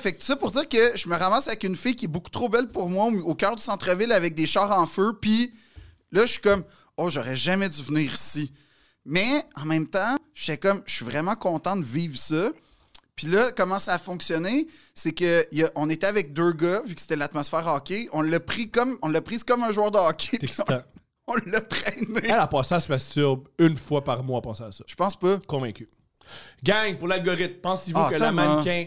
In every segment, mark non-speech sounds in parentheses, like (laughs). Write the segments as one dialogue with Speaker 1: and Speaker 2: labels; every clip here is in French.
Speaker 1: fait que tout ça pour dire que je me ramasse avec une fille qui est beaucoup trop belle pour moi au, au cœur du centre-ville avec des chars en feu. Puis là, je suis comme, oh, j'aurais jamais dû venir ici. Mais en même temps, j'étais comme, je suis vraiment content de vivre ça. Puis là, comment ça a fonctionné, c'est que y a- on était avec deux gars, vu que c'était l'atmosphère hockey, on l'a pris comme, on l'a prise comme un joueur de hockey, puis
Speaker 2: T'es excitant.
Speaker 1: on, on l'a traîné.
Speaker 2: (laughs) Elle, en passant, elle se masturbe une fois par mois en pensant à ça.
Speaker 1: Je pense pas.
Speaker 2: Convaincu. Gang, pour l'algorithme, pensez-vous
Speaker 1: Ah,
Speaker 2: que la
Speaker 1: Thomas.
Speaker 2: mannequin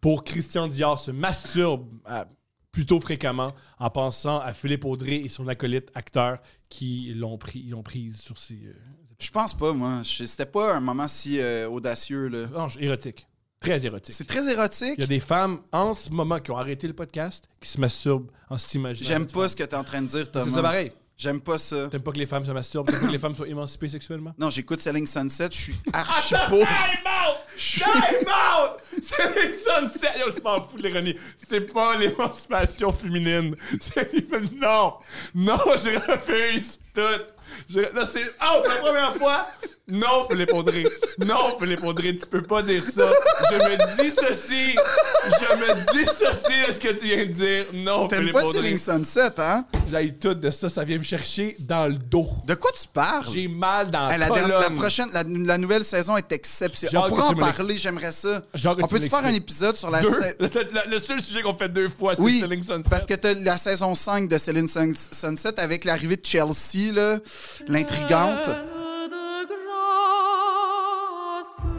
Speaker 2: pour Christian Dior se masturbe euh, plutôt fréquemment en pensant à Philippe Audrey et son acolyte acteur qui l'ont pris, ils l'ont prise sur ses. euh,
Speaker 1: Je pense pas, moi. Je- C'était pas un moment si euh, audacieux, là.
Speaker 2: branches érotiques. Très érotique.
Speaker 1: C'est très érotique.
Speaker 2: Il y a des femmes en ce moment qui ont arrêté le podcast qui se masturbent en s'imaginant.
Speaker 1: J'aime pas ce que t'es en train de dire,
Speaker 2: C'est ça
Speaker 1: Thomas.
Speaker 2: pareil.
Speaker 1: J'aime pas ça.
Speaker 2: T'aimes pas que les femmes se masturbent, t'aimes pas que les femmes soient émancipées sexuellement?
Speaker 1: Non, j'écoute Selling Sunset, je
Speaker 2: (laughs)
Speaker 1: suis archi pauvre.
Speaker 2: Time out! Time out! C'est les sunsets! Yo, je m'en fous de l'ironie. C'est pas l'émancipation féminine. C'est Non! Non, je refuse tout! Je... Non, c'est out la première fois! Non, Philippe Audrey! Non, Philippe Audrey, tu peux pas dire ça! Je me dissocie! Je me dissocie de ce que tu viens de dire! Non,
Speaker 1: T'aimes
Speaker 2: Philippe
Speaker 1: pas
Speaker 2: Audrey!
Speaker 1: Selling Sunset, hein?
Speaker 2: J'aille tout de ça, ça vient me chercher dans le dos.
Speaker 1: De quoi tu parles?
Speaker 2: J'ai mal dans
Speaker 1: Hey,
Speaker 2: la
Speaker 1: la, dernière- la
Speaker 2: colonne.
Speaker 1: prochaine, la, la nouvelle saison est exceptionnelle.
Speaker 2: J'ai hâte
Speaker 1: On pourra
Speaker 2: que
Speaker 1: en
Speaker 2: tu me
Speaker 1: parler, j'aimerais ça.
Speaker 2: J'ai hâte que
Speaker 1: On
Speaker 2: tu me
Speaker 1: peut-tu faire un
Speaker 2: l'expliques.
Speaker 1: épisode sur la
Speaker 2: Deux? (laughs)
Speaker 1: saison...
Speaker 2: Le, le- le seul sujet qu'on fait deux fois, c'est
Speaker 1: Oui,
Speaker 2: Selling Sunset.
Speaker 1: parce que t'as la saison 5 de Céline Sun- Sunset avec l'arrivée de Chelsea, là, l'intrigante.
Speaker 3: Ah. de grâce.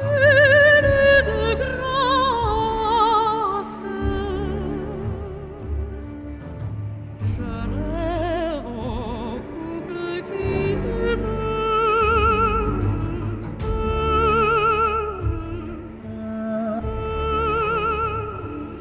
Speaker 3: Pleine de grâce. Je rêve au couple qui demeure.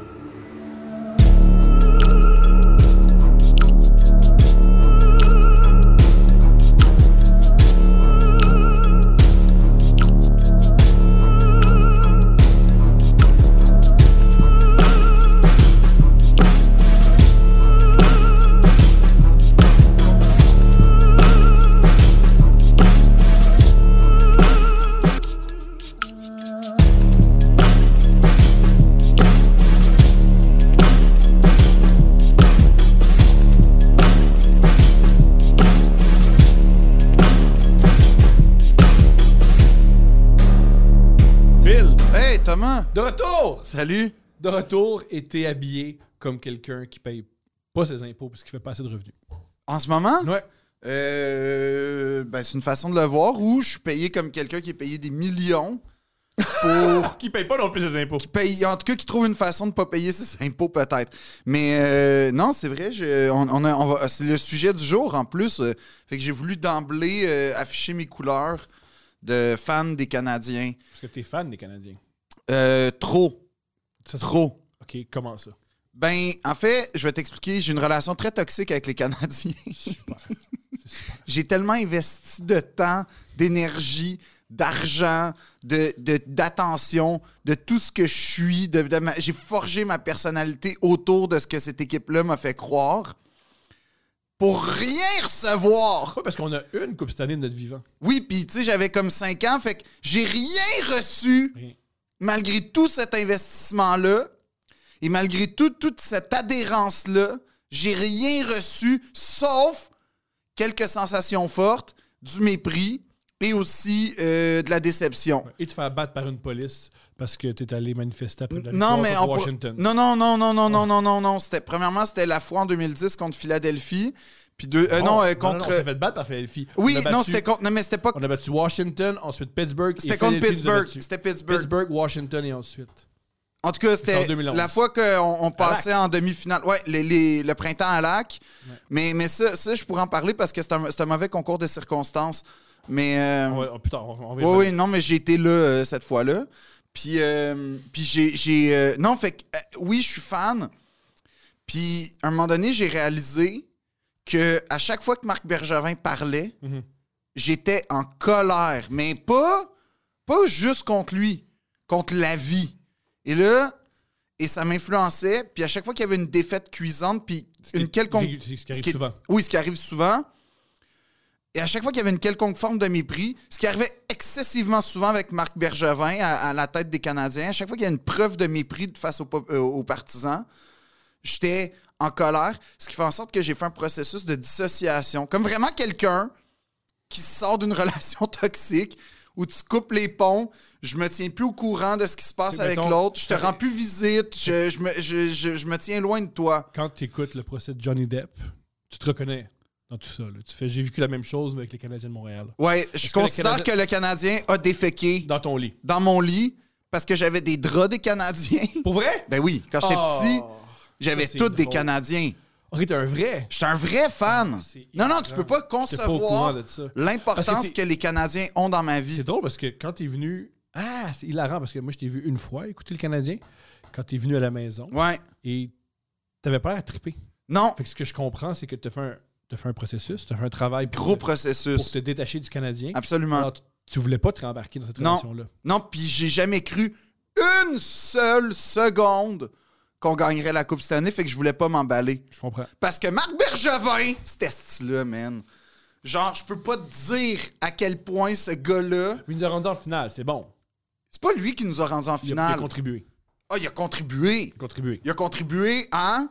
Speaker 2: Phil,
Speaker 1: Hey, Thomas!
Speaker 2: de retour!
Speaker 1: Salut!
Speaker 2: De retour, et t'es habillé comme quelqu'un qui paye pas ses impôts parce qu'il fait pas assez de revenus.
Speaker 1: En ce moment?
Speaker 2: Ouais.
Speaker 1: Euh, ben, c'est une façon de le voir où je suis payé comme quelqu'un qui est payé des millions pour...
Speaker 2: Qui paye pas non plus ses impôts.
Speaker 1: paye- en tout cas, qui trouve une façon de pas payer ses (laughs) impôts, peut-être. Mais euh, non, c'est vrai, je- on, on a- on va- c'est le sujet du jour, en plus. euh, fait que j'ai voulu d'emblée euh, afficher mes couleurs de fan des Canadiens.
Speaker 2: Parce que t'es fan des Canadiens.
Speaker 1: Euh, trop,
Speaker 2: Ça, c'est-
Speaker 1: trop.
Speaker 2: Ok, comment ça?
Speaker 1: Ben, en fait, je vais t'expliquer, j'ai une relation très toxique avec les Canadiens.
Speaker 2: Super. (laughs) C'est super.
Speaker 1: J'ai tellement investi de temps, d'énergie, d'argent, de- de- d'attention, de, tout ce que je suis. de- de ma- J'ai forgé ma personnalité autour de ce que cette équipe-là m'a fait croire. Pour rien recevoir!
Speaker 2: Ouais, parce qu'on a une Coupe cette année de notre vivant.
Speaker 1: Oui, puis tu sais, j'avais comme 5 ans, fait que j'ai rien reçu
Speaker 2: Rien.
Speaker 1: malgré tout cet investissement-là et malgré tout, toute cette adhérence-là, j'ai rien reçu sauf quelques sensations fortes, du mépris et aussi euh, de la déception.
Speaker 2: Et te faire battre par une police parce que t'es allé manifester après de la
Speaker 1: Non,
Speaker 2: victoire
Speaker 1: mais
Speaker 2: contre
Speaker 1: on pour-
Speaker 2: Washington. Ah.
Speaker 1: Non, non, non, non, non, non, non, non, non. C'était, premièrement, c'était la fois en 2010 contre Philadelphie. Puis deux.
Speaker 2: Ah
Speaker 1: euh, non, euh, contre.
Speaker 2: on s'est fait battre par Philadelphie.
Speaker 1: oui,
Speaker 2: On a
Speaker 1: non,
Speaker 2: battu-
Speaker 1: c'était contre. Non, mais c'était pas.
Speaker 2: On a battu Washington, ensuite Pittsburgh. et
Speaker 1: C'était contre
Speaker 2: Philadelphie nous a
Speaker 1: Pittsburgh.
Speaker 2: battus.
Speaker 1: C'était Pittsburgh.
Speaker 2: Pittsburgh, Washington et ensuite.
Speaker 1: En tout cas,
Speaker 2: C'était
Speaker 1: c'était
Speaker 2: en 2011.
Speaker 1: la fois qu'on on passait en demi-finale. Ouais, les- les- le printemps à Lac. Mais, mais ça, ça, je pourrais en parler parce que c'est un, c'est un mauvais concours de circonstances. Mais. euh,
Speaker 2: On va- oh, putain, on, on va y
Speaker 1: oui, oui,
Speaker 2: revenir.
Speaker 1: non, mais j'ai été là euh, cette fois-là. Puis, euh, puis j'ai. j'ai, euh, non, fait que, euh, oui, je suis fan. Puis, à un moment donné, j'ai réalisé que à chaque fois que Marc Bergevin parlait,
Speaker 2: Mhm.
Speaker 1: j'étais en colère. Mais pas, pas juste contre lui, contre la vie. Et là, et ça m'influençait. Puis, à chaque fois qu'il y avait une défaite cuisante, puis
Speaker 2: Ce qui
Speaker 1: une
Speaker 2: est
Speaker 1: quelconque
Speaker 2: régu- C'est ce qui
Speaker 1: ce
Speaker 2: arrive
Speaker 1: qui est-
Speaker 2: souvent.
Speaker 1: oui, ce qui arrive souvent. Et à chaque fois qu'il y avait une quelconque forme de mépris, ce qui arrivait excessivement souvent avec Marc Bergevin à, à la tête des Canadiens, à chaque fois qu'il y a une preuve de mépris de- face aux, pop- euh, aux partisans, j'étais en colère, ce qui fait en sorte que j'ai fait un processus de dissociation. Comme vraiment quelqu'un qui sort d'une (laughs) relation toxique où tu coupes les ponts, je me tiens plus au courant de ce qui se passe
Speaker 2: Mettons,
Speaker 1: avec l'autre, je te rends plus visite, je, je me, je- je- je me tiens loin de toi.
Speaker 2: Quand tu écoutes le procès de Johnny Depp, tu te reconnais dans tout ça. là. Tu fais, j'ai vécu la même chose, mais avec les Canadiens de Montréal.
Speaker 1: Ouais, je
Speaker 2: que le
Speaker 1: considère
Speaker 2: Canadi-
Speaker 1: que le Canadien a déféqué
Speaker 2: Dans ton lit.
Speaker 1: dans mon lit parce que j'avais des draps des Canadiens. (laughs)
Speaker 2: Pour vrai?
Speaker 1: Ben oui, quand j'étais
Speaker 2: Oh.
Speaker 1: petit, j'avais
Speaker 2: Ça, c'est
Speaker 1: tous des
Speaker 2: drôle.
Speaker 1: Canadiens.
Speaker 2: Ok, Oh, t'es un vrai.
Speaker 1: J'étais un vrai fan.
Speaker 2: C'est
Speaker 1: Non, non, tu peux pas
Speaker 2: T'es pas au courant
Speaker 1: concevoir
Speaker 2: de ça. Parce
Speaker 1: l'importance
Speaker 2: que
Speaker 1: que,
Speaker 2: t'es-
Speaker 1: les Canadiens ont dans ma vie.
Speaker 2: C'est drôle parce que quand t'es venu. Ah, c'est hilarant parce que moi, je t'ai vu une fois écouter le Canadien. Quand t'es venu à la maison
Speaker 1: Ouais.
Speaker 2: et t'avais pas à triper.
Speaker 1: Non,
Speaker 2: Fait que ce que je comprends, c'est que t'as fait, un- t'as fait un processus, t'as fait un travail pour,
Speaker 1: gros
Speaker 2: te, pour
Speaker 1: processus.
Speaker 2: te détacher du Canadien.
Speaker 1: Absolument.
Speaker 2: Alors, tu, tu voulais pas te rembarquer dans cette
Speaker 1: Non.
Speaker 2: relation-là.
Speaker 1: Non, puis j'ai jamais cru une seule seconde qu'on gagnerait la Coupe cette année, fait que je voulais pas m'emballer.
Speaker 2: Je comprends.
Speaker 1: Parce que Marc Bergevin, c'était ce là man. Genre, je peux pas te dire à quel point ce gars-là.
Speaker 2: Il nous a rendu en finale, c'est bon.
Speaker 1: C'est pas lui qui nous a rendus en
Speaker 2: Il a, il a
Speaker 1: finale.
Speaker 2: contribué.
Speaker 1: Ah, il a contribué.
Speaker 2: Il a contribué.
Speaker 1: Il a contribué en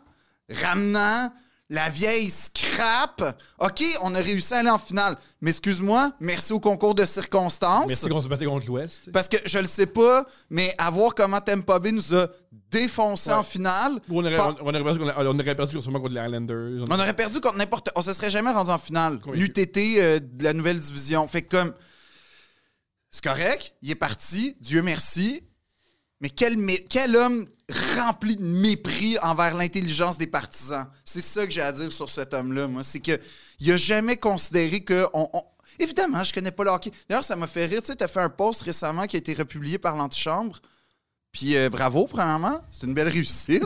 Speaker 1: ramenant la vieille scrap. OK, on a réussi à aller en finale. Mais excuse-moi, merci au concours de circonstances.
Speaker 2: Merci qu'on se battait contre l'Ouest.
Speaker 1: parce que je le sais pas, mais à voir comment Tampa Bay nous a défoncé
Speaker 2: Ouais.
Speaker 1: en finale.
Speaker 2: On aurait,
Speaker 1: Par-
Speaker 2: on, on aurait perdu, contre la- on aurait perdu sûrement contre les Islanders.
Speaker 1: On aurait perdu contre n'importe. On se serait jamais rendu en finale.
Speaker 2: Convaincu.
Speaker 1: L'UTT euh, de la nouvelle division. Fait que comme. C'est correct, il est parti, Dieu merci. Mais quel, mé- quel homme rempli de mépris envers l'intelligence des partisans. C'est ça que j'ai à dire sur cet homme-là, moi. C'est que il a jamais considéré que. On, on- Évidemment, je connais pas le hockey. D'ailleurs, ça m'a fait rire. Tu sais, t'as fait un post récemment qui a été republié par l'antichambre. Puis euh, bravo, premièrement. C'est une belle réussite.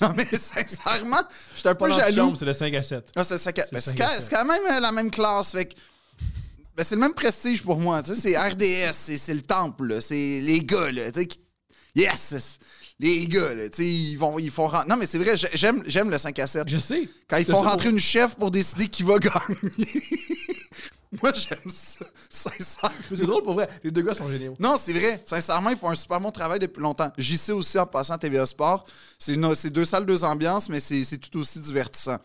Speaker 1: non, mais sincèrement, j'étais un
Speaker 2: Pas
Speaker 1: peu
Speaker 2: dans la
Speaker 1: jaloux.
Speaker 2: chambre, c'est le 5 à 7.
Speaker 1: Ah, c'est ça. que- ben, c'est
Speaker 2: cinq
Speaker 1: quand,
Speaker 2: à sept.
Speaker 1: c'est quand même euh, la même classe. Fait que- ben, c'est le même prestige pour moi. tu sais, C'est RDS, c'est c'est le temple. là, C'est les gars. Là, tu sais, qui- yes! c'est- Les gars, là, tu sais, ils, vont, ils font rentrer. Non, mais c'est vrai, j'ai- j'aime j'aime le 5 à 7.
Speaker 2: Je sais.
Speaker 1: Quand ils
Speaker 2: C'est
Speaker 1: font
Speaker 2: ça
Speaker 1: rentrer
Speaker 2: pour-
Speaker 1: une chef pour décider qui va gagner. (laughs) moi, j'aime ça. Sincèrement.
Speaker 2: C'est drôle pour vrai. Les deux gars sont géniaux.
Speaker 1: Non, c'est vrai. Sincèrement, ils font un super bon travail depuis longtemps. JC aussi en passant à TVA Sport. C'est une- c'est deux salles, deux ambiances, mais c'est c'est tout aussi divertissant.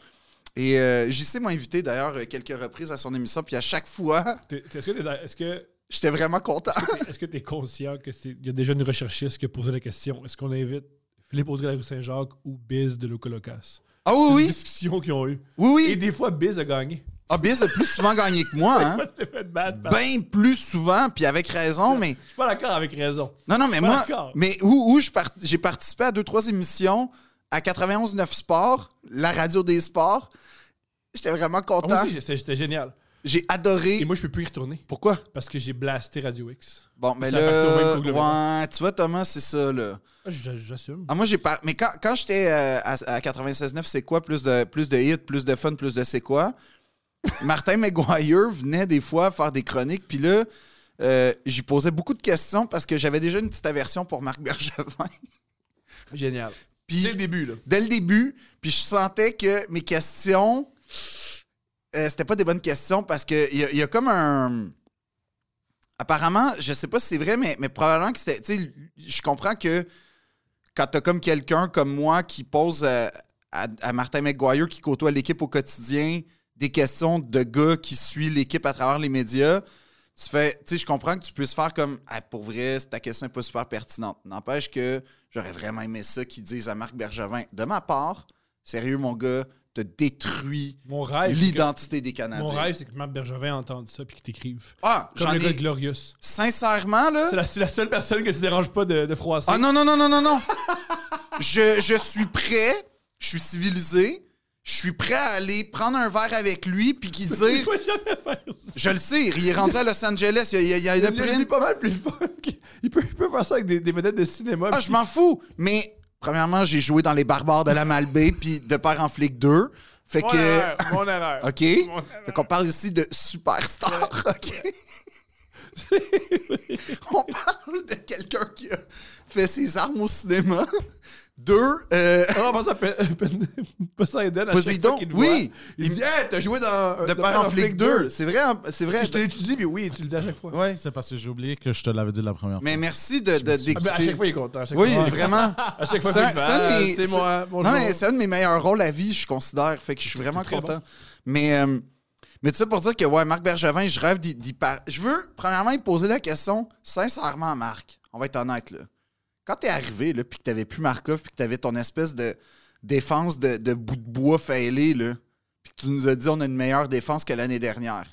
Speaker 1: Et euh, JC m'a invité d'ailleurs euh, quelques reprises à son émission, puis à chaque fois, (laughs)
Speaker 2: T'es- t'es- Est-ce que t'es dans- est-ce que-
Speaker 1: j'étais vraiment
Speaker 2: (laughs)
Speaker 1: content.
Speaker 2: est-ce que t'es conscient qu'il y a déjà une recherchiste qui a posé la question est-ce qu'on invite Philippe Audrey de la rue Saint-Jacques ou Biz de l'Ocolocas
Speaker 1: Ah
Speaker 2: C'est
Speaker 1: oui,
Speaker 2: une
Speaker 1: oui,
Speaker 2: discussion qu'ils ont eue.
Speaker 1: oui,
Speaker 2: Et
Speaker 1: oui.
Speaker 2: des fois, Biz a gagné. (laughs)
Speaker 1: Ah, Biz a plus souvent gagné que moi, hein.
Speaker 2: s'est fait battre. par-
Speaker 1: Bien plus souvent, puis avec raison, mais
Speaker 2: Je suis pas d'accord avec raison.
Speaker 1: Non, non, mais
Speaker 2: Pas
Speaker 1: moi,
Speaker 2: d'accord.
Speaker 1: mais où, où je par- j'ai participé à deux, trois émissions à 91.9 Sports, la radio des sports. J'étais vraiment
Speaker 2: Ah, Moi
Speaker 1: content.
Speaker 2: aussi, c'était c'était génial.
Speaker 1: J'ai adoré.
Speaker 2: Et moi, je peux plus y retourner
Speaker 1: Pourquoi?
Speaker 2: parce que j'ai blasté Radio X.
Speaker 1: Bon, mais
Speaker 2: Ça appartient au même
Speaker 1: là,
Speaker 2: conglomérat.
Speaker 1: ouais, tu vois, Thomas, c'est ça, là.
Speaker 2: Ah, j- J'assume.
Speaker 1: Ah, moi, j'ai par- Mais quand, quand j'étais euh, à, à 96.9, c'est quoi? Plus de, plus de hits, plus de fun, plus de c'est quoi? (laughs) Martin McGuire venait des fois faire des chroniques, puis là, euh, j'y posais beaucoup de questions parce que j'avais déjà une petite aversion pour Marc (laughs) Bergevin.
Speaker 2: Génial.
Speaker 1: Puis,
Speaker 2: Dès le début, là.
Speaker 1: dès le début, puis je sentais que mes questions, euh, c'était pas des bonnes questions parce que il y, a- il y a comme un. Apparemment, je sais pas si c'est vrai, mais, mais probablement que c'était. Tu sais, je comprends que quand t'as comme quelqu'un comme moi qui pose à, à- à Martin McGuire, qui côtoie l'équipe au quotidien, des questions de gars qui suit l'équipe à travers les médias, tu fais. Tu sais, je comprends que tu puisses faire comme. Ah, pour vrai, ta question est pas super pertinente. N'empêche que j'aurais vraiment aimé ça qu'ils disent à Marc Bergevin, de ma part, sérieux, mon gars, te détruit
Speaker 2: Mon rêve. c'est que-
Speaker 1: l'identité des Canadiens.
Speaker 2: Mon rêve, c'est que Marc Bergevin entende ça puis qu'il t'écrive.
Speaker 1: Ah,
Speaker 2: Comme
Speaker 1: j'en
Speaker 2: le gars
Speaker 1: ai.
Speaker 2: de Glorious.
Speaker 1: Sincèrement, là.
Speaker 2: C'est la, c'est la seule personne que tu déranges pas de, de froisser.
Speaker 1: Ah non, non, non, non, non, (laughs) non. je, je suis prêt, je suis civilisé, je suis prêt à aller prendre un verre avec lui puis
Speaker 2: (laughs)
Speaker 1: qu'il
Speaker 2: Il
Speaker 1: dire.
Speaker 2: va jamais faire ça.
Speaker 1: Je le sais, il est rendu à Los Angeles, il y, a- il y a- il y en a
Speaker 2: Il
Speaker 1: plein.
Speaker 2: est pas mal plus fun. qu'il- Il peut, il peut faire ça avec des, des vedettes de cinéma.
Speaker 1: Ah, je m'en fous, mais premièrement, j'ai joué dans Les Barbares de la Malbaie puis De Père en Flic 2. Fait
Speaker 4: Mon
Speaker 1: que.
Speaker 4: erreur, mon erreur.
Speaker 1: OK?
Speaker 4: Mon
Speaker 1: Fait qu'on parle ici de superstar, OK? (laughs) On parle de quelqu'un qui a fait ses armes au cinéma, Deux,
Speaker 2: (laughs)
Speaker 1: euh,
Speaker 2: Ah, pas ça, Pe- Pe- Poseidon. à chaque
Speaker 1: Poseidon,
Speaker 2: fois qu'il te voit,
Speaker 1: oui.
Speaker 2: Il dit, hey, t'as joué dans.
Speaker 1: de euh,
Speaker 2: dans
Speaker 1: Parent
Speaker 2: Parent
Speaker 1: Flic 2. C'est vrai, hein, c'est vrai.
Speaker 2: Je te l'étudie, puis oui, tu le dis à chaque fois.
Speaker 1: Ouais.
Speaker 5: C'est parce que j'ai oublié que je te l'avais dit la première
Speaker 1: Mais merci de, de-
Speaker 2: Ah, ben, à
Speaker 1: d'écouter.
Speaker 2: chaque fois, il est content. à chaque
Speaker 1: Oui,
Speaker 2: fois.
Speaker 1: vraiment.
Speaker 2: À chaque fois,
Speaker 1: Ça-
Speaker 2: il fait,
Speaker 1: ça,
Speaker 2: Ah,
Speaker 1: mais-
Speaker 2: c'est
Speaker 1: ça-
Speaker 2: moi. Bonjour.
Speaker 1: Non, mais c'est un de mes meilleurs rôles à vie, je considère. Fait que je suis vraiment
Speaker 2: très
Speaker 1: content. Mais, euh, mais tu sais, pour dire que, ouais, Marc Bergevin, je rêve d'y- d'y parler. Je veux, premièrement, y poser la question sincèrement à Marc. On va être honnête, là. Quand t'es arrivé, là, puis que t'avais plus Markov, puis que t'avais ton espèce de défense de, de bout de bois faillé, là, puis que tu nous as dit on a une meilleure défense que l'année dernière,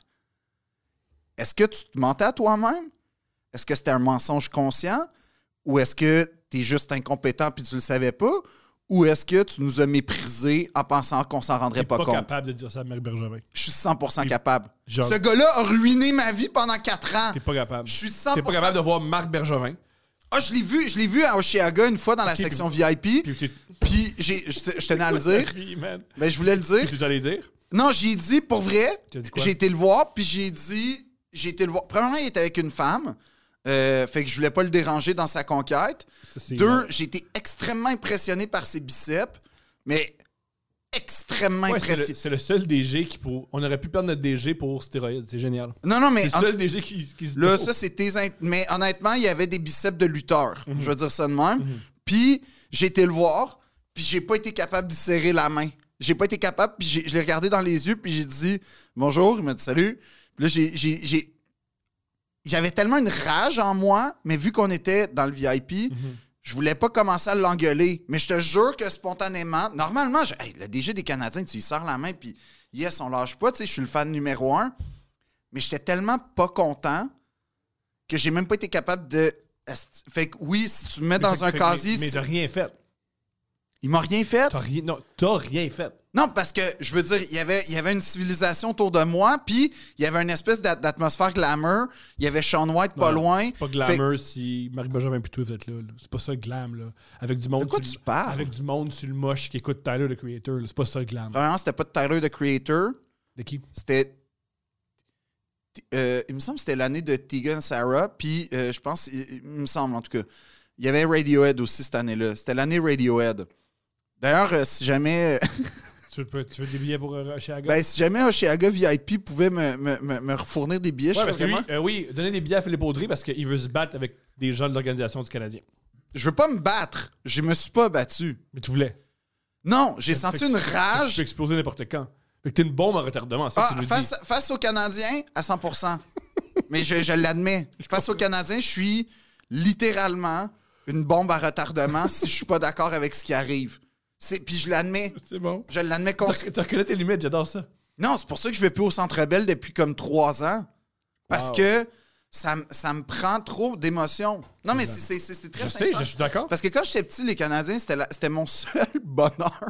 Speaker 1: est-ce que tu te mentais à toi-même? Est-ce que c'était un mensonge conscient? Ou est-ce que t'es juste incompétent puis tu le savais pas? Ou est-ce que tu nous as méprisés en pensant qu'on s'en
Speaker 2: Il est
Speaker 1: rendrait pas,
Speaker 2: pas
Speaker 1: compte?
Speaker 2: capable de dire ça à Marc Bergevin.
Speaker 1: Je suis 100%
Speaker 2: Il-
Speaker 1: capable.
Speaker 2: Genre,
Speaker 1: Ce gars-là a ruiné ma vie pendant 4 ans.
Speaker 2: t'es pas capable.
Speaker 1: Je suis
Speaker 2: T'es
Speaker 1: 100%...
Speaker 2: pas capable de voir Marc Bergevin.
Speaker 1: Ah, je l'ai vu, je l'ai vu à Oshiaga une fois dans la
Speaker 2: Ok,
Speaker 1: section VIP.
Speaker 2: Puis t'es-
Speaker 1: Puis j'ai- je je tenais à le (laughs) dire.
Speaker 2: (laughs) Puis, man,
Speaker 1: Ben, je voulais le
Speaker 2: puis
Speaker 1: dire.
Speaker 2: tu allais dire.
Speaker 1: Non, j'ai dit, pour vrai,
Speaker 2: Tu as dit quoi?
Speaker 1: j'ai été le voir, puis j'ai dit... J'ai été le voir. Premièrement, il était avec une femme. euh, fait que je voulais pas le déranger dans sa conquête.
Speaker 2: Ça, c'est-
Speaker 1: Deux, j'ai été extrêmement impressionné par ses biceps, mais extrêmement
Speaker 2: Ouais, c'est le-
Speaker 1: impressionné.
Speaker 2: c'est le seul DG qui pour. On aurait pu perdre notre DG pour stéroïdes. C'est génial.
Speaker 1: Non, non, mais
Speaker 2: C'est le seul DG qui, qui se
Speaker 1: (laughs) Là,
Speaker 2: dit,
Speaker 1: ça, c'était. int- Mais honnêtement, il y avait des biceps de lutteur. Je veux dire ça de même. Puis, j'ai été le voir, puis j'ai pas été capable d'y serrer la main. J'ai pas été capable, puis j'ai- je l'ai regardé dans les yeux, puis j'ai dit bonjour. Il m'a dit salut. Puis là, j'ai- j'ai- j'ai. J'avais tellement une rage en moi, mais vu qu'on était dans le VIP, je voulais pas commencer à l'engueuler. Mais je te jure que spontanément, normalement, je- hey, le DG des Canadiens, tu lui sers la main, puis yes, on lâche pas, tu sais, je suis le fan numéro un. Mais j'étais tellement pas content que j'ai même pas été capable de. Asti- Fait que oui, si tu me mets
Speaker 2: oh.
Speaker 1: dans
Speaker 2: Fait-
Speaker 1: un
Speaker 2: fait-
Speaker 1: casier,
Speaker 2: Mais, mais
Speaker 1: si-
Speaker 2: t'as rien fait.
Speaker 1: il m'a rien fait.
Speaker 2: T'as rien. Non, t'as rien fait.
Speaker 1: Non, parce que je veux dire, il y avait, il y avait une civilisation autour de moi, puis il y avait une espèce d'at- d'atmosphère glamour. Il y avait Sean White pas
Speaker 2: Non,
Speaker 1: loin.
Speaker 2: Pas glamour si Marc Bergevin et toi vous êtes là. là. C'est pas ça glam là. Avec du monde.
Speaker 1: De quoi
Speaker 2: sur
Speaker 1: tu
Speaker 2: le-
Speaker 1: parles?
Speaker 2: Avec du monde sur le moche qui écoute Tyler the Creator. là. C'est pas ça glam.
Speaker 1: Premièrement, c'était pas de Tyler the Creator.
Speaker 2: De qui?
Speaker 1: C'était. euh, il me semble que c'était l'année de Tegan Sarah, puis euh, je pense, il, il me semble en tout cas. Il y avait Radiohead aussi cette année-là. C'était l'année Radiohead. D'ailleurs, euh, si jamais.
Speaker 2: (laughs) Tu veux, tu veux des billets pour euh, chez Aga?
Speaker 1: Ben, si jamais Oshiaga VIP pouvait me, me, me, me refournir des billets,
Speaker 2: Ouais,
Speaker 1: je,
Speaker 2: parce que
Speaker 1: serais
Speaker 2: lui,
Speaker 1: vraiment-
Speaker 2: euh, oui, donner des billets à Philippe Audry parce qu'il veut se battre avec des gens de l'organisation du Canadien.
Speaker 1: je veux pas me battre. Je me suis pas battu.
Speaker 2: Mais tu voulais.
Speaker 1: Non, j'ai
Speaker 2: Fait
Speaker 1: senti
Speaker 2: que
Speaker 1: une
Speaker 2: tu- fait que Tu peux
Speaker 1: rage
Speaker 2: exploser n'importe quand. Fait que t'es une bombe à retardement, c'est ça que
Speaker 1: ah,
Speaker 2: tu nous dis.
Speaker 1: face, face aux Canadiens à 100 Mais je, je
Speaker 2: (laughs)
Speaker 1: l'admets. Face aux Canadiens, je suis littéralement une bombe à retardement si je suis pas d'accord avec ce qui arrive. C'est- Puis je l'admets.
Speaker 2: C'est bon.
Speaker 1: Je l'admets
Speaker 2: Tu
Speaker 1: cons-
Speaker 2: rec- tu reconnais tes limites, j'adore ça.
Speaker 1: Non, c'est pour ça que je vais plus au Centre Bell depuis comme trois ans. Parce
Speaker 2: Wow.
Speaker 1: que ça, m- ça me prend trop d'émotions. Non, mais c'est- c'est c'est très
Speaker 2: Je
Speaker 1: sincère.
Speaker 2: sais, je suis d'accord.
Speaker 1: Parce que quand j'étais petit, les Canadiens, c'était la- c'était mon (laughs) seul bonheur.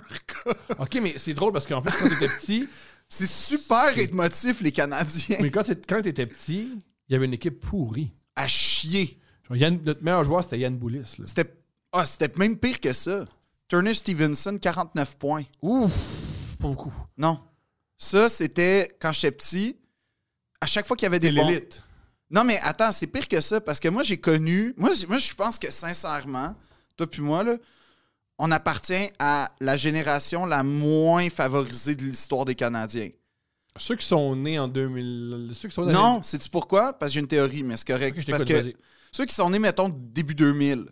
Speaker 1: quoi.
Speaker 2: OK, mais c'est drôle parce qu'en plus, quand t'étais petit,
Speaker 1: C'est super émotif, les Canadiens.
Speaker 2: mais quand t'étais- quand t'étais petit, il y avait une équipe pourrie.
Speaker 1: À chier.
Speaker 2: Genre, Yann- notre meilleur joueur, c'était Yann Boulis. là.
Speaker 1: C'était ah, c'était même pire que ça. Turner Stevenson, 49 points.
Speaker 2: Ouf! Pas beaucoup.
Speaker 1: Non. Ça, c'était quand j'étais petit. À chaque fois qu'il y avait des
Speaker 2: T'es
Speaker 1: bons...
Speaker 2: l'élite.
Speaker 1: Non, mais attends, c'est pire que ça parce que moi, j'ai connu. Moi, j'ai- moi, je pense que sincèrement, toi puis moi, là, on appartient à la génération la moins favorisée de l'histoire des Canadiens.
Speaker 2: Ceux qui sont nés en 2000. Ceux qui sont nés
Speaker 1: Non, sais-tu pourquoi? Parce que j'ai une théorie, mais c'est correct.
Speaker 2: Ok, je
Speaker 1: Parce
Speaker 2: t'écoute,
Speaker 1: que
Speaker 2: vas-y.
Speaker 1: ceux qui sont nés, mettons, début 2000,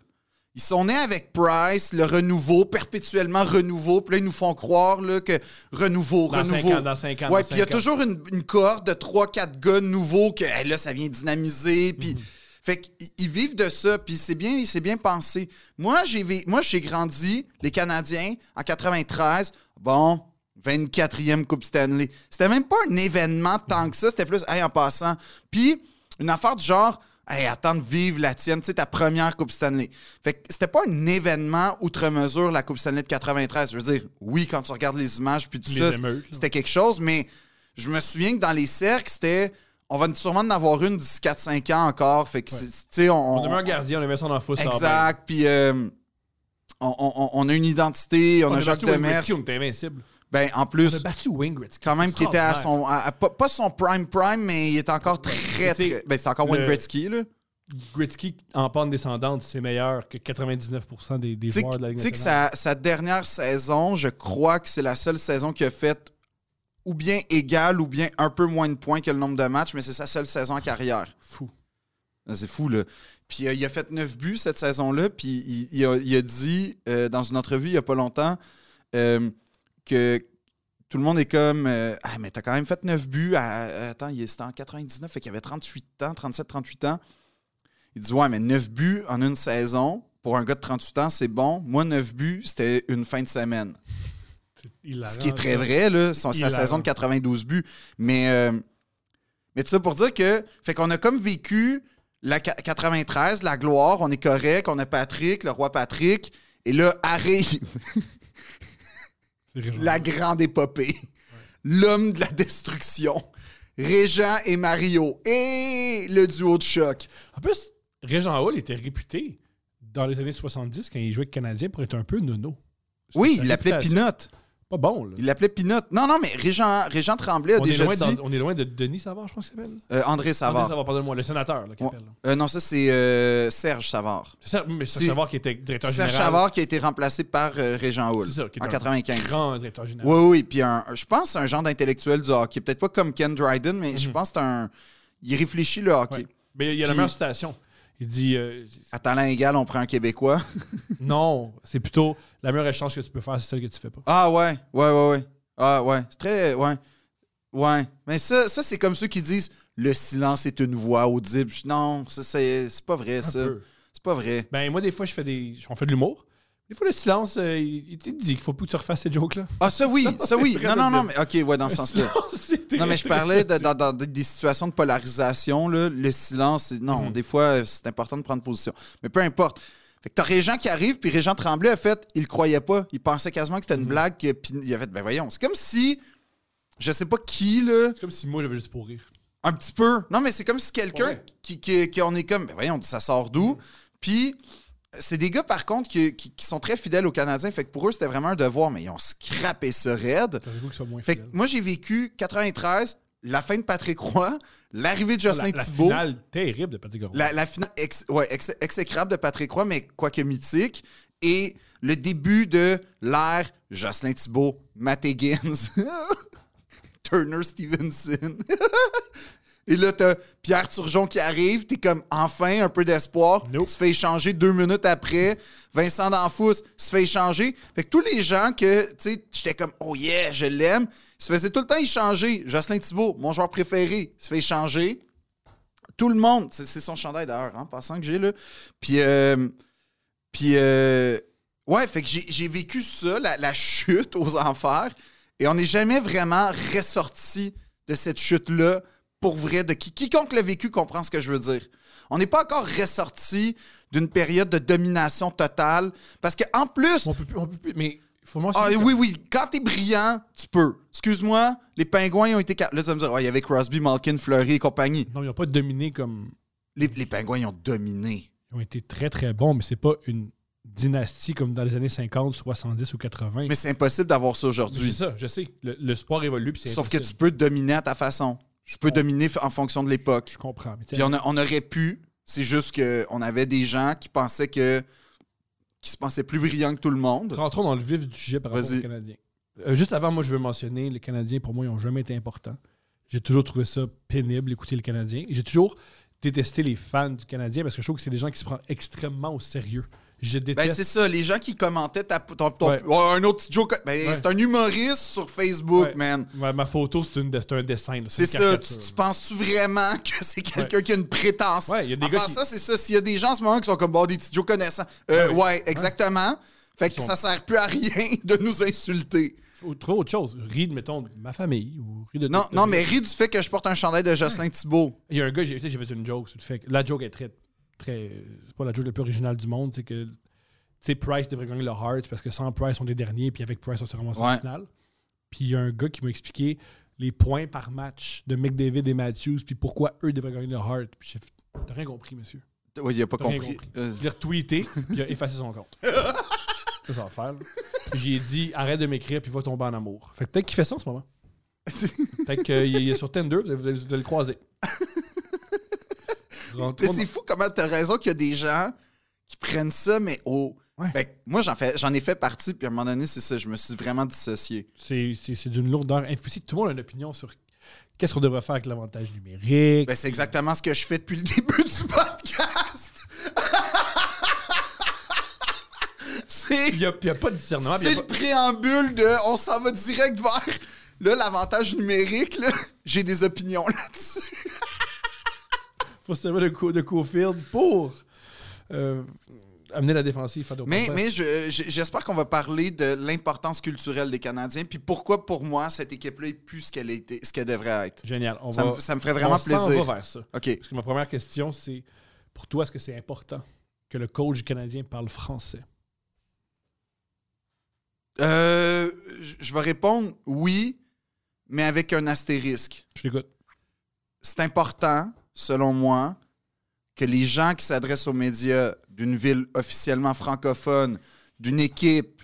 Speaker 1: ils sont nés avec Price, le renouveau, perpétuellement renouveau, puis là, ils nous font croire là, que renouveau,
Speaker 2: Dans
Speaker 1: renouveau.
Speaker 2: 5 ans, dans 5 ans.
Speaker 1: Ouais,
Speaker 2: dans
Speaker 1: puis il y a
Speaker 2: cinq ans.
Speaker 1: toujours une, une cohorte de 3-4 gars nouveaux que hey, là, ça vient dynamiser.
Speaker 2: Mhm.
Speaker 1: Puis, Fait qu'ils ils vivent de ça, puis c'est bien, c'est bien pensé. Moi, j'ai vi- moi, j'ai grandi, les Canadiens, en 93, bon, 24e Coupe Stanley. C'était même pas un événement tant que ça, c'était plus, hey, en passant. Puis, une affaire du genre, hey, attends de vivre la tienne, tu sais, ta première Coupe Stanley. Fait que c'était pas un événement outre mesure, la Coupe Stanley de 93. Je veux dire, oui, quand tu regardes les images, puis tout
Speaker 2: Les
Speaker 1: ça,
Speaker 2: émeutes, là.
Speaker 1: c'était quelque chose, mais je me souviens que dans les cercles, c'était. On va sûrement en avoir une d'ici 4-5 ans encore. Fait que, c'est- tu sais, on.
Speaker 2: On avait un gardien, on avait ça dans le foot.
Speaker 1: Exact. Puis, euh, on, on- on a une identité, on, a Jacques Demers.
Speaker 2: On était invincible.
Speaker 1: Ben, en
Speaker 2: On a
Speaker 1: plus,
Speaker 2: battu Wingritz.
Speaker 1: quand même, qui était à son. à- à- pas, pas son prime prime, mais il était encore très,
Speaker 2: tu sais,
Speaker 1: très. Ben, c'est encore Wayne
Speaker 2: le-
Speaker 1: Gretzky, là.
Speaker 2: Gretzky en pente descendante, c'est meilleur que 99% des, des
Speaker 1: Tu sais
Speaker 2: joueurs de la
Speaker 1: que-
Speaker 2: Ligue
Speaker 1: tu sais que
Speaker 2: nationale.
Speaker 1: sa, sa dernière saison, je crois que c'est la seule saison qui a fait ou bien égal ou bien un peu moins de points que le nombre de matchs, mais c'est sa seule saison en carrière.
Speaker 2: Fou.
Speaker 1: Ah, C'est fou, là. Puis euh, il a fait 9 buts cette saison-là, puis il, il a, il a dit euh, dans une entrevue il n'y a pas longtemps euh, que tout le monde est comme euh, Ah, mais t'as quand même fait 9 buts. à- attends, il était en 99, fait qu'il avait 38 ans, 37, 38 ans. Il dit Ouais, mais 9 buts en une saison, pour un gars de 38 ans, c'est bon. Moi, 9 buts, c'était une fin de semaine.
Speaker 2: C'est hilarant,
Speaker 1: Ce qui est très
Speaker 2: ça.
Speaker 1: vrai, là, son, sa
Speaker 2: Hilarant.
Speaker 1: saison de 92 buts. Mais, euh, mais tout ça pour dire que, fait qu'on a comme vécu la qua- 93, la gloire, on est correct, on a Patrick, le roi Patrick, et là
Speaker 2: (laughs)
Speaker 1: arrive
Speaker 2: C'est réjouissant.
Speaker 1: la grande épopée, l'homme de la destruction, Régent et Mario, et le duo de choc.
Speaker 2: En plus, Régent Hall était réputé dans les années 70 quand il jouait avec le Canadien pour être un peu nono. C'était
Speaker 1: Oui,
Speaker 2: sa
Speaker 1: il l'appelait
Speaker 2: réputation.
Speaker 1: Pinotte.
Speaker 2: Pas bon, là.
Speaker 1: Il l'appelait Pinotte. Non, non, mais Régent, Régent Tremblay a
Speaker 2: On est,
Speaker 1: déjà
Speaker 2: loin
Speaker 1: dit...
Speaker 2: dans- on est loin de Denis Savard, je pense qu'il s'appelle.
Speaker 1: Euh, André Savard.
Speaker 2: Denis Savard, pardonne-moi, le sénateur, là, qui
Speaker 1: Ouais.
Speaker 2: appelle, là.
Speaker 1: Euh, non, ça, c'est euh, Serge Savard.
Speaker 2: C'est ça, mais c'est
Speaker 1: C'est-
Speaker 2: Savard qui était directeur
Speaker 1: Serge
Speaker 2: général.
Speaker 1: Savard qui a été remplacé par euh, Régent Houle
Speaker 2: C'est ça, qui est
Speaker 1: en
Speaker 2: un
Speaker 1: 95.
Speaker 2: Grand directeur général.
Speaker 1: Oui, oui, puis un- je pense que c'est un genre d'intellectuel du hockey. Peut-être pas comme Ken Dryden, mais je pense que c'est un... Il réfléchit le hockey.
Speaker 2: Mhm. Ouais. Mais il y a la
Speaker 1: Puis-
Speaker 2: meilleure citation. Il dit euh, (laughs)
Speaker 1: À talent égal, on prend un Québécois.
Speaker 2: Non, c'est plutôt la meilleure échange que tu peux faire, c'est celle que tu fais pas.
Speaker 1: Ah ouais, ouais, ouais, ouais. Ah ouais, c'est très... Ouais. Ouais. Mais ça, ça c'est comme ceux qui disent « Le silence est une voix audible ». Je- Non, ça, c'est c'est pas vrai,
Speaker 2: Un
Speaker 1: ça.
Speaker 2: peu.
Speaker 1: C'est pas vrai.
Speaker 2: Ben, moi, des fois, je fais des. On fait de l'humour. Des fois, le silence, euh, il il te dit qu'il faut plus que tu refasses ces jokes-là.
Speaker 1: Ah, ça
Speaker 2: (laughs)
Speaker 1: oui, ça oui.
Speaker 2: c'est
Speaker 1: Non,
Speaker 2: très
Speaker 1: non, non,
Speaker 2: audible.
Speaker 1: mais OK, ouais, dans
Speaker 2: (laughs)
Speaker 1: ce sens-là. Non, mais je parlais de- dans, dans des situations de polarisation, là, le silence. c'est- Non,
Speaker 2: Mhm.
Speaker 1: des fois, euh, c'est important de prendre position. Mais peu importe. Fait que t'as Régent qui arrive, puis Régent Tremblay, en fait, il croyait pas. Il pensait quasiment que c'était une blague, que, puis il a fait, ben voyons. C'est comme si, je sais pas qui, là,
Speaker 2: C'est comme si moi, j'avais juste pour rire.
Speaker 1: un petit peu. Non, mais c'est comme si quelqu'un
Speaker 2: Ouais.
Speaker 1: qui, qui, qui- on est comme, ben voyons, ça sort d'où? Puis, c'est des gars, par contre, qui, qui- qui sont très fidèles aux Canadiens. Fait que pour eux, c'était vraiment un devoir, mais ils ont scrappé ce raid.
Speaker 2: T'as le goût qu'il soit moins
Speaker 1: Fait que
Speaker 2: fidèle.
Speaker 1: moi, j'ai vécu 93, la fin de Patrick Roy, l'arrivée de Jocelyn
Speaker 2: la, la
Speaker 1: Thibault,
Speaker 2: finale terrible de Patrick Roy.
Speaker 1: la, la finale ex- ouais, ex- exécrable de Patrick Roy, mais quoique mythique, et le début de l'ère Jocelyn Thibault, Matt Higgins, (laughs) Turner Stevenson. (laughs) et là, t'as Pierre Turgeon qui arrive, t'es comme enfin un peu d'espoir,
Speaker 2: Nope.
Speaker 1: se fait échanger deux minutes après. Vincent D'Anfous se fait échanger. Fait que tous les gens que, tu sais, j'étais comme, oh yeah, je l'aime, se faisaient tout le temps échanger. Jocelyn Thibault, mon joueur préféré, se fait échanger. Tout le monde, c'est c'est son chandail d'ailleurs, en passant que j'ai là. Puis, euh, puis euh, ouais, fait que j'ai j'ai vécu ça, la, la chute aux enfers, et on n'est jamais vraiment ressorti de cette chute-là pour vrai. De qui, quiconque l'a vécu comprend ce que je veux dire. On n'est pas encore ressorti d'une période de domination totale, parce que en plus,
Speaker 2: On peut plus, on peut plus. Mais il faut moi
Speaker 1: ah oui, oui, quand t'es brillant, tu peux. Excuse-moi, les pingouins ont été. cap- Là, tu vas me dire, ouais, il y avait Crosby, Malkin, Fleury et compagnie.
Speaker 2: Non, ils n'ont pas dominé comme.
Speaker 1: Les, les pingouins ils ont dominé.
Speaker 2: Ils ont été très, très bons, mais c'est pas une dynastie comme dans les années 50, 70 ou 80.
Speaker 1: Mais c'est impossible d'avoir ça
Speaker 2: c'est
Speaker 1: aujourd'hui.
Speaker 2: ça, je sais. Le, le sport évolue, puis c'est.
Speaker 1: Sauf que tu
Speaker 2: impossible.
Speaker 1: peux dominer à ta façon. Tu peux dominer f- en fonction de l'époque.
Speaker 2: Je comprends. Mais tu sais,
Speaker 1: Puis on, a- on aurait pu, c'est juste qu'on avait des gens qui pensaient que. qui se pensaient plus brillants que tout le monde.
Speaker 2: Rentrons dans le vif du sujet par rapport
Speaker 1: Vas-y.
Speaker 2: aux Canadiens. Euh, juste avant, moi, je veux mentionner, les Canadiens, pour moi, ils n'ont jamais été importants. J'ai toujours trouvé ça pénible, écouter le Canadien. Et J'ai toujours détesté les fans du Canadien parce que je trouve que c'est des gens qui se prennent extrêmement au sérieux. Je déteste.
Speaker 1: Ben, c'est ça, les gens qui commentaient ta, ton- ton-
Speaker 2: Ouais.
Speaker 1: Oh, un autre petit joke. Ben,
Speaker 2: Ouais.
Speaker 1: c'est un humoriste sur Facebook,
Speaker 2: Ouais.
Speaker 1: man.
Speaker 2: Ma, ma photo, c'est une- c'est un dessin. là,
Speaker 1: C'est
Speaker 2: une
Speaker 1: ça. Tu,
Speaker 2: caricature,
Speaker 1: tu
Speaker 2: là.
Speaker 1: penses-tu vraiment que c'est quelqu'un qui a une prétention?
Speaker 2: Ouais, il y a des
Speaker 1: en
Speaker 2: gars
Speaker 1: pensant, c'est ça. S'il y a des gens en ce moment qui sont comme bon, des petits Joe connaissants. Euh, ouais, exactement. Fait que
Speaker 2: Ah Ils sont-
Speaker 1: ça sert plus à rien (laughs) de nous insulter.
Speaker 2: Ou trouve autre chose. Ris, de, mettons, de ma famille. Ou ris de
Speaker 1: Non,
Speaker 2: de-
Speaker 1: non, mais ris du fait que je porte un chandail de Jocelyn Thibault.
Speaker 2: Il y a un gars, j'ai j'ai fait une joke sur le fait que la joke est très. très euh, c'est pas la joke la plus originale du monde. C'est que tu sais, Price devrait gagner le Heart parce que sans Price, on est dernier, puis avec Price, on se ramasse en
Speaker 1: Ouais.
Speaker 2: finale. Puis il y a un gars qui m'a expliqué les points par match de McDavid et Matthews, puis pourquoi eux devraient gagner le Heart. Puis j'ai fait, T'as rien compris, monsieur.
Speaker 1: Oui, il a pas
Speaker 2: T'as rien
Speaker 1: compris.
Speaker 2: compris.
Speaker 1: Euh,
Speaker 2: Je l'ai retweeté, puis il a effacé son
Speaker 1: (laughs)
Speaker 2: compte. ça, ça va faire. là. Puis J'ai dit, arrête de m'écrire, puis va tomber en amour. Fait que peut-être qu'il fait ça en ce
Speaker 1: (laughs)
Speaker 2: moment.
Speaker 1: (laughs)
Speaker 2: Peut-être qu'il est sur Tinder, vous allez, vous allez le croiser. trop-
Speaker 1: Mais
Speaker 2: trop-
Speaker 1: c'est fou comment t'as raison qu'il y a des gens qui prennent ça, mais au.
Speaker 2: Ouais.
Speaker 1: Ben, moi, j'en fais, j'en ai fait partie, puis à un moment donné, c'est ça, je me suis vraiment dissocié.
Speaker 2: C'est c'est- c'est d'une lourdeur impossible. Tout le monde a une opinion sur qu'est-ce qu'on devrait faire avec l'avantage numérique.
Speaker 1: Ben, c'est exactement ce que je fais depuis le (laughs) début du podcast. (laughs) c'est
Speaker 2: Il n'y a, il y a pas de discernement. puis il
Speaker 1: c'est
Speaker 2: y a
Speaker 1: le
Speaker 2: pas-
Speaker 1: préambule de on s'en va direct vers. Là, l'avantage numérique, là, j'ai des opinions là-dessus.
Speaker 2: faut se servir de, Co- de Cofield pour euh, amener la défensive à d'autres
Speaker 1: Mais,
Speaker 2: points.
Speaker 1: mais je- je- j'espère qu'on va parler de l'importance culturelle des Canadiens, puis pourquoi, pour moi, cette équipe-là est plus ce qu'elle était, ce qu'elle devrait être.
Speaker 2: Génial. On
Speaker 1: Ça,
Speaker 2: va,
Speaker 1: me, ça me ferait vraiment
Speaker 2: on s'en
Speaker 1: plaisir.
Speaker 2: va vers ça.
Speaker 1: OK.
Speaker 2: Parce que ma première question, c'est pour toi, est-ce que c'est important que le coach canadien parle français?
Speaker 1: Euh, je- je vais répondre oui, mais avec un astérisque.
Speaker 2: Je l'écoute.
Speaker 1: C'est important, selon moi, que les gens qui s'adressent aux médias d'une ville officiellement francophone, d'une équipe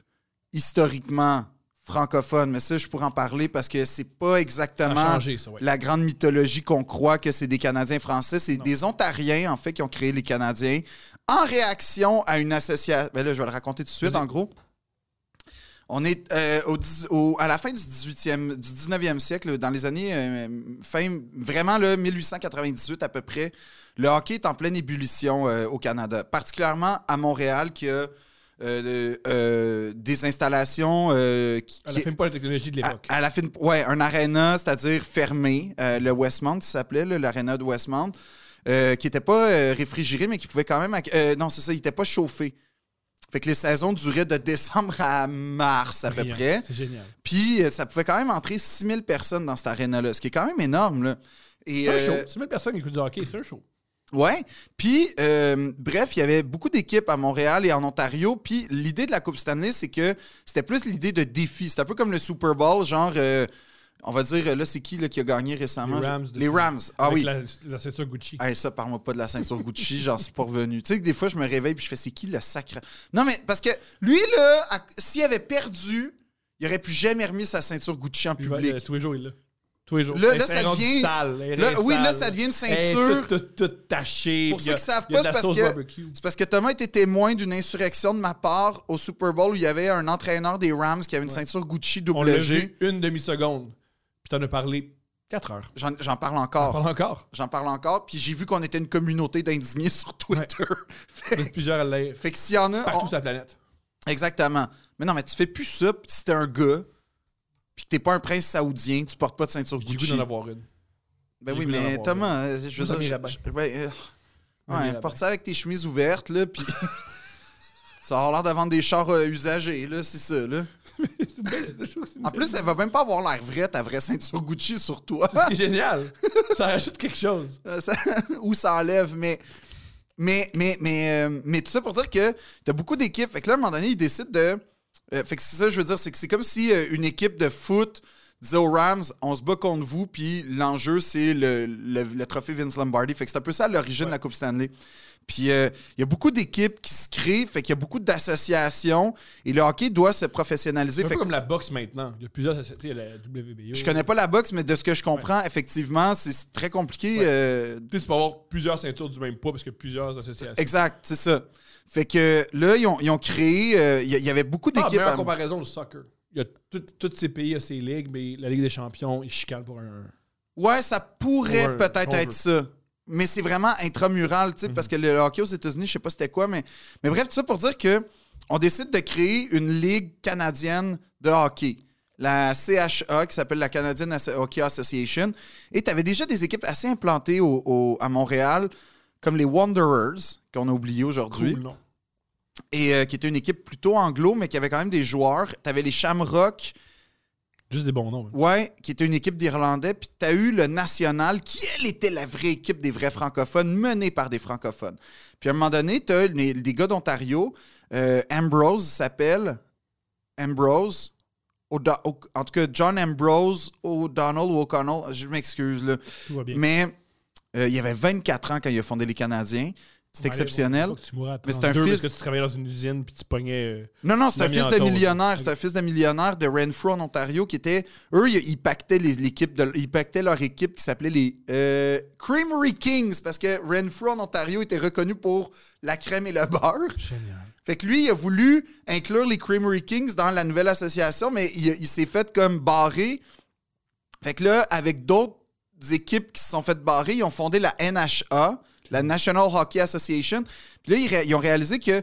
Speaker 1: historiquement francophone, mais ça, je pourrais en parler parce que c'est pas
Speaker 2: Ça a
Speaker 1: exactement
Speaker 2: changé, ça, ouais.
Speaker 1: la grande mythologie qu'on croit que c'est des Canadiens français, c'est
Speaker 2: Non.
Speaker 1: des Ontariens, en fait, qui ont créé les Canadiens en réaction à une association. Ben là, je vais le raconter tout de suite,
Speaker 2: Vas-y.
Speaker 1: en gros. On est euh, au dix- au- à la fin du 18e, du 19e siècle, dans les années euh, fin, vraiment le 1898 à peu près, le hockey est en pleine ébullition euh, au Canada, particulièrement à Montréal, qui a euh, le- euh, des installations euh, qui,
Speaker 2: Elle
Speaker 1: qui- Ah,
Speaker 2: n'affirme pas la technologie de l'époque.
Speaker 1: à, à la fin, de- ouais, un aréna, c'est-à-dire fermé, euh, le Westmount qui s'appelait, là, l'aréna de Westmount, euh, qui n'était pas euh, réfrigéré, mais qui pouvait quand même. acc- euh, non, c'est ça, il n'était pas chauffé. Fait que les saisons duraient de décembre à mars à peu
Speaker 2: Brillant.
Speaker 1: près.
Speaker 2: C'est génial.
Speaker 1: Puis euh, ça pouvait quand même entrer 6000 personnes dans cette aréna-là, ce qui est quand même énorme. Là. Et,
Speaker 2: C'est un
Speaker 1: euh,
Speaker 2: show. 6 000 personnes qui écoutent du hockey, c'est un show.
Speaker 1: Ouais. Puis, euh, bref, il y avait beaucoup d'équipes à Montréal et en Ontario. Puis, l'idée de la Coupe Stanley, c'est que c'était plus l'idée de défi. C'est un peu comme le Super Bowl, genre, euh, on va dire, euh, là, c'est qui là, qui a gagné récemment?
Speaker 2: Les Rams de
Speaker 1: Les
Speaker 2: ce-
Speaker 1: Rams. Ah
Speaker 2: Avec
Speaker 1: oui.
Speaker 2: La, la ceinture Gucci.
Speaker 1: Hey, ça, parle-moi pas de la ceinture Gucci, (laughs) j'en suis pas revenu. Tu sais que des fois, je me réveille puis je fais, c'est qui le sacre? Non, mais parce que lui, là, à- s'il avait perdu, il aurait plus jamais remis sa ceinture Gucci en
Speaker 2: Puis il va-
Speaker 1: public.
Speaker 2: euh, tous les jours, il l'a. Tous les jours.
Speaker 1: Là,
Speaker 2: Elle
Speaker 1: là,
Speaker 2: s'est
Speaker 1: ça
Speaker 2: rendue
Speaker 1: devient-
Speaker 2: sale, elle
Speaker 1: Là,
Speaker 2: est
Speaker 1: oui, là,
Speaker 2: sale.
Speaker 1: ça devient une
Speaker 2: Elle est
Speaker 1: ceinture.
Speaker 2: toute- toute- toute tachée.
Speaker 1: Pour
Speaker 2: Il y
Speaker 1: ceux
Speaker 2: a-
Speaker 1: qui savent
Speaker 2: il y a
Speaker 1: pas,
Speaker 2: de la
Speaker 1: c'est parce
Speaker 2: sauce
Speaker 1: que-
Speaker 2: barbecue.
Speaker 1: C'est parce que Thomas était témoin d'une insurrection de ma part au Super Bowl où il y avait un entraîneur des Rams qui avait une ceinture Gucci
Speaker 2: On l'a
Speaker 1: double G.
Speaker 2: vu une demi-seconde. Puis t'en as parlé 4 heures.
Speaker 1: J'en j'en parle
Speaker 2: On
Speaker 1: encore.
Speaker 2: parle encore.
Speaker 1: J'en parle encore. Puis j'ai vu qu'on était une communauté d'indignés (laughs) sur Twitter.
Speaker 2: Il y en a plusieurs à l'air.
Speaker 1: fait que s'il y en a.
Speaker 2: Partout
Speaker 1: on-
Speaker 2: sur la planète.
Speaker 1: Exactement. Mais non, mais tu fais plus ça pis si t'es un gars. Puis que t'es pas un prince saoudien, tu portes pas de ceinture
Speaker 2: J'ai le
Speaker 1: Gucci.
Speaker 2: goût d'en
Speaker 1: (laughs)
Speaker 2: avoir une. (laughs)
Speaker 1: Ben
Speaker 2: J'ai
Speaker 1: oui,
Speaker 2: goût d'en
Speaker 1: mais
Speaker 2: avoir,
Speaker 1: Thomas, euh, je
Speaker 2: Moi, ça
Speaker 1: veux dire.
Speaker 2: m'irait
Speaker 1: je- je- ouais, euh,
Speaker 2: Ça m'irait
Speaker 1: ouais, porte ça avec tes chemises ouvertes, là, puis. (laughs) ça va avoir l'air de vendre des chars euh, usagés, là, c'est ça, là.
Speaker 2: C'est une belle- je trouve que c'est une
Speaker 1: En plus, elle va même pas avoir l'air vraie, ta vraie ceinture Gucci sur toi.
Speaker 2: (laughs) C'est génial. Ça rajoute quelque chose.
Speaker 1: Euh, ça- (laughs) Ou ça enlève, mais. Mais, mais, mais, euh, mais tout ça pour dire que t'as beaucoup d'équipes. Fait que là, à un moment donné, ils décident de. euh, fait que c'est ça, que je veux dire, c'est que c'est comme si euh, une équipe de foot disait aux Rams, on se bat contre vous, puis l'enjeu, c'est le, le- le trophée Vince Lombardi. Fait que c'est un peu ça à l'origine de la Coupe Stanley. Puis euh, il y a beaucoup d'équipes qui se créent, fait qu'il y a beaucoup d'associations, et le hockey doit se professionnaliser.
Speaker 2: C'est un
Speaker 1: Fait
Speaker 2: peu
Speaker 1: que-
Speaker 2: comme la boxe maintenant. Il y a plusieurs sociétés. Il y a la WBO.
Speaker 1: Je connais pas la boxe, mais de ce que je comprends, effectivement, c'est c'est très compliqué.
Speaker 2: Ouais.
Speaker 1: euh,
Speaker 2: Tu sais, tu peux avoir plusieurs ceintures du même poids parce que plusieurs associations.
Speaker 1: exact, c'est ça. Fait que là, ils ont, ils ont créé. euh, Il y, il y avait beaucoup
Speaker 2: Ah,
Speaker 1: d'équipes.
Speaker 2: meilleure
Speaker 1: à-
Speaker 2: comparaison, le soccer. Il y a tout- tous ces pays, il y a ces ligues, mais la Ligue des champions, ils chicanent pour un...
Speaker 1: ouais, ça pourrait
Speaker 2: Ouais,
Speaker 1: peut-être
Speaker 2: qu'on
Speaker 1: être
Speaker 2: veut. Mhm.
Speaker 1: ça. Mais c'est vraiment intramural, tu sais, parce que le hockey aux États-Unis, je sais pas c'était quoi, mais, mais bref, tout ça pour dire que on décide de créer une ligue canadienne de hockey. La CHA, qui s'appelle la Canadian Asso- Hockey Association. Et tu avais déjà des équipes assez implantées au- au- à Montréal, comme les Wanderers, qu'on a oublié aujourd'hui.
Speaker 2: Cool, non?
Speaker 1: et euh, qui était une équipe plutôt anglo, mais qui avait quand même des joueurs. Tu avais les Shamrock,
Speaker 2: Juste des bons noms. hein.
Speaker 1: ouais, qui était une équipe d'Irlandais, puis tu as eu le National, qui, elle, était la vraie équipe des vrais francophones, menée par des francophones. Puis à un moment donné, tu as les, les gars d'Ontario, euh, Ambrose s'appelle, Ambrose, O'Do- O- en tout cas, John Ambrose, O'Donnell ou O'Connell, je m'excuse, là.
Speaker 2: Tout va bien.
Speaker 1: Mais euh, il avait 24 ans quand il a fondé les Canadiens. C'est exceptionnel.
Speaker 2: Tu mourras à
Speaker 1: Mais c'est un
Speaker 2: 32
Speaker 1: fils-
Speaker 2: parce que tu travaillais dans une usine puis tu pognais. euh,
Speaker 1: Non, non, c'est un
Speaker 2: Mamie
Speaker 1: fils de
Speaker 2: Anton,
Speaker 1: millionnaire.
Speaker 2: ok.
Speaker 1: C'est un fils de millionnaire de Renfrew en Ontario qui était. Eux, ils ils pactaient, les, l'équipe de- ils pactaient leur équipe qui s'appelait les euh, Creamery Kings parce que Renfrew en Ontario était reconnu pour la crème et le beurre.
Speaker 2: Génial.
Speaker 1: Fait que lui, il a voulu inclure les Creamery Kings dans la nouvelle association, mais il, il s'est fait comme barrer. Fait que là, avec d'autres équipes qui se sont faites barrer, ils ont fondé la NHA, la National Hockey Association. Puis là, ils, ré- ils ont réalisé que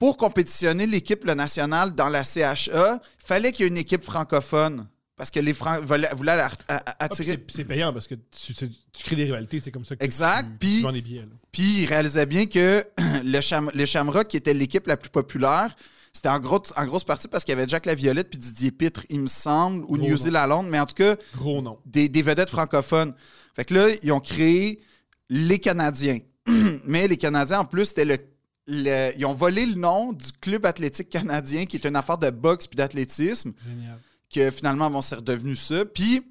Speaker 1: pour compétitionner l'équipe le nationale dans la CHA, il fallait qu'il y ait une équipe francophone. Parce que les Francs voulaient, voulaient la- a- a-
Speaker 2: Ah, puis
Speaker 1: attirer.
Speaker 2: c'est- puis c'est payant parce que tu, c'est- tu crées des rivalités, c'est comme ça que
Speaker 1: Exact,
Speaker 2: tu,
Speaker 1: puis-
Speaker 2: tu vends des billets. là.
Speaker 1: Puis il réalisait bien que (clears throat) le, Cham le Shamrock, qui était l'équipe la plus populaire, c'était en, gros, en grosse partie parce qu'il y avait Jack Laviolette puis Didier Pitre, il me semble, ou
Speaker 2: Gros
Speaker 1: New
Speaker 2: nom.
Speaker 1: Zealand, mais en tout cas,
Speaker 2: Gros nom.
Speaker 1: des, des vedettes francophones. Fait que là, ils ont créé les Canadiens. (clears throat) mais les Canadiens, en plus, c'était le, le- Ils ont volé le nom du Club athlétique canadien, qui est une affaire de boxe puis d'athlétisme
Speaker 2: Génial.
Speaker 1: que finalement, bon, c'est redevenu ça. Puis,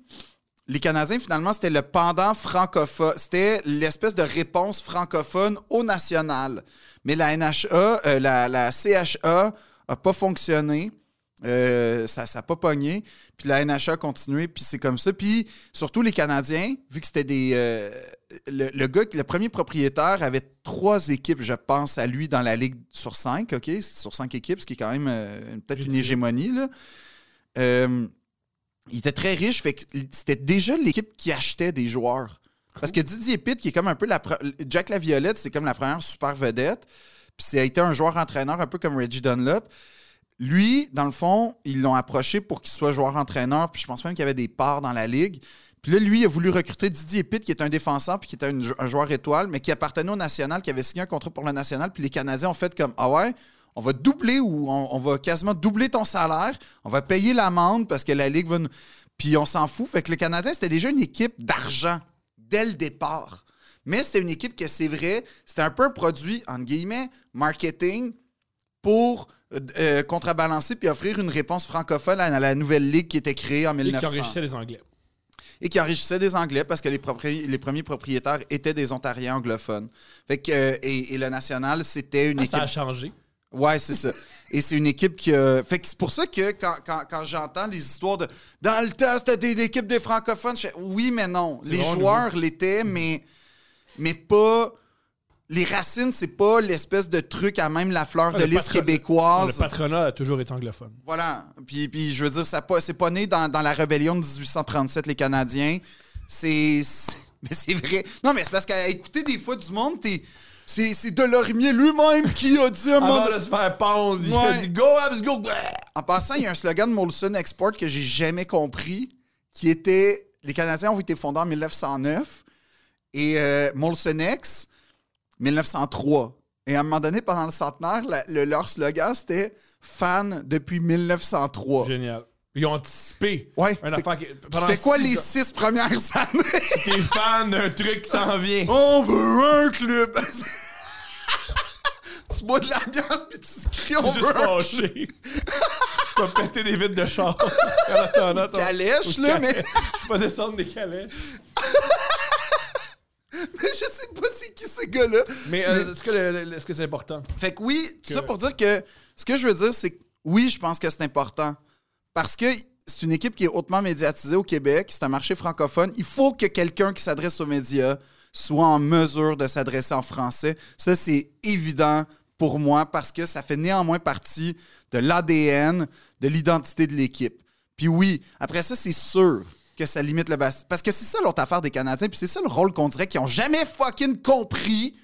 Speaker 1: les Canadiens, finalement, c'était le pendant francophone. C'était l'espèce de réponse francophone au national. Mais la NHA, euh, la, la CHA a pas fonctionné. Euh, ça n'a pas pogné. Puis la NHA a continué, puis c'est comme ça. Puis surtout les Canadiens, vu que c'était des. euh, le, le gars, le premier propriétaire avait trois équipes, je pense, à lui dans la Ligue sur cinq, OK? C'est Sur cinq équipes, ce qui est quand même euh, peut-être une
Speaker 2: Ridicule.
Speaker 1: hégémonie, là. Euh, il était très riche, fait que c'était déjà l'équipe qui achetait des joueurs. Parce que Didier Pitt, qui est comme un peu la. pre- Jack Laviolette, c'est comme la première super vedette. Puis ça a été un joueur-entraîneur un peu comme Reggie Dunlop. Lui, dans le fond, ils l'ont approché pour qu'il soit joueur-entraîneur. Puis je pense même qu'il y avait des parts dans la ligue. Puis là, lui, il a voulu recruter Didier Pitt, qui est un défenseur, puis qui était une- un joueur étoile, mais qui appartenait au National, qui avait signé un contrat pour le National. Puis les Canadiens ont fait comme Ah ouais, on va doubler ou on, on va quasiment doubler ton salaire. On va payer l'amende parce que la Ligue va nous. Puis on s'en fout. Fait que le Canadien, c'était déjà une équipe d'argent dès le départ. Mais c'était une équipe que c'est vrai, c'était un peu un produit, entre guillemets, marketing pour euh, euh, contrebalancer puis offrir une réponse francophone à la nouvelle ligue qui était créée en
Speaker 2: Et qui
Speaker 1: 1900
Speaker 2: enrichissait les Anglais.
Speaker 1: et qui enrichissait des Anglais parce que les, propri- les premiers propriétaires étaient des Ontariens anglophones. Fait que, euh, et, et le National, c'était une
Speaker 2: Ah,
Speaker 1: équipe.
Speaker 2: ça a changé.
Speaker 1: Ouais, c'est ça. Et c'est une équipe qui. a- Fait que c'est pour ça que quand, quand- quand j'entends les histoires de. Dans le temps, c'était des, des équipes des francophones. Je fais, oui, mais non. Les
Speaker 2: vraiment
Speaker 1: joueurs l'étaient, mais, mais pas. Les racines, c'est pas l'espèce de truc à même la fleur
Speaker 2: Ah,
Speaker 1: de
Speaker 2: le
Speaker 1: lys
Speaker 2: patron-
Speaker 4: Ah,
Speaker 1: québécoise.
Speaker 2: Le patronat a toujours été anglophone.
Speaker 1: Voilà. Puis, puis je veux dire, ça pas, c'est pas né dans, dans la rébellion de 1837, les Canadiens. C'est. c'est- Mais c'est vrai. Non, mais c'est parce qu'à écouter des fois du monde, t'es. C'est, c'est Delormier lui-même qui a dit à un moment
Speaker 4: Avant
Speaker 1: donné-
Speaker 4: de se faire pendre, il
Speaker 1: Ouais.
Speaker 4: a dit Go Habs, go!
Speaker 1: En passant, il y a un slogan de Molson Export que j'ai jamais compris, qui était Les Canadiens ont été fondés en 1909 et euh, Molson X, 1903. Et à un moment donné, pendant le centenaire, la- le- leur slogan, c'était Fan depuis 1903.
Speaker 2: Génial. Ils ont anticipé.
Speaker 1: Ouais.
Speaker 2: Un affaire qui.
Speaker 1: Tu
Speaker 2: pendant
Speaker 1: fais quoi
Speaker 2: six
Speaker 1: les
Speaker 2: ans-
Speaker 1: six premières (laughs) années?
Speaker 4: T'es fan d'un truc qui s'en vient.
Speaker 1: On veut un club! (laughs) tu bois de la bière puis tu cries (laughs)
Speaker 2: (laughs)
Speaker 1: on
Speaker 4: Juste
Speaker 1: veut un
Speaker 4: fâché. T'as pété des vitres de
Speaker 1: (laughs)
Speaker 4: char. En attendant, ton-
Speaker 1: calèche,
Speaker 4: Ou
Speaker 1: là,
Speaker 4: calèche.
Speaker 1: mais,
Speaker 2: (laughs)
Speaker 4: Tu vas descendre des calèches.
Speaker 1: mais je sais pas c'est qui ces gars-là.
Speaker 2: Mais, euh, est-ce que le- le- est-ce que c'est important?
Speaker 1: Fait que oui, tout
Speaker 2: Que-
Speaker 1: ça pour dire que ce que je veux dire, c'est que oui, je pense que c'est important. Parce que c'est une équipe qui est hautement médiatisée au Québec, c'est un marché francophone. Il faut que quelqu'un qui s'adresse aux médias soit en mesure de s'adresser en français. Ça, c'est évident pour moi parce que ça fait néanmoins partie de l'ADN, de l'identité de l'équipe. Puis oui, après ça, c'est sûr que ça limite le bassin. Parce que c'est ça l'autre affaire des Canadiens, puis c'est ça le rôle qu'on dirait qu'ils ont jamais fucking compris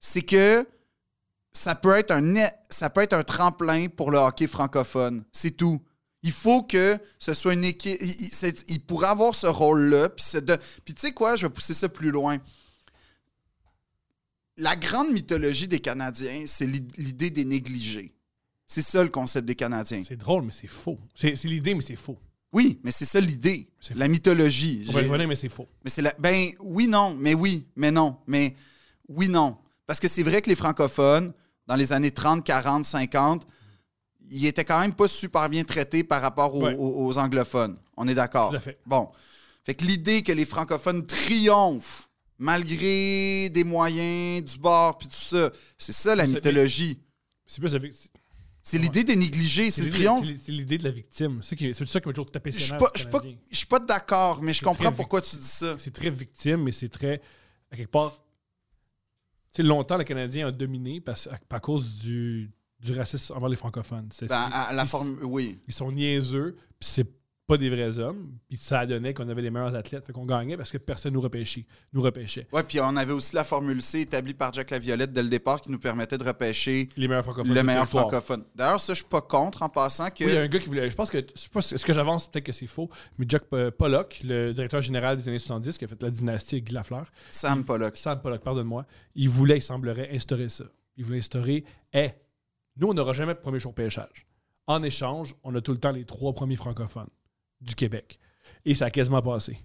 Speaker 1: c'est que ça peut être un é- ça peut être un tremplin pour le hockey francophone. C'est tout. Il faut que ce soit une équipe. Il, il- c'est- il pourrait avoir ce rôle-là. Puis se don- puis tu sais quoi, je vais pousser ça plus loin. La grande mythologie des Canadiens, c'est l'i- l'idée des négligés. C'est ça le concept des Canadiens.
Speaker 2: C'est drôle, mais c'est faux. C'est c'est l'idée, mais c'est faux.
Speaker 1: Oui, mais c'est ça l'idée.
Speaker 2: C'est
Speaker 1: La mythologie.
Speaker 2: On va y
Speaker 1: J'ai-
Speaker 2: revenir, mais c'est faux.
Speaker 1: mais c'est la... Ben oui, non, mais oui, mais non, mais oui, non. Parce que c'est vrai que les francophones, dans les années 30, 40, 50, ils étaient quand même pas super bien traités par rapport aux,
Speaker 2: Ouais.
Speaker 1: aux- aux anglophones. On est d'accord.
Speaker 2: Tout à fait.
Speaker 1: Bon. Fait que l'idée que les francophones triomphent malgré des moyens, du bord, puis tout ça. C'est ça la
Speaker 2: C'est-
Speaker 1: mythologie.
Speaker 2: C'est plus la vic- c'est-
Speaker 1: C'est l'idée de négliger, c'est le
Speaker 2: l'idée-
Speaker 1: triomphe.
Speaker 2: c'est- C'est l'idée de la victime. C'est ça qui- c'est ça qui m'a toujours tapé
Speaker 1: Je suis
Speaker 2: sur
Speaker 1: pas, je suis pas, je suis pas d'accord, mais je
Speaker 2: C'est
Speaker 1: comprends
Speaker 2: très
Speaker 1: pourquoi tu dis ça.
Speaker 2: C'est très victime, mais c'est très. À quelque part. Tu sais, longtemps, le Canadien a dominé parce, à, à cause du, du racisme envers les francophones. C'est-
Speaker 1: Ben, à- à la
Speaker 2: ils-
Speaker 1: forme, oui.
Speaker 2: Ils sont niaiseux, puis c'est pas des vrais hommes. Puis ça donnait qu'on avait les meilleurs athlètes, fait qu'on gagnait parce que personne nous repêchait. Nous repêchait.
Speaker 1: Ouais, puis on avait aussi la formule C établie par Jack Laviolette dès le départ qui nous permettait de repêcher
Speaker 2: Les meilleurs francophones.
Speaker 1: le
Speaker 2: du
Speaker 1: meilleur
Speaker 2: territoire.
Speaker 1: francophone. D'ailleurs, ça, je suis pas contre en passant que.
Speaker 2: Oui, euh, il y a un gars qui voulait. Je pense que. Je sais pas si- ce que j'avance, peut-être que c'est faux, mais Jack euh, Pollock, le directeur général des années 70, qui a fait la dynastie avec Guy Lafleur,
Speaker 1: Sam Pollock.
Speaker 2: Sam Pollock, pardonne-moi, il voulait, il semblerait, instaurer ça. Il voulait instaurer Hey, nous, on n'aura jamais de premier jour pêchage. En échange, on a tout le temps les trois premiers francophones du Québec. Et ça a quasiment passé.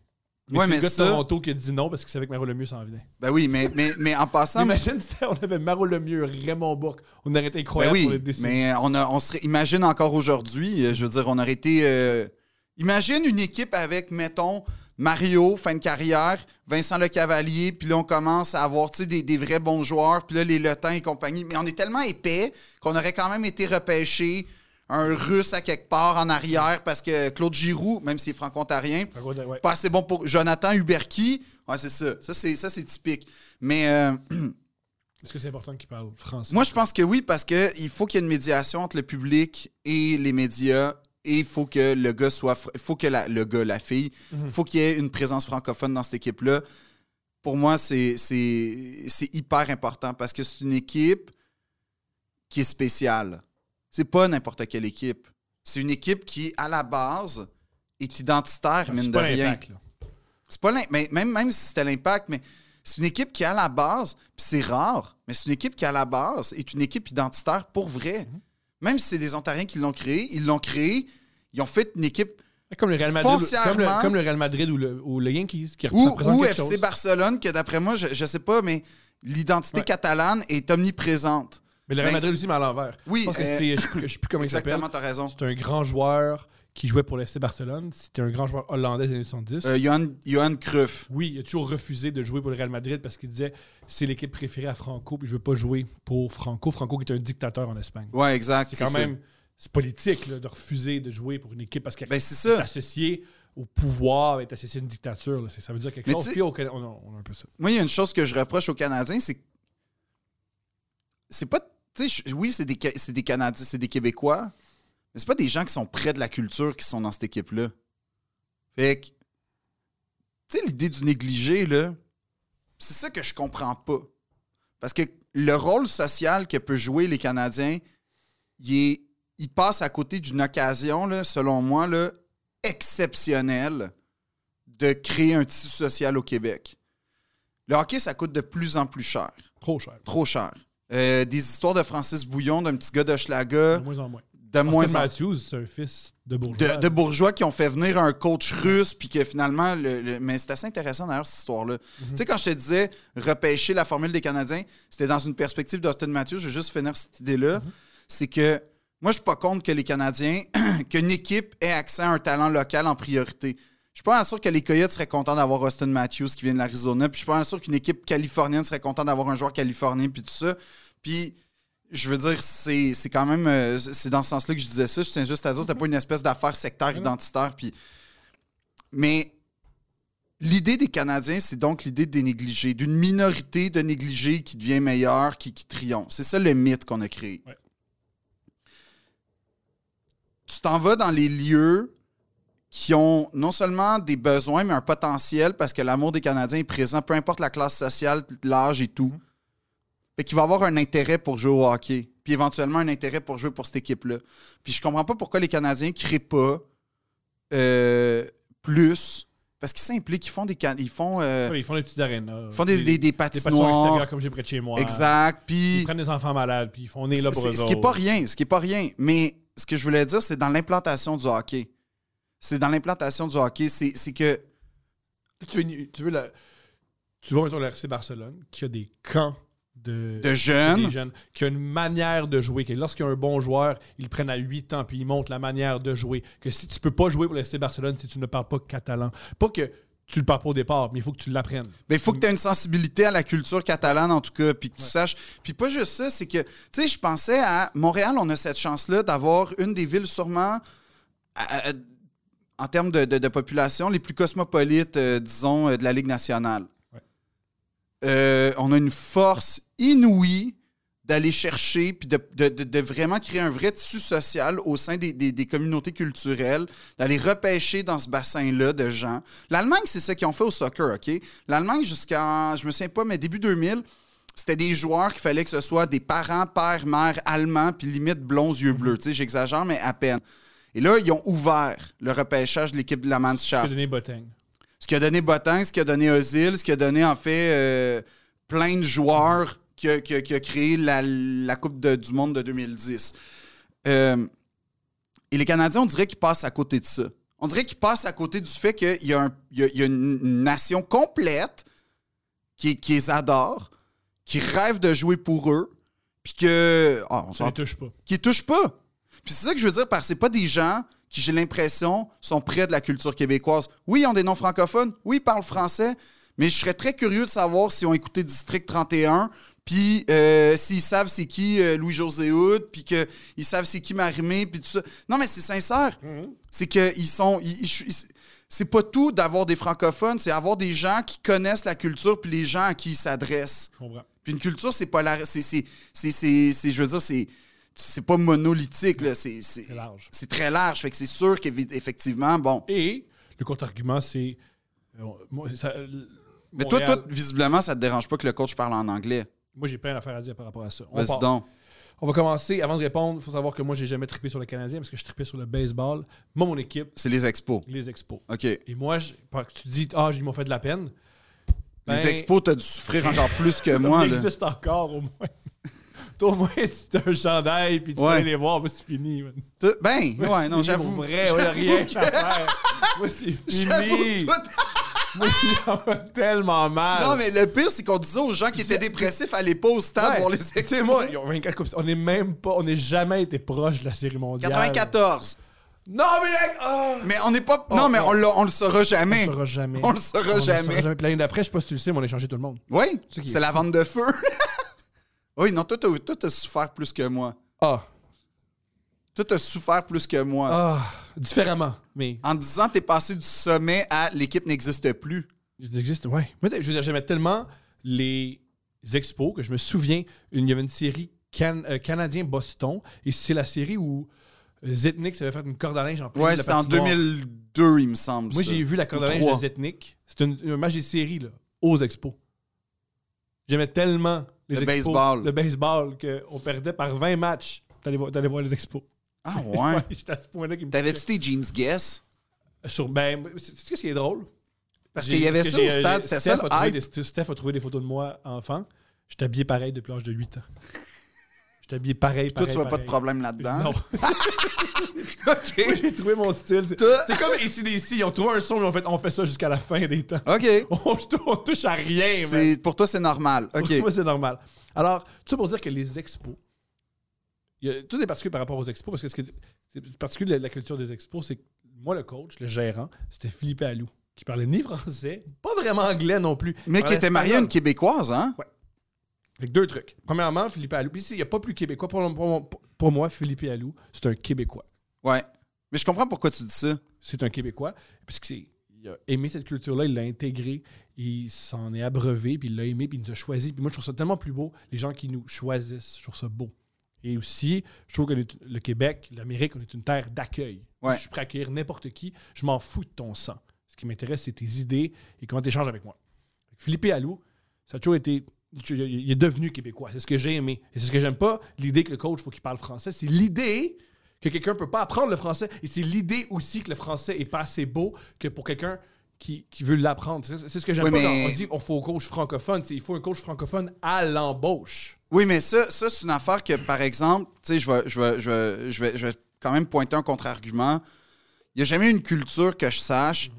Speaker 2: Mais
Speaker 1: Ouais,
Speaker 2: c'est
Speaker 1: mais
Speaker 2: le gars
Speaker 1: ça-
Speaker 2: de Toronto qui a dit non parce qu'il savait que Maro Lemieux s'en venait.
Speaker 1: Ben oui, mais, mais, mais en
Speaker 2: (laughs)
Speaker 1: passant.
Speaker 2: Imagine si on avait Maro Lemieux, Raymond Bourque, on aurait été
Speaker 1: Ben
Speaker 2: incroyable
Speaker 1: oui,
Speaker 2: pour les décennies.
Speaker 1: mais on, a, on serait, imagine encore aujourd'hui, euh, je veux dire, on aurait été. euh, imagine une équipe avec, mettons, Mario, fin de carrière, Vincent Le Cavalier, puis là, on commence à avoir tu sais, des, des vrais bons joueurs, puis là, les Letins et compagnie. Mais on est tellement épais qu'on aurait quand même été repêché un Russe à quelque part en arrière parce que Claude Giroux, même s'il est franco-ontarien,
Speaker 2: Par contre, ouais.
Speaker 1: pas assez bon pour Jonathan Huberki. Ouais, c'est ça. Ça, c'est, ça, c'est typique. Mais. euh,
Speaker 2: Est-ce que c'est important qu'il parle français?
Speaker 1: moi, je pense que oui, parce qu'il faut qu'il y ait une médiation entre le public et les médias. Et il faut que le gars soit. fr- faut que la- le gars, la fille,
Speaker 2: Mhm.
Speaker 1: faut qu'il y ait une présence francophone dans cette équipe-là. Pour moi, c'est c'est- c'est hyper important parce que c'est une équipe qui est spéciale. C'est pas n'importe quelle équipe. C'est une équipe qui, à la base, est identitaire,
Speaker 2: Ah, C'est
Speaker 1: mine de
Speaker 2: pas
Speaker 1: rien.
Speaker 2: l'impact, là.
Speaker 1: C'est pas l'im- mais même, même si c'était l'impact, mais c'est une équipe qui, à la base, puis c'est rare, mais c'est une équipe qui, à la base, est une équipe identitaire pour vrai.
Speaker 2: Mhm.
Speaker 1: Même si c'est des Ontariens qui l'ont créée, ils l'ont créée, ils ont fait une équipe.
Speaker 2: Comme le Real Madrid,
Speaker 1: Foncièrement-
Speaker 2: comme le, comme le Real Madrid ou le, ou le Yankees qui
Speaker 1: Ou,
Speaker 2: représente
Speaker 1: ou
Speaker 2: quelque
Speaker 1: FC
Speaker 2: chose.
Speaker 1: Barcelone, que d'après moi, je, je sais pas, mais l'identité
Speaker 2: Ouais.
Speaker 1: catalane est omniprésente.
Speaker 2: Mais le Real
Speaker 1: Ben-
Speaker 2: Madrid aussi, mais à l'envers.
Speaker 1: Oui,
Speaker 2: je pense que
Speaker 1: euh,
Speaker 2: c'est, je sais plus- je sais plus comment il s'appelle.
Speaker 1: Exactement, t'as raison.
Speaker 2: C'est un grand joueur qui jouait pour l'FC Barcelone. C'était un grand joueur hollandais des années 70.
Speaker 1: Euh, Johan, Johan Cruyff.
Speaker 2: oui, il a toujours refusé de jouer pour le Real Madrid parce qu'il disait c'est l'équipe préférée à Franco, puis je veux pas jouer pour Franco. Franco qui est un dictateur en Espagne.
Speaker 1: Ouais, exact.
Speaker 2: c'est quand
Speaker 1: ça.
Speaker 2: même c'est politique là, de refuser de jouer pour une équipe parce qu'elle
Speaker 1: Ben, c'est ça.
Speaker 2: est associée au pouvoir, elle est associée à une dictature. là. C'est- Ça veut dire quelque
Speaker 1: Mais
Speaker 2: chose.
Speaker 1: tu sais-
Speaker 2: Puis au Canada- on, a, on a un peu ça.
Speaker 1: Moi, il y a une chose que je reproche aux Canadiens, c'est que c'est pas. Tu sais, je- oui, c'est des, Ca- c'est des Canadiens, c'est des Québécois, mais c'est pas des gens qui sont près de la culture qui sont dans cette équipe-là. Fait que. Tu sais, l'idée du négligé, là, c'est ça que je comprends pas. Parce que le rôle social que peut jouer les Canadiens, il est. Il passe à côté d'une occasion, là, selon moi, là, exceptionnelle de créer un tissu social au Québec. Le hockey, ça coûte de plus en plus cher.
Speaker 2: Trop cher.
Speaker 1: Trop cher. Euh, des histoires de Francis Bouillon, d'un petit gars de Schlaga,
Speaker 2: De moins en moins.
Speaker 1: de moins
Speaker 2: Austin
Speaker 1: en
Speaker 2: Matthews, c'est un fils de bourgeois.
Speaker 1: de, de bourgeois qui ont fait venir un coach russe, puis que finalement. le- le- mais c'est assez intéressant d'ailleurs, cette histoire-là. Tu sais, quand je te disais repêcher la formule des Canadiens, c'était dans une perspective d'Austin Matthews. Je vais juste finir cette idée-là. C'est que moi, je suis pas contre que les Canadiens, (clears throat) qu'une équipe ait accès à un talent local en priorité. Je suis pas sûr que les Coyotes seraient contents d'avoir Austin Matthews qui vient de l'Arizona, puis je suis pas sûr qu'une équipe californienne serait contente d'avoir un joueur californien, puis tout ça. Puis je veux dire, c'est c'est quand même. euh, c'est dans ce sens-là que je disais ça. Je tiens juste à dire, c'était pas une espèce d'affaire sectaire identitaire. Puis... Mais l'idée des Canadiens, c'est donc l'idée des négligés, d'une minorité de négligés qui devient meilleure, qui, qui triomphe. C'est ça le mythe qu'on a créé.
Speaker 2: Ouais.
Speaker 1: Tu t'en vas dans les lieux qui ont non seulement des besoins, mais un potentiel, parce que l'amour des Canadiens est présent, peu importe la classe sociale, l'âge et tout. Fait qu'il va avoir un intérêt pour jouer au hockey. Puis éventuellement un intérêt pour jouer pour cette équipe-là. Puis je comprends pas pourquoi les Canadiens créent pas euh, plus. Parce qu'ils s'impliquent, ils font des can- ils font, euh,
Speaker 2: Ouais, ils font des petites arènes.
Speaker 1: ils font des, des, des
Speaker 2: Des
Speaker 1: patinoires.
Speaker 2: patinoires extérieures comme j'ai près de chez moi.
Speaker 1: exact. Puis
Speaker 2: Ils prennent des enfants malades, puis ils font nez là pour
Speaker 1: c'est-
Speaker 2: eux
Speaker 1: ce qui est
Speaker 2: autres.
Speaker 1: pas rien, ce qui est pas rien. Mais ce que je voulais dire, c'est dans l'implantation du hockey. C'est dans l'implantation du hockey, c'est c'est que
Speaker 2: Tu veux, tu veux la- tu vas, mettons, le RC Barcelone, qui a des camps de,
Speaker 1: de
Speaker 2: des
Speaker 1: jeunes,
Speaker 2: jeunes, qui a une manière de jouer, que lorsqu'il y a un bon joueur, ils le prennent à 8 ans, puis ils montrent la manière de jouer. Que si tu peux pas jouer pour le RC Barcelone, si tu ne parles pas catalan. Pas que tu le parles pas au départ, mais il faut que tu l'apprennes.
Speaker 1: Mais ben, il faut que tu aies une sensibilité à la culture catalane, en tout cas, puis que tu saches. Puis pas juste ça, c'est que, tu sais, je pensais à Montréal, on a cette chance-là d'avoir une des villes sûrement, à- à- en termes de, de- de population, les plus cosmopolites, euh, disons, euh, de la Ligue nationale.
Speaker 2: Ouais.
Speaker 1: Euh, on a une force inouïe d'aller chercher, puis de, de- de- de vraiment créer un vrai tissu social au sein des, des- des communautés culturelles, d'aller repêcher dans ce bassin-là de gens. L'Allemagne, c'est ce qu'ils ont fait au soccer, OK? L'Allemagne, jusqu'à, je me souviens pas, mais début 2000, c'était des joueurs qu'il fallait que ce soit des parents, père, mère, allemands, puis limite blonds, yeux bleus. Tu sais, j'exagère, mais à peine. Et là, ils ont ouvert le repêchage de l'équipe de la
Speaker 2: Tu
Speaker 1: Mannschaft.
Speaker 2: donné Botting.
Speaker 1: Ce qui a donné Botin, ce qui a donné Ozil, ce qui a donné en fait euh, plein de joueurs qui a, qui a- qui a créé la, la Coupe de- du Monde de 2010. Euh, et les Canadiens, on dirait qu'ils passent à côté de ça. On dirait qu'ils passent à côté du fait qu'il y a, un- il y a- il y a une une nation complète qui, qui les adore, qui rêve de jouer pour eux, puis que. Ah, on
Speaker 2: Ça
Speaker 1: s'en
Speaker 2: ne touche pas.
Speaker 1: qui les touchent pas. Puis c'est ça que je veux dire par c'est pas des gens qui, j'ai l'impression, sont près de la culture québécoise. Oui, ils ont des noms francophones, oui, ils parlent français, mais je serais très curieux de savoir s'ils ont écouté District 31, puis euh, s'ils savent c'est qui euh, Louis-José Hood, puis qu'ils savent c'est qui Marimé, puis tout ça. Non, mais c'est sincère. C'est que ils sont... ils- ils- ils- c'est pas tout d'avoir des francophones, c'est avoir des gens qui connaissent la culture puis les gens à qui ils s'adressent.
Speaker 2: Je comprends.
Speaker 1: Puis une culture, c'est pas la. C'est, c'est, c'est, c'est- c'est- je veux dire, c'est, c'est pas monolithique, là. C'est, c'est,
Speaker 2: C'est large.
Speaker 1: c'est très large. Fait que c'est sûr qu'effectivement, bon.
Speaker 2: Et le contre-argument, c'est. euh, moi, ça- l-
Speaker 1: Mais toi,
Speaker 2: Montréal-
Speaker 1: toi, visiblement, ça te dérange pas que le coach parle en anglais.
Speaker 2: Moi, j'ai plein d'affaires à dire par rapport à ça. On,
Speaker 1: Vas-y
Speaker 2: part.
Speaker 1: donc.
Speaker 2: On va commencer. Avant de répondre, il faut savoir que moi, j'ai jamais trippé sur le Canadien parce que je trippais sur le baseball. Moi, mon équipe,
Speaker 1: C'est les expos.
Speaker 2: les expos.
Speaker 1: OK.
Speaker 2: Et moi, je- par- tu dis, ah, ils m'ont fait de la peine.
Speaker 1: les
Speaker 2: Ben,
Speaker 1: expos, t'as dû souffrir encore plus que
Speaker 2: (laughs) ça
Speaker 1: moi, là.
Speaker 2: existe encore au moins. (laughs) Toi, au moins, tu as un chandail puis tu
Speaker 1: Ouais.
Speaker 2: peux aller les voir, puis c'est fini. man.
Speaker 1: T'as- Ben,
Speaker 2: Moi,
Speaker 1: ouais,
Speaker 2: c'est
Speaker 1: non,
Speaker 2: fini,
Speaker 1: j'avoue.
Speaker 2: Pour vrai, ouais, y a rien qu'à faire. Moi, c'est fini.
Speaker 1: (laughs) J'avoue,
Speaker 2: (laughs)
Speaker 1: toi, t'as-
Speaker 2: Moi, j'en ai tellement mal.
Speaker 1: non, mais le pire, c'est qu'on disait aux gens qui étaient dépressifs, allez pas au stade
Speaker 2: Ouais.
Speaker 1: voir les
Speaker 2: Tu sais,
Speaker 1: expos.
Speaker 2: moi, ils ont 24 coupes. On n'est même pas, on n'est jamais été proche de la série mondiale.
Speaker 1: 94.
Speaker 2: Non, mais. ah!
Speaker 1: Mais on n'est pas. non, mais
Speaker 2: oh.
Speaker 1: on, l'a- on le saura
Speaker 2: on
Speaker 1: jamais.
Speaker 2: le saura jamais.
Speaker 1: Hein? On le saura jamais.
Speaker 2: Puis l'année d'après, je sais pas si tu le sais, mais on a échangé tout le monde.
Speaker 1: Oui,
Speaker 2: Ce qui
Speaker 1: c'est
Speaker 2: est
Speaker 1: la
Speaker 2: fou.
Speaker 1: vente de feu. (laughs) oui, non, toi, t'as, toi, t'as souffert plus que moi.
Speaker 2: Ah.
Speaker 1: Toi, t'as souffert plus que moi.
Speaker 2: Ah. Différemment. Mais.
Speaker 1: En disant, t'es passé du sommet à l'équipe n'existe plus.
Speaker 2: Il existe, ouais. Moi, je veux dire, j'aimais tellement les expos que je me souviens, une- il y avait une série can- euh, Canadien-Boston, et c'est la série où Zetnik s'avait fait une corde à linge en plein
Speaker 1: Ouais,
Speaker 2: milieu de la
Speaker 1: c'était en
Speaker 2: patinoire.
Speaker 1: 2002, il me semble.
Speaker 2: Moi,
Speaker 1: ça.
Speaker 2: j'ai vu la corde à linge
Speaker 1: Trois.
Speaker 2: de Zetnik. C'était une- un match des séries, là, aux expos. J'aimais tellement les
Speaker 1: Le
Speaker 2: expos,
Speaker 1: baseball.
Speaker 2: Le baseball, qu'on perdait par 20 matchs. T'allais voir, t'allais voir les expos.
Speaker 1: Ah
Speaker 2: (laughs)
Speaker 1: ouais?
Speaker 2: J'étais à ce point-là qui me
Speaker 1: T'avais-tu tes jeans guess?
Speaker 2: Sur, ben, c'est- c'est ce qui est drôle.
Speaker 1: Parce
Speaker 2: J'ai-
Speaker 1: qu'il y avait
Speaker 2: parce
Speaker 1: ça
Speaker 2: que
Speaker 1: au
Speaker 2: j'ai-
Speaker 1: stade,
Speaker 2: j'ai-
Speaker 1: c'était
Speaker 2: Steph
Speaker 1: ça le
Speaker 2: a trouvé
Speaker 1: hype.
Speaker 2: des- St- Steph a trouvé des photos de moi enfant. J'étais habillé pareil depuis l'âge de 8 ans. J'étais habillé pareil,
Speaker 1: Toi,
Speaker 2: pareil.
Speaker 1: tu vois pas de
Speaker 2: pareil.
Speaker 1: problème là-dedans.
Speaker 2: Non. (laughs) Moi,
Speaker 1: (laughs) OK.
Speaker 2: j'ai trouvé mon style. C'est-
Speaker 1: Toi-
Speaker 2: C'est comme ici d'ici, ils ont trouvé un son, mais en fait, on fait ça jusqu'à la fin des temps. (laughs)
Speaker 1: OK.
Speaker 2: On, on touche à rien, man.
Speaker 1: C'est- Pour toi, c'est normal. OK.
Speaker 2: Moi, c'est normal. Alors, tout ça pour dire que les expos, il y a- tout est particulier par rapport aux expos, parce que ce qui est- c'est particulier de la culture des expos, c'est que moi, le coach, le gérant, c'était Philippe Allou, qui parlait ni français, pas vraiment anglais non plus. Il
Speaker 1: Mais qui
Speaker 2: parlait
Speaker 1: était marié à
Speaker 2: espagnol.
Speaker 1: une Québécoise, hein?
Speaker 2: Fait que deux trucs. Premièrement, Philippe Allou. Puis ici, il n'y a pas plus québécois. Pour, pour mon- pour moi, Philippe Allou, c'est un québécois.
Speaker 1: Ouais. Mais je comprends pourquoi tu dis ça.
Speaker 2: C'est un québécois. Parce qu'il a aimé cette culture-là, il l'a intégrée, il s'en est abreuvé, puis il l'a aimé, puis il nous a choisi. Puis moi, je trouve ça tellement plus beau, les gens qui nous choisissent. Je trouve ça beau. Et aussi, je trouve que le- le Québec, l'Amérique, on est une terre d'accueil.
Speaker 1: Ouais.
Speaker 2: Je suis prêt à accueillir n'importe qui. Je m'en fous de ton sang. Ce qui m'intéresse, c'est tes idées et comment tu échanges avec moi. Philippe Allou, ça a toujours été. Il est devenu québécois. C'est ce que j'ai aimé. Et c'est ce que j'aime pas, l'idée que le coach, faut qu'il parle français. C'est l'idée que quelqu'un peut pas apprendre le français. Et c'est l'idée aussi que le français est pas assez beau que pour quelqu'un qui, qui veut l'apprendre. C'est c'est ce que j'aime
Speaker 1: Oui,
Speaker 2: pas.
Speaker 1: mais-
Speaker 2: dans- on dit on faut un coach francophone. C'est- Il faut un coach francophone à l'embauche.
Speaker 1: Oui, mais ça, ça c'est une affaire que, par exemple, tu sais, je vais, je, vais, je, vais, je, vais, je vais quand même pointer un contre-argument. Il n'y a jamais eu une culture que je sache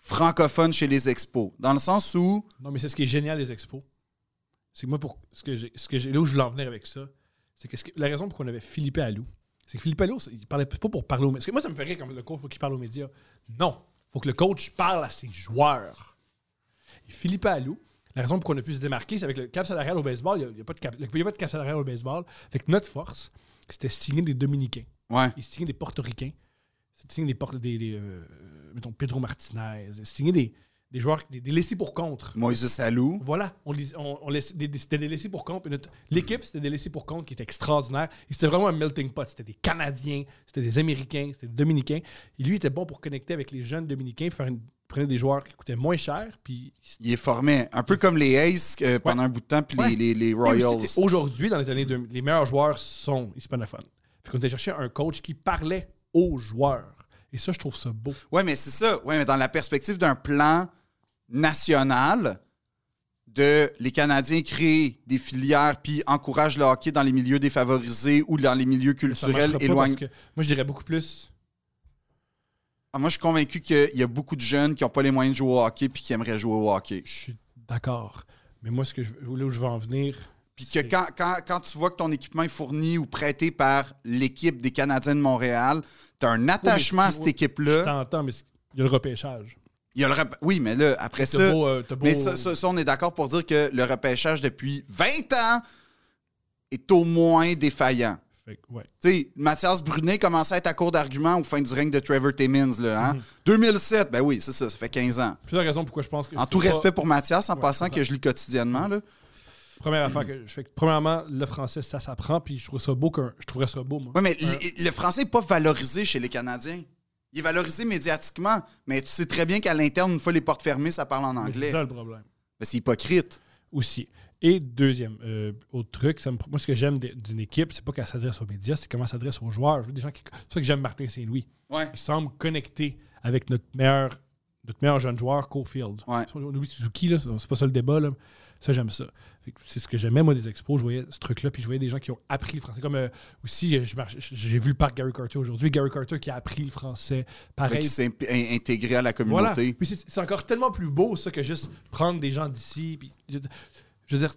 Speaker 1: francophone chez les expos. Dans le sens où,
Speaker 2: Non, mais c'est ce qui est génial des expos. C'est que moi, pour ce que j'ai, ce que j'ai, là où je voulais en venir avec ça, c'est que, ce que- la raison pour qu'on avait Philippe Allou, c'est que Philippe Allou, il parlait pas pour parler aux médias. Parce que moi, ça me fait rire quand le coach faut qu'il parle aux médias. Non, faut que le coach parle à ses joueurs. Et Philippe Allou, la raison pour qu'on a pu se démarquer, c'est avec le cap salarial au baseball, il n'y a, pas de cap- il y a pas de cap salarial au baseball. Fait que notre force, c'était signer des Dominicains.
Speaker 1: Ouais.
Speaker 2: Ils signaient des Portoricains. Ils signaient des, Por- des, des, euh, mettons, Pedro Martinez. Ils signaient des, des joueurs, des, des laissés pour contre.
Speaker 1: Moïse Alou.
Speaker 2: Voilà, on, les- on, on laissait des, des- c'était des laissés pour compte. Et notre- L'équipe, c'était des laissés pour compte qui était extraordinaire. Et C'était vraiment un melting pot. C'était des Canadiens, c'était des Américains, c'était des Dominicains. Et lui, il était bon pour connecter avec les jeunes Dominicains, faire une- prenait des joueurs qui coûtaient moins cher. Puis
Speaker 1: Il est formé. Un peu comme les Aces euh, pendant un bout de temps, puis les-
Speaker 2: Ouais.
Speaker 1: les, les
Speaker 2: Et
Speaker 1: Royals.
Speaker 2: aussi, c'est- Aujourd'hui, dans les années 2000, les meilleurs joueurs sont hispanophones. Puis qu'on était chercher un coach qui parlait aux joueurs. Et ça, je trouve ça beau.
Speaker 1: Ouais, mais c'est ça. Ouais, mais dans la perspective d'un plan national, de les Canadiens créent des filières puis encouragent le hockey dans les milieux défavorisés ou dans les milieux
Speaker 2: Ça
Speaker 1: culturels
Speaker 2: marchera pas
Speaker 1: éloignés.
Speaker 2: parce que moi, je dirais beaucoup plus.
Speaker 1: Ah, moi, je suis convaincu qu'il y a beaucoup de jeunes qui n'ont pas les moyens de jouer au hockey puis qui aimeraient jouer au hockey.
Speaker 2: Je suis d'accord. Mais moi, ce que je, là où je veux en venir.
Speaker 1: Puis que
Speaker 2: c'est-
Speaker 1: quand, quand- quand tu vois que ton équipement est fourni ou prêté par l'équipe des Canadiens de Montréal, tu as un attachement à cette
Speaker 2: oui, Je
Speaker 1: équipe-là.
Speaker 2: t'entends, mais c'est- il y a le repêchage.
Speaker 1: Il y a le rep- Oui, mais là, après
Speaker 2: T'as
Speaker 1: ça.
Speaker 2: beau, euh, t'as beau-
Speaker 1: Mais ça, ça- ça, on est d'accord pour dire que le repêchage depuis 20 ans est au moins défaillant.
Speaker 2: Fait que, ouais.
Speaker 1: Tu sais, Mathias Brunet commençait à être à court d'arguments au fin du règne de Trevor Timmins. Là, hein?
Speaker 2: Mm.
Speaker 1: 2007, ben oui, c'est ça, ça fait 15 ans.
Speaker 2: Plusieurs raisons pourquoi je pense que.
Speaker 1: En
Speaker 2: c'est
Speaker 1: tout
Speaker 2: pas-
Speaker 1: respect pour Mathias, en
Speaker 2: Ouais,
Speaker 1: passant
Speaker 2: je
Speaker 1: que je lis quotidiennement. Là.
Speaker 2: Première affaire que je fais. que, Premièrement, le français, ça s'apprend. Puis je trouve ça beau. qu'un- Je trouverais ça beau, moi.
Speaker 1: Oui, mais l- le français n'est pas valorisé chez les Canadiens. Il est valorisé médiatiquement, mais tu sais très bien qu'à l'interne, une fois les portes fermées, ça parle en
Speaker 2: Mais
Speaker 1: anglais.
Speaker 2: C'est ça le problème.
Speaker 1: Mais c'est hypocrite.
Speaker 2: aussi. Et deuxième, euh, autre truc, ça me- moi ce que j'aime de- d'une équipe, c'est pas qu'elle s'adresse aux médias, c'est comment elle s'adresse aux joueurs. Je veux des gens qui. C'est pour ça que j'aime Martin Saint-Louis.
Speaker 1: Ouais.
Speaker 2: Il semble connecté avec notre meilleur, notre meilleur jeune joueur, Cofield.
Speaker 1: Ouais.
Speaker 2: On oublie Suzuki, là, c'est pas ça le débat. Là. Ça, j'aime ça. Fait que C'est ce que j'aimais, moi, des expos. Je voyais ce truc-là, puis je voyais des gens qui ont appris le français. Comme euh, aussi, euh, je marche- j'ai vu le parc Gary Carter aujourd'hui. Gary Carter qui a appris le
Speaker 1: Mais
Speaker 2: français.
Speaker 1: Qui
Speaker 2: Pareil,
Speaker 1: s'est imp- in- intégré à la
Speaker 2: voilà.
Speaker 1: communauté.
Speaker 2: Puis c'est c'est encore tellement plus beau, ça, que juste prendre des gens d'ici. Puis, je, veux dire- je veux dire,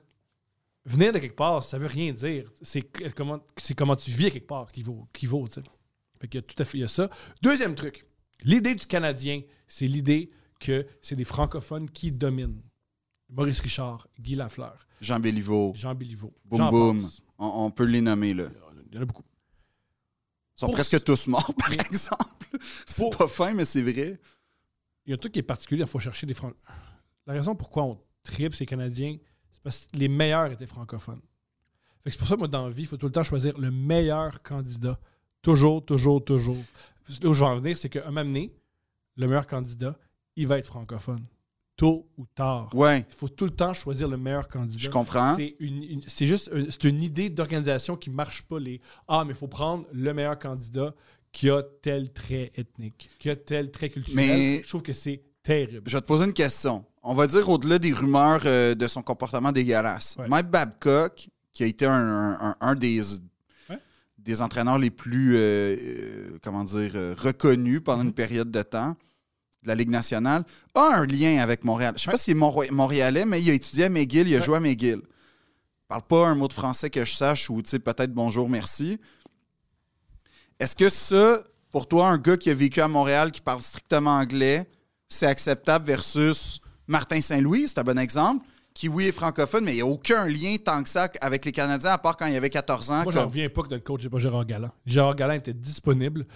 Speaker 2: venir de quelque part, ça veut rien dire. C'est que- comment, c'est comment tu vis à quelque part qui vaut. Qui vaut tu sais. fait qu'il y a tout à fait il y a ça. Deuxième truc, l'idée du Canadien, c'est l'idée que c'est des francophones qui dominent. Maurice Richard, Guy Lafleur,
Speaker 1: Jean Béliveau,
Speaker 2: Jean Béliveau.
Speaker 1: Boum
Speaker 2: j'en
Speaker 1: Boum.
Speaker 2: passe.
Speaker 1: on, on peut les nommer. Là.
Speaker 2: Il y en a beaucoup.
Speaker 1: Ils sont
Speaker 2: Pour-
Speaker 1: presque tous morts, (laughs) par
Speaker 2: Mais-
Speaker 1: exemple. C'est
Speaker 2: Pour-
Speaker 1: pas fin, mais c'est vrai.
Speaker 2: il y a un truc qui est particulier, il faut chercher des francophones. La raison pourquoi on tripe ces Canadiens, c'est parce que les meilleurs étaient francophones. Fait que c'est pour ça que moi, dans la vie, il faut tout le temps choisir le meilleur candidat. Toujours, toujours, toujours. Là où je vais en venir, c'est qu'à un moment donné, le meilleur candidat, il va être francophone. Tôt ou tard.
Speaker 1: Ouais,
Speaker 2: Il faut tout le temps choisir le meilleur
Speaker 1: je
Speaker 2: candidat.
Speaker 1: comprends.
Speaker 2: C'est une- une- c'est juste une, c'est une idée d'organisation qui marche pas. Les ah, mais il faut prendre le meilleur candidat qui a tel trait ethnique, qui a tel trait culturel.
Speaker 1: Mais-
Speaker 2: Je trouve que c'est terrible.
Speaker 1: Je vais te poser une question. On va dire au-delà des rumeurs euh, de son comportement dégueulasse.
Speaker 2: Ouais.
Speaker 1: Mike Babcock, qui a été un, un- un- un des,
Speaker 2: Ouais.
Speaker 1: des entraîneurs les plus, euh, euh, comment dire, euh, reconnus pendant
Speaker 2: Mm-hmm.
Speaker 1: une période de temps de la Ligue nationale, a un lien avec Montréal. Je sais pas s'il est Monroy- montréalais, mais il a étudié à McGill, il a
Speaker 2: Ouais.
Speaker 1: joué à McGill. Parle pas un mot de français que je sache ou tu sais, peut-être bonjour, merci. Est-ce que ça, pour toi, un gars qui a vécu à Montréal, qui parle strictement anglais, c'est acceptable versus Martin Saint-Louis, c'est un bon exemple, qui, oui, est francophone, mais il n'y a aucun lien tant que ça avec les Canadiens, à part quand il avait 14 ans.
Speaker 2: Moi, j'en
Speaker 1: comme-
Speaker 2: reviens pas que notre coach n'est pas Gérard Galland. Gérard Galland était disponible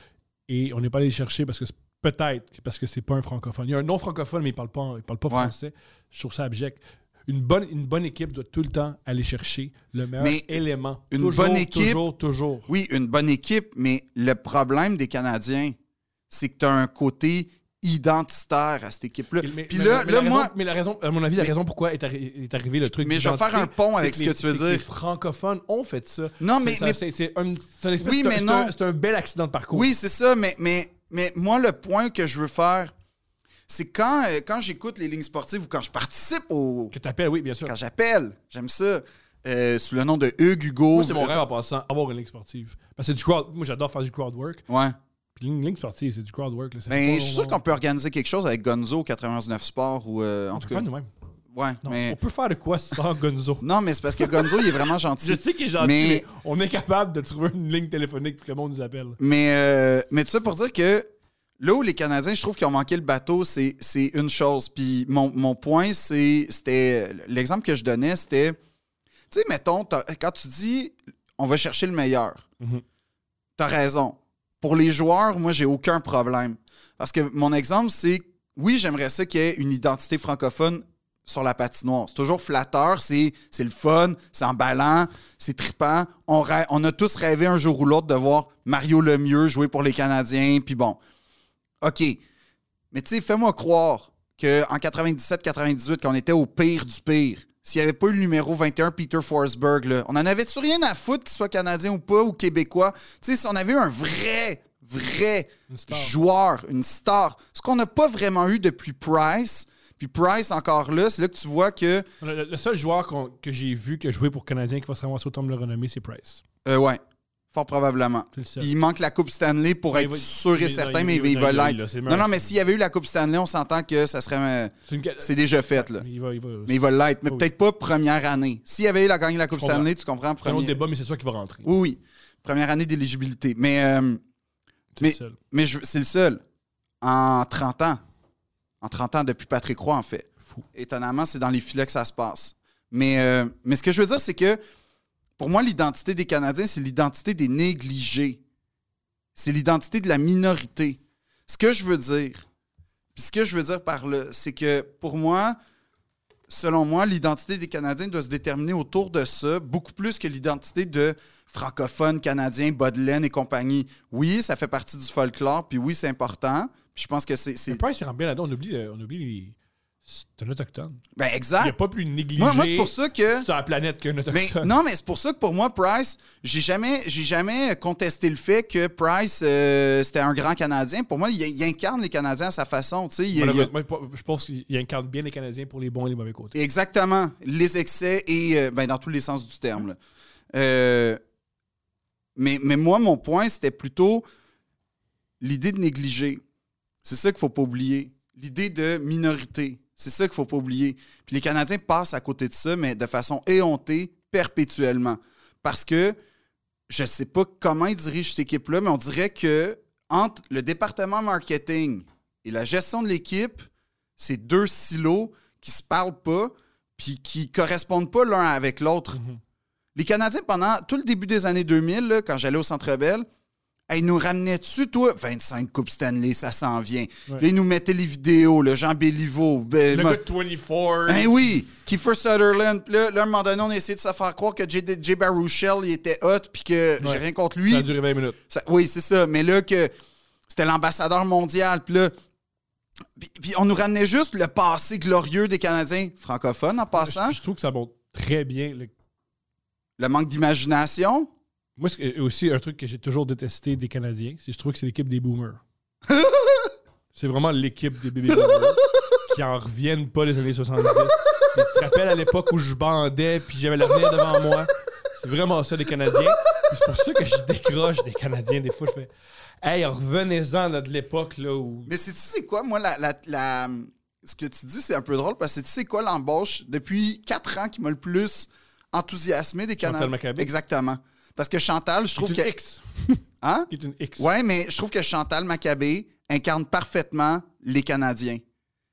Speaker 2: et on n'est pas allé le chercher parce que c'est- peut-être que- parce que c'est pas un francophone. Il y a un non francophone, mais il parle pas, il parle pas
Speaker 1: Ouais.
Speaker 2: français. Je trouve ça abject. Une bonne, une bonne équipe doit tout le temps aller chercher le meilleur
Speaker 1: Mais
Speaker 2: élément.
Speaker 1: une
Speaker 2: toujours,
Speaker 1: bonne équipe-
Speaker 2: Toujours, toujours.
Speaker 1: Oui, une bonne équipe, mais le problème des Canadiens, c'est que tu as un côté identitaire à cette équipe-là. (laughs)
Speaker 2: Et- mais-
Speaker 1: Puis
Speaker 2: mais-
Speaker 1: là,
Speaker 2: mais
Speaker 1: là,
Speaker 2: la
Speaker 1: moi,
Speaker 2: raison- mais la raison, à mon avis, la raison pourquoi est, arri- est arrivé le truc.
Speaker 1: Mais je vais
Speaker 2: d'identité,
Speaker 1: faire un pont
Speaker 2: c'est
Speaker 1: avec ce
Speaker 2: les-
Speaker 1: que tu veux
Speaker 2: c'est les
Speaker 1: dire.
Speaker 2: francophones ont fait ça.
Speaker 1: Non,
Speaker 2: C'est-
Speaker 1: mais-
Speaker 2: ça-
Speaker 1: mais-
Speaker 2: c'est c'est un, c'est un espèce-
Speaker 1: Oui,
Speaker 2: c'est un-
Speaker 1: mais
Speaker 2: c'est
Speaker 1: non.
Speaker 2: un- C'est un, bel accident de parcours.
Speaker 1: Oui, c'est ça, mais, mais, mais moi, le point que je veux faire, c'est quand, euh, quand j'écoute les lignes sportives ou quand je participe au.
Speaker 2: Que t'appelles, oui, bien sûr.
Speaker 1: Quand j'appelle, j'aime ça, euh, sous le nom de Hugues Hugo.
Speaker 2: Moi, c'est mon rêve en passant, avoir une ligue sportive. Parce que c'est du crowd. Moi, j'adore faire du crowd work.
Speaker 1: Ouais.
Speaker 2: Puis une ligue sportive, c'est du crowd work. là. C'est pas
Speaker 1: Mais Ben, je suis sûr
Speaker 2: long.
Speaker 1: qu'on peut organiser quelque chose avec Gonzo 99 Sport ou. euh, en
Speaker 2: On
Speaker 1: tout
Speaker 2: peut
Speaker 1: cas.
Speaker 2: faire nous-mêmes.
Speaker 1: Ouais,
Speaker 2: Non,
Speaker 1: mais.
Speaker 2: On peut faire de
Speaker 1: (laughs)
Speaker 2: quoi sans Gonzo.
Speaker 1: Non, mais c'est parce que Gonzo, il est vraiment
Speaker 2: Je
Speaker 1: gentil.
Speaker 2: sais qu'il est gentil,
Speaker 1: Mais-
Speaker 2: mais... on est capable de trouver une ligne téléphonique pour que le monde nous appelle.
Speaker 1: Mais, euh, mais tout ça pour dire que Là où les Canadiens, je trouve qu'ils ont manqué le bateau, c'est c'est une chose. Puis mon, mon point, c'est c'était l'exemple que je donnais, c'était tu sais, mettons, t'as- quand tu dis on va chercher le meilleur,
Speaker 2: Mhm.
Speaker 1: t'as raison. Pour les joueurs, moi, j'ai aucun problème. Parce que mon exemple, c'est oui, j'aimerais ça qu'il y ait une identité francophone sur la patinoire. C'est toujours flatteur, c'est c'est le fun, c'est emballant, c'est trippant. On, rê- on a tous rêvé un jour ou l'autre de voir Mario Lemieux jouer pour les Canadiens, puis bon. OK. Mais tu sais, fais-moi croire qu'en 97-98, quand on était au pire du pire, s'il n'y avait pas eu le numéro 21, Peter Forsberg, là, on en avait-tu rien à foutre qu'il soit canadien ou pas, ou québécois? Tu sais, si on avait eu un vrai, vrai
Speaker 2: star.
Speaker 1: joueur, une star, ce qu'on n'a pas vraiment eu depuis Price, puis Price encore là, c'est là que tu vois que.
Speaker 2: Le, le- le seul joueur qu'on- que j'ai vu que jouer pour Canadien qui va se ramasser au temple de la renommée, c'est Price.
Speaker 1: Euh, ouais, fort probablement.
Speaker 2: C'est le seul.
Speaker 1: Puis il manque la Coupe Stanley pour
Speaker 2: Ouais, il
Speaker 1: être
Speaker 2: va-
Speaker 1: sûr
Speaker 2: il
Speaker 1: et
Speaker 2: est dans-
Speaker 1: certain, mais
Speaker 2: il est
Speaker 1: il
Speaker 2: dans-
Speaker 1: va
Speaker 2: il est là,
Speaker 1: l'être.
Speaker 2: c'est
Speaker 1: Non, non,
Speaker 2: mince.
Speaker 1: mais s'il y avait eu la Coupe Stanley, on s'entend que ça serait. euh,
Speaker 2: C'est une ga-
Speaker 1: C'est déjà fait, là.
Speaker 2: Il va, il va.
Speaker 1: Mais il va l'être, mais
Speaker 2: Ah Oui.
Speaker 1: peut-être pas première année. S'il y avait eu la gagné la Coupe
Speaker 2: Je comprends.
Speaker 1: Stanley, tu comprends?
Speaker 2: C'est un autre
Speaker 1: Première...
Speaker 2: débat, mais c'est sûr qu'il va rentrer.
Speaker 1: Oui, oui. Première année d'éligibilité. Mais, euh,
Speaker 2: C'est
Speaker 1: mais-
Speaker 2: le seul.
Speaker 1: mais je- c'est le seul. En 30 ans. En 30 ans, depuis Patrick Roy, en fait.
Speaker 2: Fou.
Speaker 1: Étonnamment, c'est dans les filets que ça se passe. Mais, euh, mais ce que je veux dire, c'est que pour moi, l'identité des Canadiens, c'est l'identité des négligés. C'est l'identité de la minorité. Ce que je veux dire, puis ce que je veux dire par là, c'est que pour moi, selon moi, l'identité des Canadiens doit se déterminer autour de ça, beaucoup plus que l'identité de francophones, canadiens, Baudelaine et compagnie. Oui, ça fait partie du folklore, puis oui, c'est important. Puis je pense que c'est.
Speaker 2: Mais
Speaker 1: c'est-
Speaker 2: Price, il rentre bien là-dedans. On oublie, euh, on oublie les- c'est un autochtone.
Speaker 1: Ben,
Speaker 2: Il n'y a
Speaker 1: exact.
Speaker 2: pas plus négligé
Speaker 1: Moi, moi, c'est pour ça que.
Speaker 2: sur la planète qu'un
Speaker 1: Mais-
Speaker 2: autochtone.
Speaker 1: non, mais c'est pour ça que pour moi, Price, j'ai jamais, j'ai jamais contesté le fait que Price, euh, c'était un grand Canadien. Pour moi, il, il incarne les Canadiens à sa façon. tu sais. Il- il-
Speaker 2: Malheureusement, je pense qu'il incarne bien les Canadiens pour les bons et les mauvais côtés.
Speaker 1: Exactement. Les excès et euh, ben, dans tous les sens du terme. là. Euh, mais, mais moi, mon point, c'était plutôt l'idée de négliger. C'est ça qu'il ne faut pas oublier. L'idée de minorité. C'est ça qu'il ne faut pas oublier. Puis les Canadiens passent à côté de ça, mais de façon éhontée, perpétuellement. Parce que je ne sais pas comment ils dirigent cette équipe-là, mais on dirait que entre le département marketing et la gestion de l'équipe, c'est deux silos qui se parlent pas puis qui correspondent pas l'un avec l'autre.
Speaker 2: Mhm.
Speaker 1: Les Canadiens, pendant tout le début des années 2000, là, quand j'allais au Centre Bell, hey, ils nous ramenaient-tu, toi, 25 Coupes Stanley, ça s'en vient.
Speaker 2: Ouais.
Speaker 1: Là, ils nous mettaient les vidéos, le Jean Béliveau, ben,
Speaker 4: Le
Speaker 1: ma-
Speaker 4: gars de 24.
Speaker 1: ben oui, Kiefer Sutherland. Puis là, là, à un moment donné, on a essayé de se faire croire que J. J. Baruchel, il était hot, puis que j'ai
Speaker 2: Ouais.
Speaker 1: rien contre
Speaker 2: Ça a
Speaker 1: lui.
Speaker 2: duré 20 minutes.
Speaker 1: Ça- oui, c'est ça. Mais là, que c'était l'ambassadeur mondial. Puis là, puis, puis on nous ramenait juste le passé glorieux des Canadiens francophones en
Speaker 2: (laughs)
Speaker 1: passant.
Speaker 2: Je, je trouve que ça montre très bien. le-
Speaker 1: Le manque d'imagination.
Speaker 2: Moi, c'est aussi un truc que j'ai toujours détesté des Canadiens, c'est que je trouve que c'est l'équipe
Speaker 1: (laughs)
Speaker 2: des boomers. c'est vraiment l'équipe des bébés boomers qui en reviennent pas les années 70. Et tu te rappelles à l'époque où je bandais puis j'avais l'avenir devant moi. C'est vraiment ça, les Canadiens. Puis C'est pour ça que je décroche des Canadiens. Des fois, je fais Hey, revenez-en là, de l'époque là où.
Speaker 1: Mais c'est tu sais quoi, moi, la, la- la- ce que tu dis, c'est un peu drôle parce que tu sais quoi, l'embauche, depuis quatre ans qui m'a le plus enthousiasmé des
Speaker 2: Chantal
Speaker 1: Canadiens.
Speaker 2: Maccabé.
Speaker 1: Exactement. Parce que Chantal, je
Speaker 2: Qui est
Speaker 1: trouve
Speaker 2: une
Speaker 1: que.
Speaker 2: X.
Speaker 1: Hein?
Speaker 2: Qui est une X.
Speaker 1: Ouais, mais je trouve que Chantal Maccabé incarne parfaitement les Canadiens.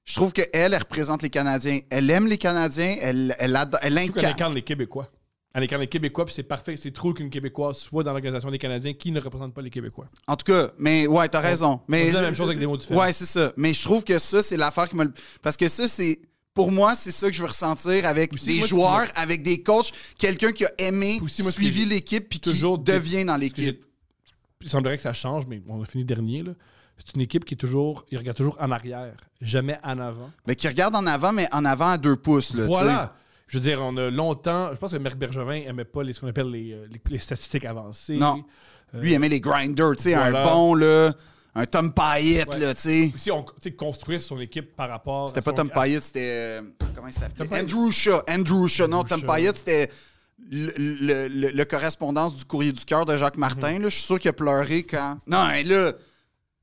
Speaker 1: Je trouve qu'elle, elle représente les Canadiens. Elle aime les Canadiens, elle, elle, ado- elle
Speaker 2: Je trouve qu'on
Speaker 1: incarne.
Speaker 2: incarne les Québécois. On incarne les Québécois, puis c'est parfait. C'est trop qu'une Québécoise soit dans l'organisation des Canadiens qui ne représente pas les Québécois.
Speaker 1: En tout cas, mais ouais, t'as raison. Mais,
Speaker 2: dit la même chose avec des mots différents.
Speaker 1: Ouais, c'est ça. Mais je trouve que ça, c'est l'affaire qui me. le- Parce que ça, c'est. Pour moi, c'est ça que je veux ressentir avec
Speaker 2: Aussi,
Speaker 1: des
Speaker 2: moi, ce qui
Speaker 1: joueurs, avec des coachs, quelqu'un qui a aimé,
Speaker 2: Aussi, moi, ce
Speaker 1: suivi
Speaker 2: que j'ai-
Speaker 1: l'équipe, puis qui
Speaker 2: toujours dé-
Speaker 1: devient dans
Speaker 2: Parce que j'ai-
Speaker 1: l'équipe.
Speaker 2: Il semblerait que ça change, mais on a fini dernier. là. C'est une équipe qui est toujours, il regarde toujours en arrière, jamais en avant.
Speaker 1: Mais qui regarde en avant, mais en avant à deux pouces. Là, tu sais.
Speaker 2: voilà. Je veux dire, on a longtemps. Je pense que Marc Bergevin aimait pas les, ce qu'on appelle les, euh, les- les statistiques avancées.
Speaker 1: Non. Lui, il aimait les grinders, tu sais, un
Speaker 2: Voilà.
Speaker 1: bon, là, un Tom Payet,
Speaker 2: Ouais.
Speaker 1: là, tu sais.
Speaker 2: Si on tu sais, construire son équipe par rapport.
Speaker 1: C'était
Speaker 2: à
Speaker 1: pas
Speaker 2: son-
Speaker 1: Tom
Speaker 2: à-
Speaker 1: Payet, c'était. euh, Comment il s'appelait
Speaker 2: Tom Payet.
Speaker 1: Andrew Shaw. Andrew Shaw. Non,
Speaker 2: Andrew
Speaker 1: Tom
Speaker 2: Shaw.
Speaker 1: Payet, c'était le, le- le- le correspondance du courrier du cœur de Jacques Martin.
Speaker 2: Mhm.
Speaker 1: là. Je suis sûr qu'il a pleuré quand. Non, hein, là,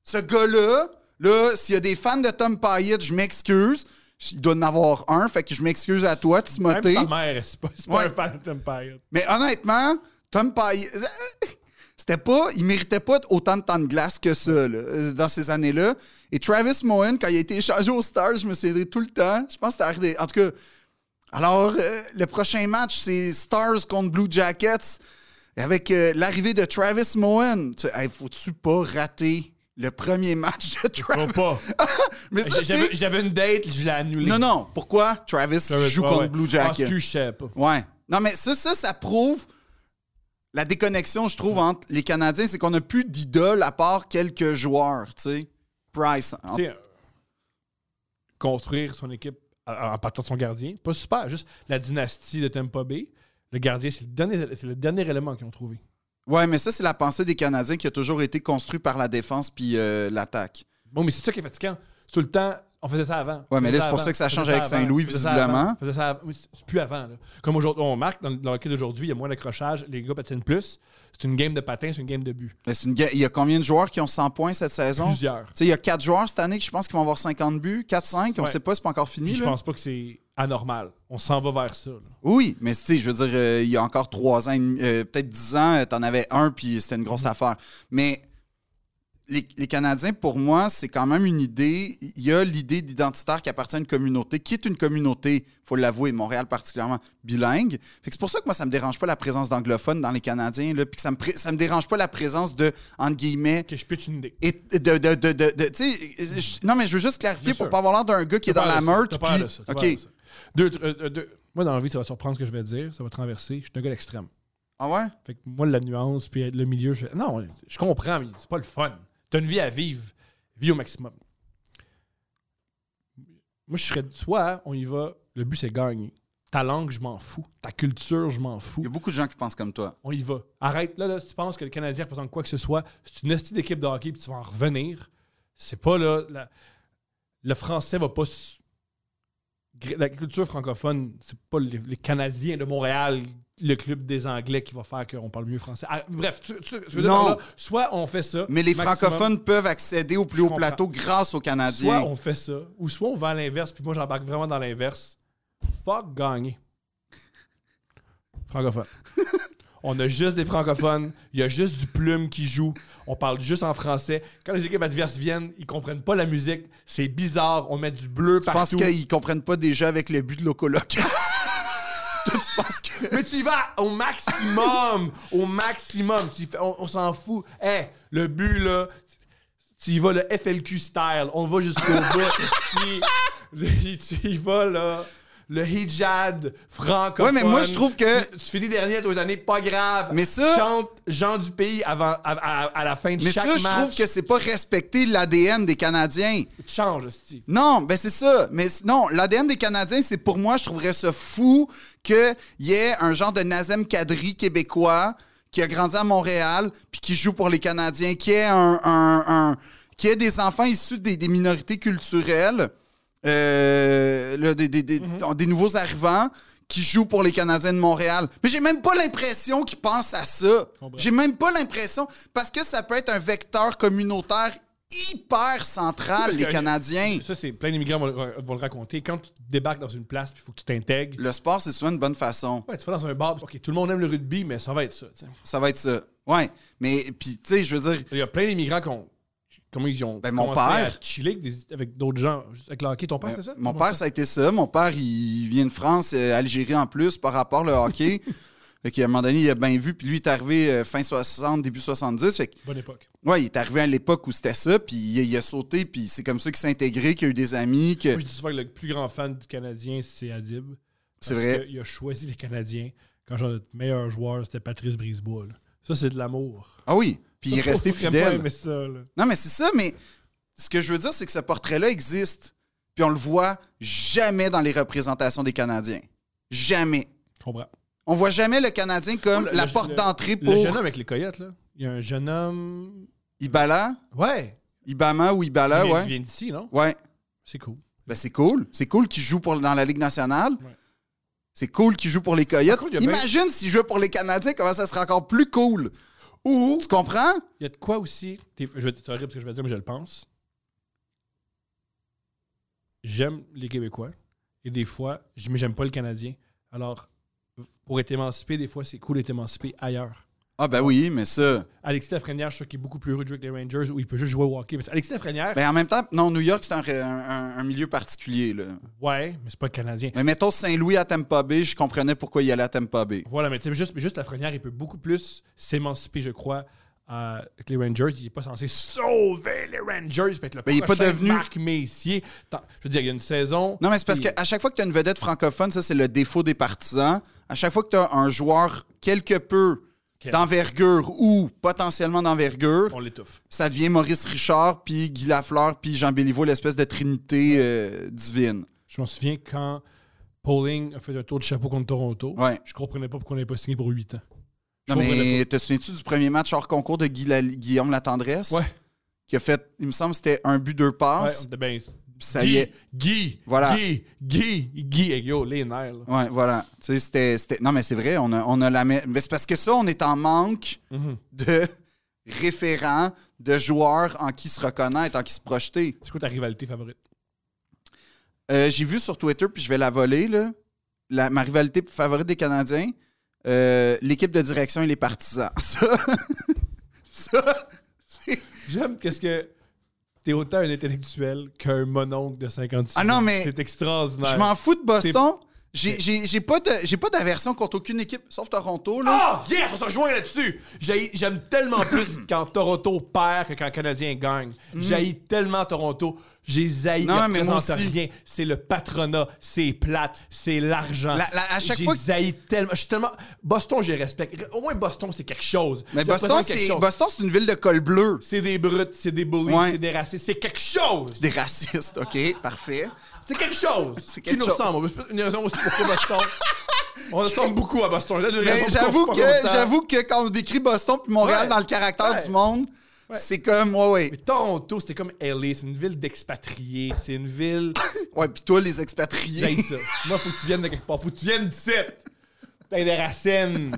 Speaker 1: ce gars-là, là, s'il y a des fans de Tom Payet, je m'excuse. Il doit en avoir un, fait que je m'excuse à toi,
Speaker 2: Même
Speaker 1: Timothée.
Speaker 2: sa mère, c'est pas, c'est pas
Speaker 1: (laughs) Ouais.
Speaker 2: un fan de Tom Payet.
Speaker 1: Mais honnêtement, Tom Payet. (laughs) C'était pas, il méritait pas autant de temps de glace que ça là, euh, dans ces années-là. Et Travis Moen, quand il a été échangé aux Stars, je me souviendrai tout le temps. Je pense que c'était arrivé. En tout cas, alors euh, le prochain match, c'est Stars contre Blue Jackets avec euh, l'arrivée de Travis Moen. Tu- hey, Faut-tu pas rater le premier match de
Speaker 4: Faut
Speaker 1: Travis?
Speaker 4: pas.
Speaker 1: Mais Ah, ça,
Speaker 2: J'avais-
Speaker 1: c'est-
Speaker 2: J'avais une date, je l'ai annulée.
Speaker 1: Non, non. Pourquoi Travis,
Speaker 2: Travis,
Speaker 1: joue
Speaker 2: ouais,
Speaker 1: contre
Speaker 2: ouais.
Speaker 1: Blue
Speaker 2: Parce
Speaker 1: Jackets?
Speaker 2: que je sais pas.
Speaker 1: Ouais. Non, mais ça, ça, ça prouve la déconnexion, je trouve, entre les Canadiens. C'est qu'on n'a plus d'idole à part quelques joueurs, tu sais. Price. en-
Speaker 2: Tu sais, euh, construire son équipe en en partant de son gardien, pas super. Juste la dynastie de Tampa Bay, le gardien, c'est le dernier, c'est le dernier élément qu'ils ont trouvé.
Speaker 1: Ouais, mais ça, c'est la pensée des Canadiens qui a toujours été construite par la défense puis euh, l'attaque.
Speaker 2: Bon, mais c'est ça qui est fatigant. Tout le temps, on faisait ça avant.
Speaker 1: Ouais, mais
Speaker 2: On
Speaker 1: là,
Speaker 2: faisait
Speaker 1: c'est pour
Speaker 2: avant.
Speaker 1: ça que ça
Speaker 2: On
Speaker 1: change
Speaker 2: faisait
Speaker 1: avec
Speaker 2: avant.
Speaker 1: Saint-Louis,
Speaker 2: On faisait ça avant.
Speaker 1: visiblement.
Speaker 2: On faisait ça avant. Oui, c'est c'est plus avant. là. Comme aujourd'hui, on marque dans, dans le cas d'aujourd'hui, il y a moins d'accrochage, les gars patinent plus. C'est une game de patin, c'est une game de but.
Speaker 1: Mais c'est une ga- Il y a combien de joueurs qui ont 100 points cette saison? Tu
Speaker 2: Plusieurs.
Speaker 1: sais, il y a 4 joueurs cette année qui, je pense, qui vont avoir 50 buts. 4-5, on
Speaker 2: Ouais.
Speaker 1: sait pas, c'est pas encore fini.
Speaker 2: Puis je
Speaker 1: là.
Speaker 2: pense pas que c'est anormal. On s'en va vers ça. là.
Speaker 1: Oui, mais tu sais, je veux dire, euh, il y a encore trois ans, et demi- euh, peut-être dix ans, euh, t'en avais un, puis c'était une grosse
Speaker 2: Mm-hmm.
Speaker 1: affaire. Mais les, les Canadiens, pour moi, c'est quand même une idée. Il y a l'idée d'identitaire qui appartient à une communauté, qui est une communauté, faut l'avouer, Montréal particulièrement, bilingue. Fait que c'est pour ça que moi, ça me dérange pas la présence d'anglophones dans les Canadiens, là, puis que ça me, pré- ça me dérange pas la présence de, entre guillemets,
Speaker 2: Ok, je pitch une idée.
Speaker 1: et de, de, de, de- de- tu sais, euh, je- non, mais je veux juste clarifier
Speaker 2: Bien
Speaker 1: pour
Speaker 2: sûr.
Speaker 1: pas avoir l'air d'un gars qui est
Speaker 2: T'as
Speaker 1: dans la
Speaker 2: peur de ça,
Speaker 1: meute.
Speaker 2: t'as peur
Speaker 1: puis-
Speaker 2: de ça, t'as peur de
Speaker 1: OK.
Speaker 2: ça. Deux, tr- euh, deux- Moi, dans la vie, ça va te surprendre ce que je vais te dire. Ça va te renverser. Je suis un gars d'extrême.
Speaker 1: Ah ouais?
Speaker 2: Fait que moi, la nuance, puis le milieu, je... Non, je comprends, mais c'est pas le fun. T'as une vie à vivre. Vie au maximum. Moi, je serais... Soit on y va, le but, c'est gagner. Ta langue, je m'en fous. Ta culture, je m'en fous.
Speaker 1: Il y a beaucoup de gens qui pensent comme toi.
Speaker 2: On y va. Arrête. Là, là, si tu penses que le Canadien représente quoi que ce soit, c'est une hostie d'équipe de hockey, puis tu vas en revenir. C'est pas là. la- le français va pas. s- gr- La culture francophone, c'est pas les, les Canadiens de Montréal, le club des Anglais qui va faire qu'on parle mieux français. Ah, bref, tu, tu- ce que je veux dire
Speaker 1: Non.
Speaker 2: par là, soit on fait ça.
Speaker 1: Mais les
Speaker 2: maximum,
Speaker 1: francophones peuvent accéder au plus haut
Speaker 2: comprends.
Speaker 1: plateau grâce aux Canadiens.
Speaker 2: Soit on fait ça, ou soit on va à l'inverse, puis moi j'embarque vraiment dans l'inverse. Fuck gagner. Francophone. on a juste des francophones, il y a juste du plume qui joue, on parle juste en français. Quand les équipes adverses viennent, ils comprennent pas la musique, c'est bizarre, on met du bleu
Speaker 1: Je pense
Speaker 2: partout.
Speaker 1: qu'ils comprennent pas déjà avec le but de
Speaker 2: (laughs)
Speaker 1: l'Ocolocasse. Toi, tu penses que.
Speaker 2: Mais tu y vas au maximum, au maximum. Tu y fais- on on s'en fout. Eh, le but, là, tu y vas le FLQ style. On
Speaker 1: (laughs)
Speaker 2: va jusqu'au bout. ici. tu y vas, là, le hijad francophone.
Speaker 1: Ouais, mais moi, je trouve que-
Speaker 2: Tu, tu finis dernier à tes années, pas grave.
Speaker 1: Mais ça-
Speaker 2: Chante gens du pays avant, à, à- à la fin de
Speaker 1: Mais
Speaker 2: chaque
Speaker 1: ça,
Speaker 2: match.
Speaker 1: je trouve que c'est pas respecter l'ADN des Canadiens.
Speaker 2: Tu changes, hostie.
Speaker 1: Non, ben c'est ça. Mais c- non, l'ADN des Canadiens, c'est pour moi, je trouverais ça fou qu'il y ait un genre de Nazem Kadri québécois qui a grandi à Montréal puis qui joue pour les Canadiens, qui est un, un- un- qui ait des enfants issus des, des minorités culturelles, euh, là, des, des- des-
Speaker 2: Mhm.
Speaker 1: des nouveaux arrivants qui jouent pour les Canadiens de Montréal. Mais j'ai même pas l'impression qu'ils pensent à ça.
Speaker 2: ben.
Speaker 1: J'ai même pas l'impression parce que ça peut être un vecteur communautaire hyper central,
Speaker 2: Parce
Speaker 1: les
Speaker 2: que-
Speaker 1: Canadiens.
Speaker 2: Ça, c'est plein d'immigrants vont, le- vont le raconter. Quand tu débarques dans une place, puis il faut que tu t'intègres.
Speaker 1: Le sport, c'est souvent une bonne façon.
Speaker 2: Ouais, tu vas dans un bar, ok, tout le monde aime le rugby, mais ça va être ça. tu sais.
Speaker 1: Ça va être ça. Ouais. Mais, puis, tu sais, je veux dire,
Speaker 2: Il y a plein d'immigrants qui ont. Comment ils ont.
Speaker 1: Ben, mon
Speaker 2: commencé
Speaker 1: père. Ben,
Speaker 2: À chiller avec, des- avec d'autres gens, juste avec le hockey. Ton père, c'est ça?
Speaker 1: euh, mon
Speaker 2: Comment
Speaker 1: père, ça a été ça. Mon père, il vient de France, euh, Algérie en plus, par rapport le
Speaker 2: (laughs)
Speaker 1: hockey. Fait qu'à un moment donné, il a bien vu, puis lui, il est arrivé euh, fin 60, début 70. Fait que,
Speaker 2: Bonne époque.
Speaker 1: ouais, il est arrivé à l'époque où c'était ça, puis il, a- il a sauté, puis c'est comme ça qu'il s'est intégré, qu'il a eu des amis, que
Speaker 2: Moi, je dis souvent que le plus grand fan du Canadien, c'est Adib.
Speaker 1: c'est
Speaker 2: Parce
Speaker 1: vrai.
Speaker 2: que Il a choisi les Canadiens quand genre, notre meilleur joueur, c'était Patrice Brisebois. là. Ça, c'est de l'amour.
Speaker 1: Ah oui, puis il est
Speaker 2: Ça, faut
Speaker 1: resté
Speaker 2: (laughs) vraiment
Speaker 1: fidèle.
Speaker 2: aimer ça, là.
Speaker 1: Non, mais c'est ça, mais ce que je veux dire, c'est que ce portrait-là existe, puis on le voit jamais dans les représentations des Canadiens. Jamais.
Speaker 2: Je comprends.
Speaker 1: On voit jamais le Canadien comme
Speaker 2: Oh, le-
Speaker 1: la
Speaker 2: le-
Speaker 1: porte
Speaker 2: le-
Speaker 1: d'entrée
Speaker 2: Le
Speaker 1: pour
Speaker 2: jeune homme avec les Coyotes, là. Il y a un jeune homme.
Speaker 1: Ibala,
Speaker 2: Ouais.
Speaker 1: Ibama ou
Speaker 2: il
Speaker 1: Ibala,
Speaker 2: vient-
Speaker 1: Ben ouais.
Speaker 2: il vient d'ici, non?
Speaker 1: Ouais.
Speaker 2: C'est cool.
Speaker 1: Ben, c'est cool. C'est cool qu'il joue pour, dans la Ligue nationale.
Speaker 2: Ouais.
Speaker 1: C'est cool qu'il joue pour les Coyotes.
Speaker 2: Par contre, il y a bien-
Speaker 1: Imagine s'il jouait pour les Canadiens, comment ça serait encore plus cool. Ou, tu comprends?
Speaker 2: Il y a de quoi aussi. t'es- je vais- C'est horrible ce que je vais dire, mais je le pense. J'aime les Québécois. Et des fois, je- mais j'aime pas le Canadien. Alors, pour être émancipé, des fois, c'est cool d'être émancipé ailleurs.
Speaker 1: Ah, ben oui, mais ça.
Speaker 2: Alexis Lafrenière, je suis sûr qu'il est beaucoup plus heureux de jouer avec les Rangers où il peut juste jouer au hockey. Parce que Alexis Lafrenière,
Speaker 1: Ben en même temps, non, New York, c'est un, un- un milieu particulier, là.
Speaker 2: ouais, mais c'est pas le Canadien.
Speaker 1: Mais mettons Saint-Louis à Tampa Bay, je comprenais pourquoi il allait à Tampa Bay.
Speaker 2: Voilà, mais tu sais, juste, mais juste Lafrenière, il peut beaucoup plus s'émanciper, je crois, euh, que les Rangers. Il n'est pas censé sauver les Rangers puis être le
Speaker 1: Mais Ben, il est pas
Speaker 2: prochain
Speaker 1: devenu-
Speaker 2: Marc Messier. Tant- je veux dire, il y a une saison.
Speaker 1: Non, mais c'est parce
Speaker 2: puis-
Speaker 1: qu'à chaque fois que tu as une vedette francophone, ça, c'est le défaut des partisans. À chaque fois que tu as un joueur quelque peu
Speaker 2: Quel-
Speaker 1: d'envergure ou potentiellement d'envergure,
Speaker 2: On l'étouffe.
Speaker 1: ça devient Maurice Richard, puis Guy Lafleur, puis Jean Béliveau, l'espèce de trinité euh, divine.
Speaker 2: Je m'en souviens quand Pauling a fait un tour de chapeau contre Toronto.
Speaker 1: Ouais.
Speaker 2: Je comprenais pas pourquoi on n'avait pas signé pour 8 ans. Je
Speaker 1: Non,
Speaker 2: comprenais
Speaker 1: mais te souviens-tu du premier match hors concours de Guy La- Guillaume Latendresse?
Speaker 2: Ouais.
Speaker 1: Qui a fait, il me semble, c'était un but, deux
Speaker 2: pas.
Speaker 1: passes.
Speaker 2: Ouais, ben,
Speaker 1: puis Ah, ça
Speaker 2: Guy,
Speaker 1: y est.
Speaker 2: Guy,
Speaker 1: Voilà.
Speaker 2: Guy, Guy, Guy, hey, yo, les nerfs. là.
Speaker 1: Ouais, voilà. Tu sais, c'était. c'était- Non, mais c'est vrai, on a, on a la même. Mais c'est parce que ça, on est en manque
Speaker 2: Mhm.
Speaker 1: de (laughs) référents, de joueurs en qui se reconnaître, en qui se projeter.
Speaker 2: C'est quoi ta rivalité favorite?
Speaker 1: Euh, J'ai vu sur Twitter, puis je vais la voler, là, la- ma rivalité favorite des Canadiens, euh, l'équipe de direction et les partisans. (laughs) Ça, ça c'est.
Speaker 2: J'aime qu'est-ce que t'es autant un intellectuel qu'un mononcle de 56
Speaker 1: Ah non,
Speaker 2: ans.
Speaker 1: mais-
Speaker 2: C'est extraordinaire.
Speaker 1: Je m'en fous de Boston. J'ai- J'ai j'ai pas de- j'ai pas d'aversion contre aucune équipe, sauf Toronto. Là.
Speaker 2: Ah! Yeah! On se rejoint là-dessus! J'haïs- J'aime
Speaker 1: (coughs)
Speaker 2: tellement plus quand Toronto perd que quand le Canadien gagne. J'haïs tellement Toronto. J'ai zaï
Speaker 1: Mm. Non,
Speaker 2: ne
Speaker 1: mais moi
Speaker 2: représente
Speaker 1: aussi.
Speaker 2: rien. C'est le patronat, c'est plate, c'est l'argent.
Speaker 1: La- la- à chaque
Speaker 2: J'ai
Speaker 1: fois que-
Speaker 2: zaï tellement. Je suis tellement. Boston, je les respecte. Au moins, Boston, c'est quelque chose.
Speaker 1: Mais
Speaker 2: Je
Speaker 1: Boston,
Speaker 2: représente quelque
Speaker 1: c'est
Speaker 2: chose.
Speaker 1: Boston, c'est une ville de col bleu.
Speaker 2: C'est des brutes, c'est des bullies,
Speaker 1: Ouais.
Speaker 2: c'est des racistes, c'est quelque chose!
Speaker 1: Des racistes, OK, parfait.
Speaker 2: C'est quelque chose!
Speaker 1: (laughs) C'est
Speaker 2: qui
Speaker 1: quelque
Speaker 2: nous
Speaker 1: chose.
Speaker 2: ressemble. C'est Une raison aussi pour
Speaker 1: (laughs)
Speaker 2: que Boston. On ressemble beaucoup à Boston. J'ai une raison
Speaker 1: Mais
Speaker 2: pour
Speaker 1: j'avoue
Speaker 2: qu'on
Speaker 1: que
Speaker 2: se parle longtemps.
Speaker 1: j'avoue que quand on décrit Boston puis Montréal
Speaker 2: Ouais.
Speaker 1: dans le caractère
Speaker 2: Ouais.
Speaker 1: du monde, c'est comme ouais ouais.
Speaker 2: Mais Toronto, c'était comme LA, c'est une ville d'expatriés, c'est
Speaker 1: (laughs)
Speaker 2: une ville.
Speaker 1: Ouais, puis toi les expatriés.
Speaker 2: J'aille ça. Moi, faut que tu viennes de quelque part, faut que tu viennes d'ici. T'as des racines.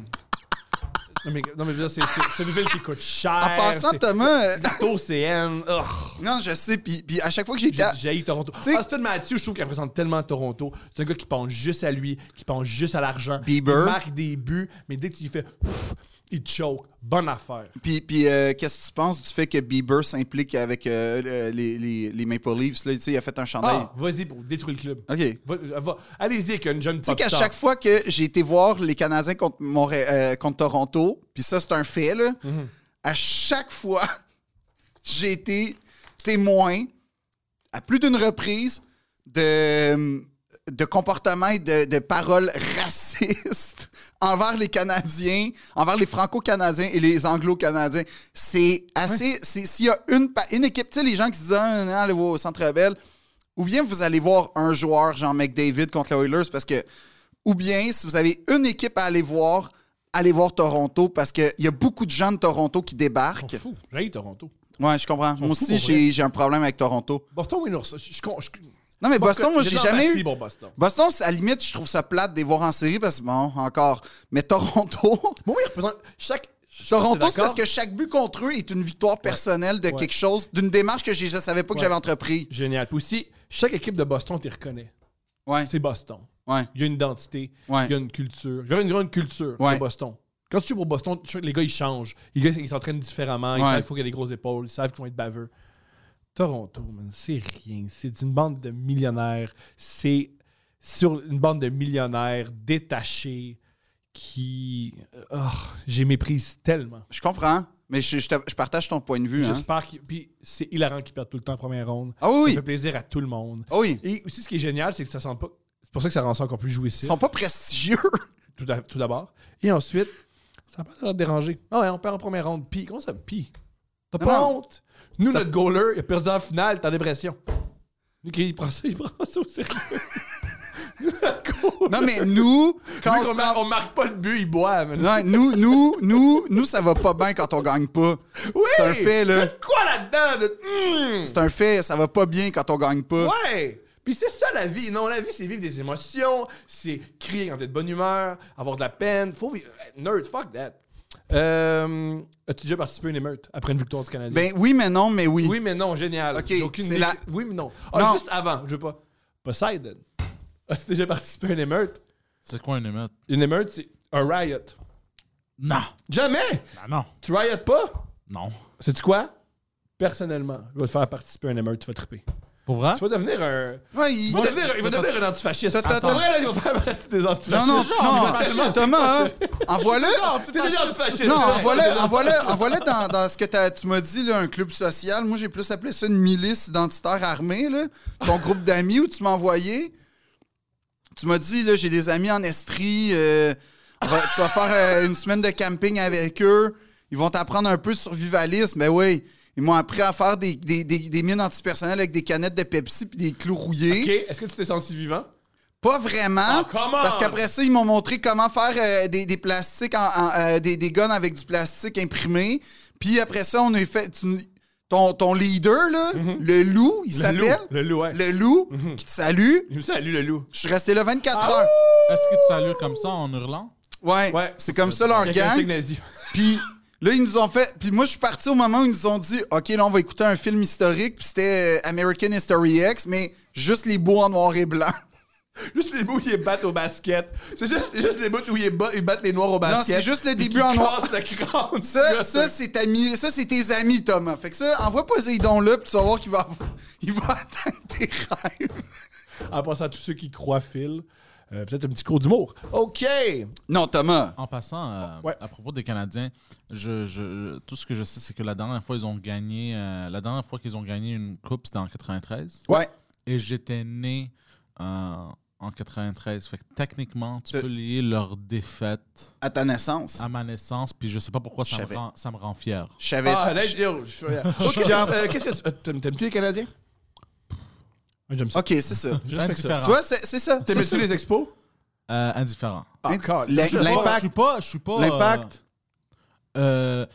Speaker 2: Non, mais, non, mais je veux dire, c'est- c'est- c'est une ville qui coûte cher.
Speaker 1: en passant Thomas, euh,
Speaker 2: Toronto, CN. Ugh.
Speaker 1: non, je sais puis puis à chaque fois que j'étais
Speaker 2: J'ai
Speaker 1: à-
Speaker 2: j'ai haï Toronto. Ah,
Speaker 1: T'sais-
Speaker 2: Austin Matthews, je trouve qu'il représente tellement Toronto. C'est un gars qui pense juste à lui, qui pense juste à l'argent.
Speaker 1: Bieber.
Speaker 2: Il marque des buts, mais dès que tu lui fais, ouf, il te choke. Bonne affaire.
Speaker 1: puis puis euh, qu'est-ce que tu penses du fait que Bieber s'implique avec euh, le- les, les, les Maple Leafs là, tu sais, il a fait un chandail.
Speaker 2: Ah, vas-y pour détruire le club.
Speaker 1: OK.
Speaker 2: Va- va- Allez-y avec une jeune
Speaker 1: Tu sais qu'à
Speaker 2: popstar.
Speaker 1: chaque fois que j'ai été voir les Canadiens contre, Montré- euh, contre Toronto, puis ça, c'est un fait, là,
Speaker 2: Mhm.
Speaker 1: à chaque fois, (laughs) j'ai été témoin, à plus d'une reprise, de, de comportements et de, de paroles racistes (laughs) envers les Canadiens, envers les Franco-Canadiens et les Anglo-Canadiens. C'est assez... c'est- S'il y a une, pa- une équipe, tu sais, les gens qui se disent ah, non, allez voir au Centre Bell », ou bien vous allez voir un joueur, genre McDavid contre les Oilers, parce que. Ou bien, si vous avez une équipe à aller voir, allez voir Toronto, parce qu'il y a beaucoup de gens de Toronto qui débarquent.
Speaker 2: J'en fous. J'haïs Toronto.
Speaker 1: Ouais, je comprends. Moi
Speaker 2: fous,
Speaker 1: aussi,
Speaker 2: pour
Speaker 1: j'ai j'ai un problème avec Toronto.
Speaker 2: Boston, oui, non. ça, Je, je, con- je-
Speaker 1: Non, mais Boston, moi, j'ai jamais
Speaker 2: l'empathie
Speaker 1: eu.
Speaker 2: pour Boston.
Speaker 1: Boston, c'est- à la limite, je trouve ça plate de les voir en série, parce que, bon, encore. Mais Toronto. (laughs)
Speaker 2: Moi, oui, il représente chaque.
Speaker 1: Toronto, c'est parce que chaque but contre eux est une victoire personnelle de
Speaker 2: Ouais.
Speaker 1: quelque chose, d'une démarche que j'ai- je ne savais pas que
Speaker 2: Ouais.
Speaker 1: j'avais entrepris.
Speaker 2: Génial. Puis aussi, chaque équipe de Boston, tu reconnais.
Speaker 1: Ouais,
Speaker 2: C'est Boston.
Speaker 1: ouais,
Speaker 2: Il y a une identité,
Speaker 1: Ouais.
Speaker 2: il y a une culture. Il y a une grande culture
Speaker 1: Ouais.
Speaker 2: de Boston. Quand tu joues pour Boston, tu sais que les gars, ils changent. Les gars, ils s'entraînent différemment. Ils
Speaker 1: Ouais.
Speaker 2: savent qu'il faut qu'il y ait des grosses épaules. Ils savent qu'ils vont être baveux. Toronto, man, c'est rien. C'est une bande de millionnaires. C'est sur une bande de millionnaires détachés qui. Ah, j'ai méprise tellement.
Speaker 1: je comprends. Mais je, je te- je partage ton point de vue. hein.
Speaker 2: J'espère qu'il. Puis c'est hilarant qu'ils perdent tout le temps en première ronde.
Speaker 1: Ah oui,
Speaker 2: Ça
Speaker 1: oui.
Speaker 2: fait plaisir à tout le monde.
Speaker 1: Ah oui.
Speaker 2: Et aussi, ce qui est génial, c'est que ça sent pas. C'est pour ça que ça rend ça encore plus
Speaker 1: Ils
Speaker 2: jouissif.
Speaker 1: sont pas prestigieux.
Speaker 2: (laughs) tout, d'a- tout d'abord. Et ensuite, ça n'a pas l'air de déranger. Ah ouais, on perd en première ronde. Pis, comment ça, pis? T'as
Speaker 1: Non,
Speaker 2: pas
Speaker 1: non.
Speaker 2: honte? Nous, notre goaler, il a perdu en finale, t'es en dépression. Lui, il prend ça, il prend ça au sérieux. (laughs)
Speaker 1: Non, mais nous, quand
Speaker 2: Lui,
Speaker 1: on
Speaker 2: qu'on
Speaker 1: se
Speaker 2: mar-
Speaker 1: rend-
Speaker 2: on marque pas de but, il boit. man.
Speaker 1: Non, nous, nous, nous, nous, ça va pas bien quand on gagne pas.
Speaker 2: Oui!
Speaker 1: C'est un fait, là.
Speaker 2: Y'a de quoi là-dedans? de- Hmm!
Speaker 1: C'est un fait, ça va pas bien quand on gagne pas.
Speaker 2: Ouais! Puis c'est ça la vie. Non, la vie, c'est vivre des émotions, c'est crier quand t'es de bonne humeur, avoir de la peine. Faut vivre. Nerd, fuck that. Euh, As-tu déjà participé à une émeute après une victoire du Canadien?
Speaker 1: Ben oui, mais non, mais oui.
Speaker 2: Oui, mais non, génial.
Speaker 1: Ok,
Speaker 2: J'ai aucune
Speaker 1: c'est
Speaker 2: idée.
Speaker 1: la-
Speaker 2: Oui, mais non. Ah,
Speaker 1: Non.
Speaker 2: juste avant, je veux pas. Poseidon. (laughs) As-tu déjà participé à une émeute?
Speaker 5: C'est quoi un émeute?
Speaker 2: Une émeute, c'est un riot.
Speaker 5: Non.
Speaker 2: Jamais!
Speaker 5: Ben non.
Speaker 2: Tu riotes pas?
Speaker 5: Non.
Speaker 2: Sais-tu quoi? Personnellement, je vais te faire participer à un émeute, tu vas triper.
Speaker 5: Pour vrai?
Speaker 2: Tu vas devenir un.
Speaker 1: Ouais, il-
Speaker 2: Il va devenir, il va
Speaker 5: c'est
Speaker 2: devenir un antifasciste.
Speaker 1: Attends,
Speaker 2: Attends,
Speaker 1: attends.
Speaker 2: vrai, là, il va faire partie des antifascistes.
Speaker 1: Non, non, non,
Speaker 2: tellement-
Speaker 1: Thomas, hein, envoie-le.
Speaker 2: C'est déjà antifasciste.
Speaker 1: Non,
Speaker 2: Ouais.
Speaker 1: envoie-le, envoie-le, envoie-le dans, dans ce que t'as- tu m'as dit, là, un club social. Moi, j'ai plus appelé ça une milice identitaire armée, là. Ton groupe d'amis où tu m'as envoyé. Tu m'as dit, là, j'ai des amis en Estrie. euh, on va- tu vas faire euh, une semaine de camping avec eux. Ils vont t'apprendre un peu sur survivalisme. Ben oui, ils m'ont appris à faire des, des- des- des mines antipersonnelles avec des canettes de Pepsi puis des clous rouillés.
Speaker 2: Ok, est-ce que tu t'es senti vivant?
Speaker 1: Pas vraiment.
Speaker 4: Oh, come on!
Speaker 1: parce qu'après ça, ils m'ont montré comment faire euh, des, des plastiques, en, en, euh, des, des guns avec du plastique imprimé. Puis après ça, on a fait. tu- ton, ton leader, là, le loup, il
Speaker 2: Mhm. Le loup.
Speaker 1: s'appelle.
Speaker 2: Le loup, ouais. Mhm.
Speaker 1: Le loup, qui te salue.
Speaker 2: Il me salue, le loup.
Speaker 1: Je suis resté là 24 heures.
Speaker 5: Est-ce que tu salues comme ça en hurlant?
Speaker 1: Ouais.
Speaker 2: Ouais.
Speaker 1: c'est comme ça leur
Speaker 2: Avec un signe
Speaker 1: gang.
Speaker 2: nazi.
Speaker 1: Puis là, ils nous ont fait. Puis moi, je suis parti au moment où ils nous ont dit OK, là, on va écouter un film historique. Puis c'était euh, American History X, mais juste les beaux en noir et blanc.
Speaker 2: Juste les bouts où ils battent au basket. C'est juste, c'est juste les bouts où ils, bat- ils battent les noirs au basket.
Speaker 1: c'est juste le
Speaker 2: Puis
Speaker 1: début
Speaker 2: qu'ils
Speaker 1: en noir.
Speaker 2: cassent le crâne.
Speaker 1: Ça, ça, c'est ta mi- ça, c'est tes amis, Thomas. Fait que ça, envoie Poséidon là, puis tu vas voir qu'il va, avoir- (laughs) il va atteindre tes rêves.
Speaker 2: En passant à tous ceux qui croient Phil, euh, peut-être un petit cours d'humour. OK.
Speaker 1: Non, Thomas.
Speaker 5: En passant, euh,
Speaker 2: Ouais.
Speaker 5: à propos des Canadiens, je, je- tout ce que je sais, c'est que la dernière fois ils ont gagné, euh, la dernière fois qu'ils ont gagné une coupe, c'était en 93.
Speaker 1: Ouais.
Speaker 5: Et j'étais né euh, en 93. Fait que techniquement, tu
Speaker 1: Te-
Speaker 5: peux lier leur défaite
Speaker 1: À ta naissance.
Speaker 5: à ma naissance, puis je sais pas pourquoi ça
Speaker 1: Je
Speaker 5: me
Speaker 1: savais.
Speaker 5: rend, ça me rend fier.
Speaker 1: Je savais.
Speaker 2: Ah, là, yo, je suis Ok, euh, Qu'est-ce que tu. euh, t'aimes- T'aimes-tu les Canadiens? Moi, j'aime ça.
Speaker 1: ok, c'est ça.
Speaker 2: Je respecte ça.
Speaker 5: Indifférent.
Speaker 1: tu vois, c'est c'est ça. c'est ça.
Speaker 2: T'aimes-tu les expos?
Speaker 5: Euh, indifférent.
Speaker 2: Ah,
Speaker 1: Indi-
Speaker 2: calme.
Speaker 1: la-
Speaker 2: Je-
Speaker 5: Je
Speaker 1: L'impact.
Speaker 5: suis pas, je suis pas. euh,
Speaker 1: L'impact.
Speaker 5: euh,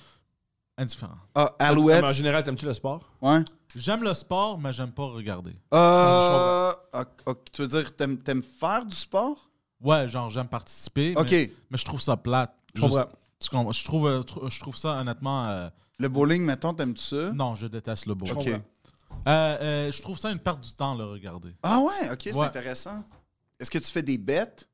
Speaker 5: indifférent.
Speaker 1: Ah,
Speaker 2: Mais En
Speaker 1: Alouette.
Speaker 2: général, t'aimes-tu le sport?
Speaker 1: Ouais.
Speaker 5: J'aime le sport, mais j'aime pas regarder.
Speaker 1: Euh, ok, ok, tu veux dire, t'aimes t'aimes faire du sport?
Speaker 5: Ouais, genre j'aime participer. mais-
Speaker 1: Ok.
Speaker 5: Mais, je trouve ça plate.
Speaker 2: Je comprends.
Speaker 5: tu comprends? Je trouve, euh, tr- je trouve ça honnêtement. euh,
Speaker 1: Le bowling, mettons, t'aimes-tu ça?
Speaker 5: non, je déteste le beau.
Speaker 1: Ok.
Speaker 2: comprends.
Speaker 5: Euh, euh, je trouve ça une perte du temps le regarder.
Speaker 1: Ah ouais, ok, c'est
Speaker 5: Ouais.
Speaker 1: intéressant. Est-ce que tu fais des bêtes?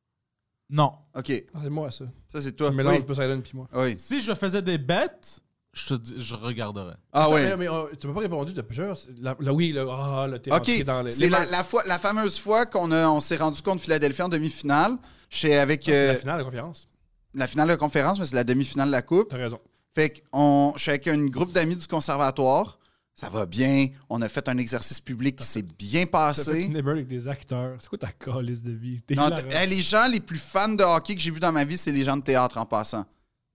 Speaker 5: Non.
Speaker 1: Ok,
Speaker 2: Ah, c'est moi, ça.
Speaker 1: ça c'est toi.
Speaker 2: Tu mélanges
Speaker 1: Oui.
Speaker 2: Poseidon puis moi.
Speaker 1: oui.
Speaker 5: Si je faisais des bêtes, je, te dis- je regarderais.
Speaker 1: Ah
Speaker 2: Attends,
Speaker 1: ouais.
Speaker 2: Mais, mais, euh, tu m'as pas répondu depuis plusieurs. Là, là, oui, là, ah, là, t'es rentré
Speaker 1: OK,
Speaker 2: dans les. Ah,
Speaker 1: c'est la, la fois- la fameuse fois qu'on a- on s'est rendu compte Philadelphie en demi-finale. Chez, avec euh,
Speaker 2: Ah, la finale de la conférence.
Speaker 1: la finale de la conférence, mais c'est la demi-finale de la Coupe.
Speaker 2: T'as raison.
Speaker 1: Fait que on- je suis avec un groupe d'amis du conservatoire. Ça va bien. On a fait un exercice public qui s'est bien
Speaker 2: T'as fait
Speaker 1: passé.
Speaker 2: une émeute avec des acteurs. C'est quoi ta calice de vie? T'es
Speaker 1: Non,
Speaker 2: hilarant.
Speaker 1: t- hey, les gens les plus fans de hockey que j'ai vu dans ma vie, c'est les gens de théâtre en passant.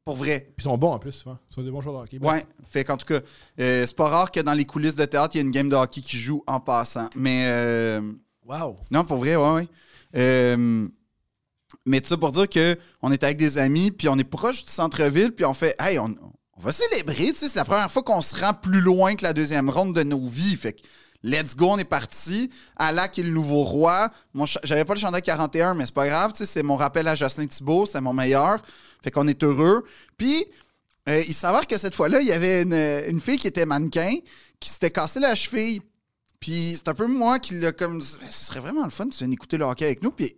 Speaker 1: Pour vrai.
Speaker 2: Puis ils sont bons en plus, souvent. Ils sont des bons joueurs de hockey. Bon.
Speaker 1: Ouais. Fait qu'en tout cas, euh, c'est pas rare que dans les coulisses de théâtre, il y a une game de hockey qui joue en passant. Mais. euh,
Speaker 2: Wow.
Speaker 1: Non, pour vrai, ouais, ouais. Euh, mais tout ça pour dire que on est avec des amis, puis on est proche du centre-ville, puis on fait Hey, on, on va célébrer, tu sais, c'est la première fois qu'on se rend plus loin que la deuxième ronde de nos vies. Fait que let's go, on est parti. Allah qui est le nouveau roi. Mon cha- J'avais pas le chandail 41, mais c'est pas grave, tu sais, c'est mon rappel à Jocelyn Thibault, c'est mon meilleur. Fait qu'on est heureux. Puis euh, il s'avère que cette fois-là, il y avait une, une fille qui était mannequin qui s'était cassée la cheville. Puis c'est un peu moi qui l'a comme. dit, Ben, Ce serait vraiment le fun, tu viennes écouter le hockey avec nous. Puis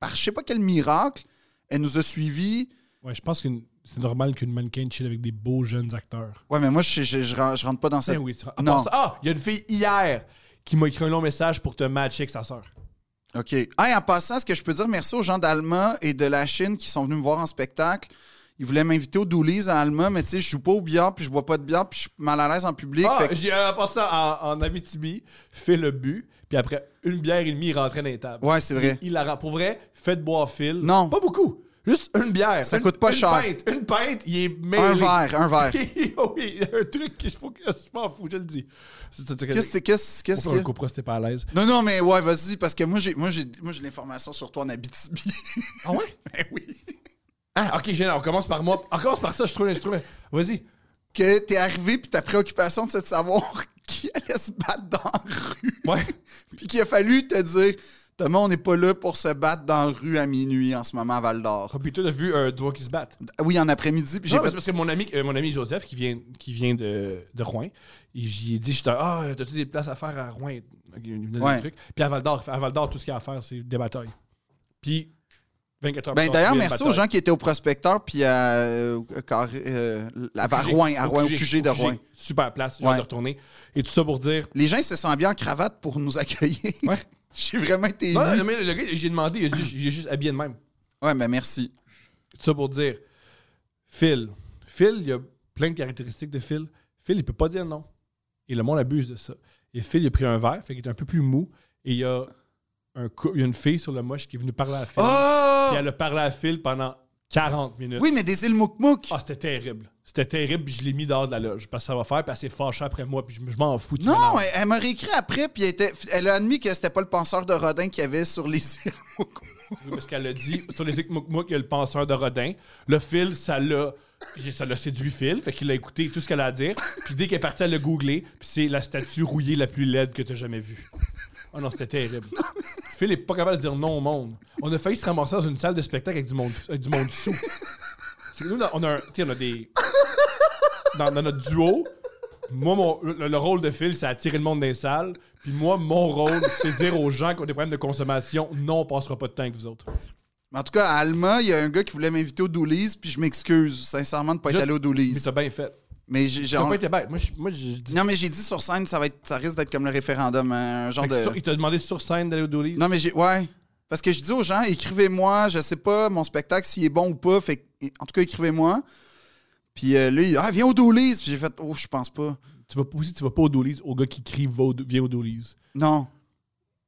Speaker 1: par je sais pas quel miracle, elle nous a suivis.
Speaker 2: Ouais, je pense que c'est normal qu'une mannequin chill avec des beaux jeunes acteurs.
Speaker 1: Ouais, mais moi, je, je, je ren- je rentre pas dans ça.
Speaker 2: Ben oui, tu- à part
Speaker 1: Non.
Speaker 2: ça- Ah, il y a une fille hier qui m'a écrit un long message pour te matcher avec sa sœur.
Speaker 1: OK. Ah, et en passant, ce que je peux dire, merci aux gens d'Alma et de la Chine qui sont venus me voir en spectacle. Ils voulaient m'inviter au Doolies à Alma, mais tu sais, je joue pas au billard, puis je bois pas de billard, puis je suis mal à l'aise en public.
Speaker 2: Ah,
Speaker 1: fait que-
Speaker 2: j'ai euh, passé en, en Abitibi, fait le but, puis après une bière et demie, il rentrait dans les tables.
Speaker 1: Ouais, c'est vrai.
Speaker 2: Il la rend. Pour vrai, faites boire Phil.
Speaker 1: Non.
Speaker 2: Pas beaucoup. Juste une bière.
Speaker 1: Ça
Speaker 2: Une-
Speaker 1: coûte pas
Speaker 2: une
Speaker 1: cher.
Speaker 2: Pinte, une pinte, il est mêlé.
Speaker 1: Un verre, un verre.
Speaker 2: Eh (laughs) Oh oui, un truc qu'il faut que je m'en fous, je le dis. C'est- c'est- c'est-
Speaker 1: Qu'est-ce que qu'est-ce qu'est-ce
Speaker 2: Pourquoi
Speaker 1: que
Speaker 2: on comprend si t'es pas à l'aise?
Speaker 1: Non non mais ouais vas-y parce que moi j'ai moi j'ai moi j'ai de l'information sur toi en Abitibi.
Speaker 2: Ah ouais?
Speaker 1: (laughs) ben oui.
Speaker 2: Ah, ok, génial. On commence par moi. On commence par ça, je trouve. Je trouve. Vas-y.
Speaker 1: que t'es arrivé puis ta préoccupation c'est de savoir (laughs) qui allait se battre dans la
Speaker 2: (laughs)
Speaker 1: rue.
Speaker 2: Ouais.
Speaker 1: Puis qu'il a fallu te dire Thomas, on n'est pas là pour se battre dans la rue à minuit en ce moment à Val d'Or.
Speaker 2: Oh, puis toi, t'as vu un doigt qui se battent.
Speaker 1: Oui, en après-midi, puis j'ai
Speaker 2: Non, mais
Speaker 1: fait
Speaker 2: c'est parce que mon ami, euh, mon ami Joseph, qui vient, qui vient de, de Rouen, il- j'y ai dit, j'étais, ah, t'as-tu des places à faire à Rouen? Il me donnait
Speaker 1: Ouais.
Speaker 2: des trucs. Puis à Val-d'Or, à Val-d'Or, tout ce qu'il y a à faire, c'est des batailles. Puis 24 heures plus
Speaker 1: Ben,
Speaker 2: tard,
Speaker 1: D'ailleurs,
Speaker 2: tu viens de
Speaker 1: merci aux
Speaker 2: bataille.
Speaker 1: gens qui étaient au prospecteur puis à, euh, au- Carré- euh, à Rouen, à Rouen, au QG de Rouen.
Speaker 2: Super place, j'ai hâte
Speaker 1: Ouais.
Speaker 2: de retourner. Et tout ça pour dire.
Speaker 1: Les gens ils se sont habillés en cravate pour nous accueillir.
Speaker 2: Ouais.
Speaker 1: (laughs) J'ai vraiment été ému.
Speaker 2: Non, non, mais le gars, j'ai demandé, il a dit, j'ai juste habillé de même.
Speaker 1: Ouais, ben merci.
Speaker 2: Tout ça pour dire. Phil. Phil, il y a plein de caractéristiques de Phil. Phil, il peut pas dire non. Et le monde abuse de ça. Et Phil, il a pris un verre, fait qu'il est un peu plus mou. Et il y a, un cou- il y a une fille sur le moche qui est venue parler à Phil.
Speaker 1: Oh!
Speaker 2: Puis elle a parlé à Phil pendant 40 minutes.
Speaker 1: Oui, mais des îles Mouk-Mouk.
Speaker 2: Ah, c'était terrible. C'était terrible, puis je l'ai mis dehors de la loge. Parce que ça va faire, puis elle s'est fâchée après moi, puis je, je m'en fous. tu
Speaker 1: non,
Speaker 2: m'énerves.
Speaker 1: elle, elle m'a réécrit après, puis elle, était- elle a admis que c'était pas le penseur de Rodin qu'il y avait sur les (laughs) îles Mouk-Mouk.
Speaker 2: Oui, Parce qu'elle a dit, sur les Mouk il y a le penseur de Rodin. Le Phil, ça l'a. Ça l'a séduit Phil, fait qu'il a écouté tout ce qu'elle a à dire. Puis dès qu'elle est partie, elle l'a googlé. Puis c'est la statue rouillée la plus laide que t'as jamais vue. Oh non, c'était terrible. Phil est pas capable de dire non au monde. On a failli se ramasser dans une salle de spectacle avec du monde, avec du monde sous. C'est que nous, on a, un- tu sais, on a des. Dans, dans notre duo, moi, mon- le, le rôle de Phil, c'est attirer le monde dans les salles. Puis moi, mon rôle, c'est dire aux gens qui ont des problèmes de consommation, non, on passera pas de temps avec vous autres.
Speaker 1: Mais En tout cas, à Alma, il y a un gars qui voulait m'inviter au Doolies, puis je m'excuse sincèrement de pas être
Speaker 2: Je-
Speaker 1: allé au
Speaker 2: Mais
Speaker 1: Doolies.
Speaker 2: t'as bien fait.
Speaker 1: Mais j'ai j'ai-
Speaker 2: T'as pas été bête. Moi, je, moi, je dis.
Speaker 1: Non, mais j'ai dit sur scène, ça, va être, ça risque d'être comme le référendum, hein, un genre
Speaker 2: Fait que
Speaker 1: de...
Speaker 2: sur- il t'a demandé sur scène d'aller au Dolly.
Speaker 1: Non, mais j'ai. Ouais. Parce que je dis aux gens, écrivez-moi, je sais pas mon spectacle s'il est bon ou pas. Fait que- en tout cas, écrivez-moi. Puis euh, lui, il dit, ah, viens au Doolies. Puis j'ai fait, oh, je pense pas.
Speaker 2: Tu vas, aussi, tu vas pas au Dolly's au gars qui crie va au- viens au Dolly's.
Speaker 1: Non.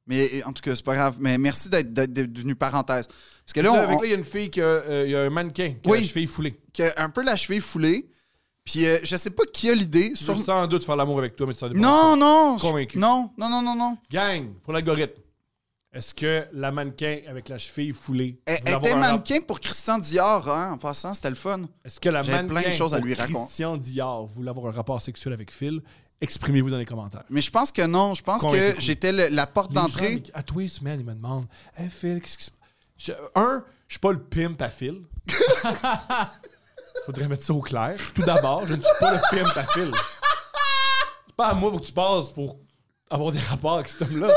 Speaker 1: Mais euh, en tout cas, c'est pas grave. Mais merci d'être d'être devenu parenthèse. Parce que là,
Speaker 2: Là,
Speaker 1: on,
Speaker 2: avec là, il y a une fille, que, euh, il y a un mannequin qui
Speaker 1: Oui.
Speaker 2: a la cheville foulée.
Speaker 1: on- que un peu la cheville foulée. Puis euh, je sais pas qui a l'idée.
Speaker 2: Sur...
Speaker 1: Sur...
Speaker 2: Sans doute faire l'amour avec toi, mais ça dépend.
Speaker 1: Non, non. je-
Speaker 2: Convaincu.
Speaker 1: Non, non, non, non, non.
Speaker 2: Gang, pour l'algorithme. Est-ce que la mannequin avec la cheville foulée.
Speaker 1: Elle
Speaker 2: voulait
Speaker 1: elle
Speaker 2: avoir
Speaker 1: était
Speaker 2: un rap-
Speaker 1: mannequin pour Christian Dior, hein, en passant, c'était le fun.
Speaker 2: Est-ce que la
Speaker 1: J'avais
Speaker 2: mannequin
Speaker 1: plein de choses à
Speaker 2: pour
Speaker 1: lui raconter.
Speaker 2: Christian Dior voulait avoir un rapport sexuel avec Phil? Exprimez-vous dans les commentaires.
Speaker 1: Mais je pense que non. Je pense
Speaker 2: Convaincu.
Speaker 1: que j'étais le- la porte
Speaker 2: Les gens,
Speaker 1: d'entrée.
Speaker 2: mais à tous les semaines, ils me demandent Hey Phil, qu'est-ce qui se passe Un, je suis pas le pimp à
Speaker 1: (laughs)
Speaker 2: Phil. Faudrait mettre ça au clair. Tout d'abord, je ne suis pas le pimp à Phil. C'est pas à moi faut que tu passes pour avoir des rapports avec cet homme-là.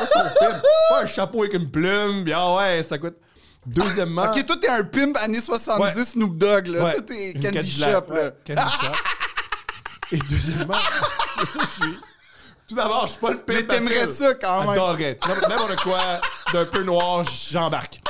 Speaker 2: C'est Pas, son pimp. pas un chapeau avec une plume, bien ouais, ça coûte. Deuxièmement.
Speaker 1: Ok, toi, t'es un pimp années 70
Speaker 2: Ouais.
Speaker 1: Snoop Dogg, là.
Speaker 2: Ouais,
Speaker 1: Toi, t'es
Speaker 2: une
Speaker 1: Candy
Speaker 2: Cadillac,
Speaker 1: Shop, là.
Speaker 2: ouais, Candy Shop. Et
Speaker 1: (laughs)
Speaker 2: deuxièmement, c'est ça que je suis. Tout d'abord, je suis pas le pire.
Speaker 1: Mais t'aimerais ça
Speaker 2: Oh
Speaker 1: quand même.
Speaker 2: J'adorais. Tu sais, Même on a quoi d'un peu noir, j'embarque.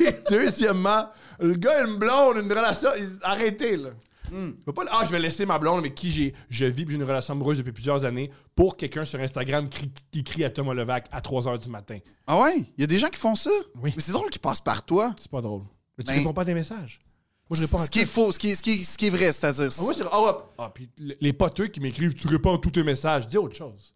Speaker 2: Et (laughs) deuxièmement, le gars a une blonde, une relation. il- Arrêtez, là. Je peux pas, ah, je vais laisser ma blonde avec qui j'ai, je vis, puis j'ai une relation amoureuse depuis plusieurs années, pour quelqu'un sur Instagram crie- qui crie à Thomas Levac à 3 h du matin.
Speaker 1: Ah ouais? Il y a des gens qui font ça?
Speaker 2: Oui.
Speaker 1: Mais c'est drôle qu'ils passent par toi.
Speaker 2: C'est pas drôle. Mais tu
Speaker 1: Ben-
Speaker 2: réponds pas à des messages. Moi, je réponds à
Speaker 1: Ce qui est faux, ce qui est, ce qui est- ce qui est vrai, c'est-à-dire.
Speaker 2: Ah, moi, c'est. Ah, ouais. Ah, puis le- les poteux qui m'écrivent, tu réponds à tous tes messages, dis autre chose.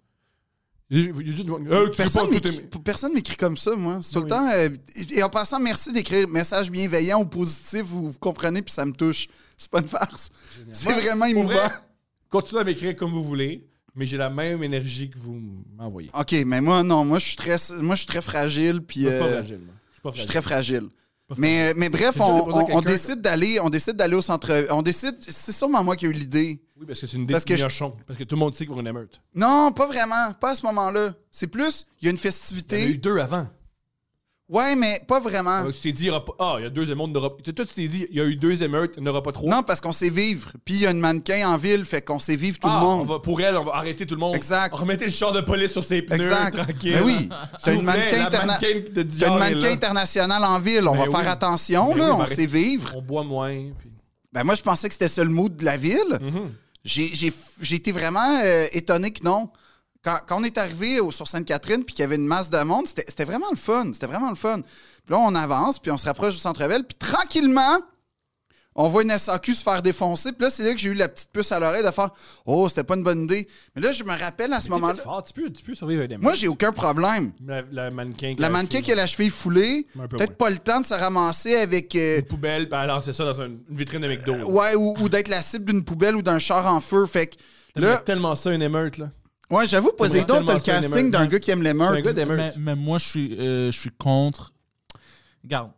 Speaker 2: Il y a- il y a juste- Hey, tu réponds à
Speaker 1: Personne
Speaker 2: tous tes messages.
Speaker 1: m'écrit- personne m'écrit comme ça, moi. C'est tout
Speaker 2: Oui.
Speaker 1: le temps. euh, et en passant, merci d'écrire message bienveillant ou positif, vous, vous comprenez, puis ça me touche. C'est pas une farce. C'est vraiment
Speaker 2: Pour
Speaker 1: émouvant.
Speaker 2: vrai, Continuez à m'écrire comme vous voulez, mais j'ai la même énergie que vous m'envoyez.
Speaker 1: Ok, mais moi, non, moi, je suis très, moi, je suis très fragile, Ah, puis.
Speaker 2: Je suis pas
Speaker 1: euh,
Speaker 2: fragile. moi. Je suis pas
Speaker 1: Je suis
Speaker 2: fragile.
Speaker 1: très fragile. Mais, mais bref,
Speaker 2: J'ai
Speaker 1: on,
Speaker 2: déjà déposé
Speaker 1: on- on
Speaker 2: quelqu'un-
Speaker 1: décide d'aller, on décide d'aller au centre. On décide. C'est sûrement moi qui ai eu l'idée.
Speaker 2: Oui, parce que c'est une
Speaker 1: Parce que
Speaker 2: décision
Speaker 1: je-
Speaker 2: Parce que tout le monde sait qu'on est une émeute.
Speaker 1: Non, pas vraiment. Pas à ce moment-là. C'est plus, il y a une
Speaker 2: Il y en a eu
Speaker 1: festivité.
Speaker 2: deux avant.
Speaker 1: Ouais, mais pas vraiment.
Speaker 2: Donc, tu t'es dit, il y aura pas- ah, il y a deux émeutes, il n'y aura pas. Tu t'es dit, il y a eu deux émeutes, il n'y en aura pas trois.
Speaker 1: Non, parce qu'on sait vivre. Puis il y a une mannequin en ville, fait qu'on sait vivre tout
Speaker 2: Ah,
Speaker 1: le
Speaker 2: on
Speaker 1: monde.
Speaker 2: va- pour elle, on va arrêter tout le monde.
Speaker 1: Exact.
Speaker 2: Remettez le char de police sur ses pneus,
Speaker 1: Exact.
Speaker 2: tranquille.
Speaker 1: Ben oui.
Speaker 2: S'il
Speaker 1: T'as
Speaker 2: vous
Speaker 1: une
Speaker 2: plaît,
Speaker 1: mannequin
Speaker 2: la
Speaker 1: interna-
Speaker 2: mannequin de
Speaker 1: Il y a
Speaker 2: Dior
Speaker 1: une
Speaker 2: est
Speaker 1: mannequin
Speaker 2: là.
Speaker 1: internationale en ville. On
Speaker 2: Ben
Speaker 1: va
Speaker 2: oui.
Speaker 1: faire attention,
Speaker 2: Ben
Speaker 1: là.
Speaker 2: oui,
Speaker 1: on
Speaker 2: arrête-
Speaker 1: sait vivre.
Speaker 2: On boit moins. puis-
Speaker 1: Ben moi, je pensais que c'était ça le mood de la ville.
Speaker 2: Mhm.
Speaker 1: J'ai- J'ai j'ai été vraiment euh, étonné que non. Quand, quand on est arrivé au- sur Sainte-Catherine puis qu'il y avait une masse de monde, c'était c'était vraiment le fun. C'était vraiment le fun. Puis là, on avance, puis on se rapproche du centre-ville, puis tranquillement, on voit une SAQ se faire défoncer. Puis là, c'est là que j'ai eu la petite puce à l'oreille de faire « Oh, c'était pas une bonne idée. » Mais là, je me rappelle à ce
Speaker 2: T'es fait
Speaker 1: moment-là...
Speaker 2: fort, tu peux, tu peux survivre à des
Speaker 1: Moi, j'ai aucun problème.
Speaker 2: la, la mannequin qui
Speaker 1: La
Speaker 2: a
Speaker 1: mannequin
Speaker 2: fait
Speaker 1: qui a la cheville foulée,
Speaker 2: Un peu
Speaker 1: peut-être
Speaker 2: moins.
Speaker 1: pas le temps de se ramasser avec... euh,
Speaker 2: une poubelle, puis elle a lancé ça dans un- une vitrine de McDo.
Speaker 1: ouais, ou, ou d'être la cible d'une poubelle ou d'un char en feu. Fait que
Speaker 2: T'aimerais
Speaker 1: là...
Speaker 2: tellement ça une émeute là.
Speaker 1: Ouais, j'avoue, Poséidon,
Speaker 2: tellement
Speaker 1: t'as le
Speaker 2: ça, une
Speaker 1: casting
Speaker 2: émeute.
Speaker 1: d'un gars qui aime les
Speaker 2: T'es
Speaker 1: meurtres.
Speaker 2: un gars
Speaker 5: Mais,
Speaker 2: d'émeute.
Speaker 5: mais moi, je suis, euh, je suis contre. Regarde,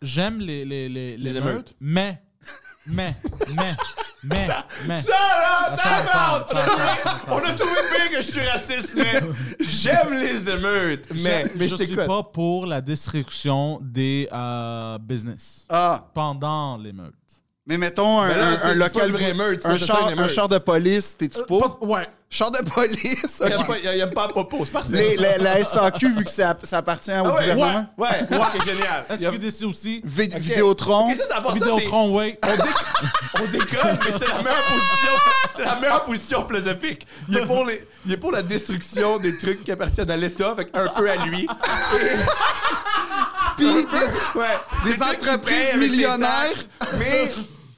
Speaker 5: j'aime les, les, les,
Speaker 2: Les émeutes. (laughs)
Speaker 5: Mais, mais, mais, Mais, mais.
Speaker 2: Ça, là,
Speaker 5: Ça,
Speaker 2: time
Speaker 5: attends,
Speaker 2: out!
Speaker 5: attends, attends,
Speaker 2: On a trouvé bien que je suis raciste, mais j'aime les émeutes. Mais, mais
Speaker 5: je
Speaker 2: je
Speaker 5: suis
Speaker 2: t'écoute.
Speaker 5: pas pour la destruction des euh, business
Speaker 1: Ah,
Speaker 5: pendant l'émeute.
Speaker 1: mais mettons un,
Speaker 2: Ben là,
Speaker 1: un-
Speaker 2: c'est-
Speaker 1: un
Speaker 2: c'est pas
Speaker 1: local.
Speaker 2: une vraie émeute, ça,
Speaker 1: un,
Speaker 2: c'est
Speaker 1: char,
Speaker 2: ça, une émeute.
Speaker 1: un char de police, t'es-tu pour?
Speaker 2: Ouais.
Speaker 1: (laughs) Char de police,
Speaker 2: Il
Speaker 1: ok.
Speaker 2: n'y a, pas à propos, c'est parfait.
Speaker 1: Les- la, la SAQ, vu que ça, ça appartient au
Speaker 2: Ah ouais, ouais,
Speaker 1: gouvernement.
Speaker 2: ouais, ouais, c'est génial. Il y a-
Speaker 5: SQDC aussi.
Speaker 1: Vi-
Speaker 2: Ok.
Speaker 1: Vidéotron.
Speaker 2: Ok, ça, ça, à part ça, c'est- (laughs)
Speaker 5: Vidéotron, oui.
Speaker 2: On, dé- on décolle, mais c'est la meilleure position. C'est la meilleure position philosophique. Il est pour, les- il est pour la destruction des trucs qui appartiennent à l'État, fait un peu à lui.
Speaker 1: Puis des-
Speaker 2: Ouais.
Speaker 1: Des
Speaker 2: trucs qui
Speaker 1: entreprises
Speaker 2: payent avec ses
Speaker 1: millionnaires.
Speaker 2: taxes, Mais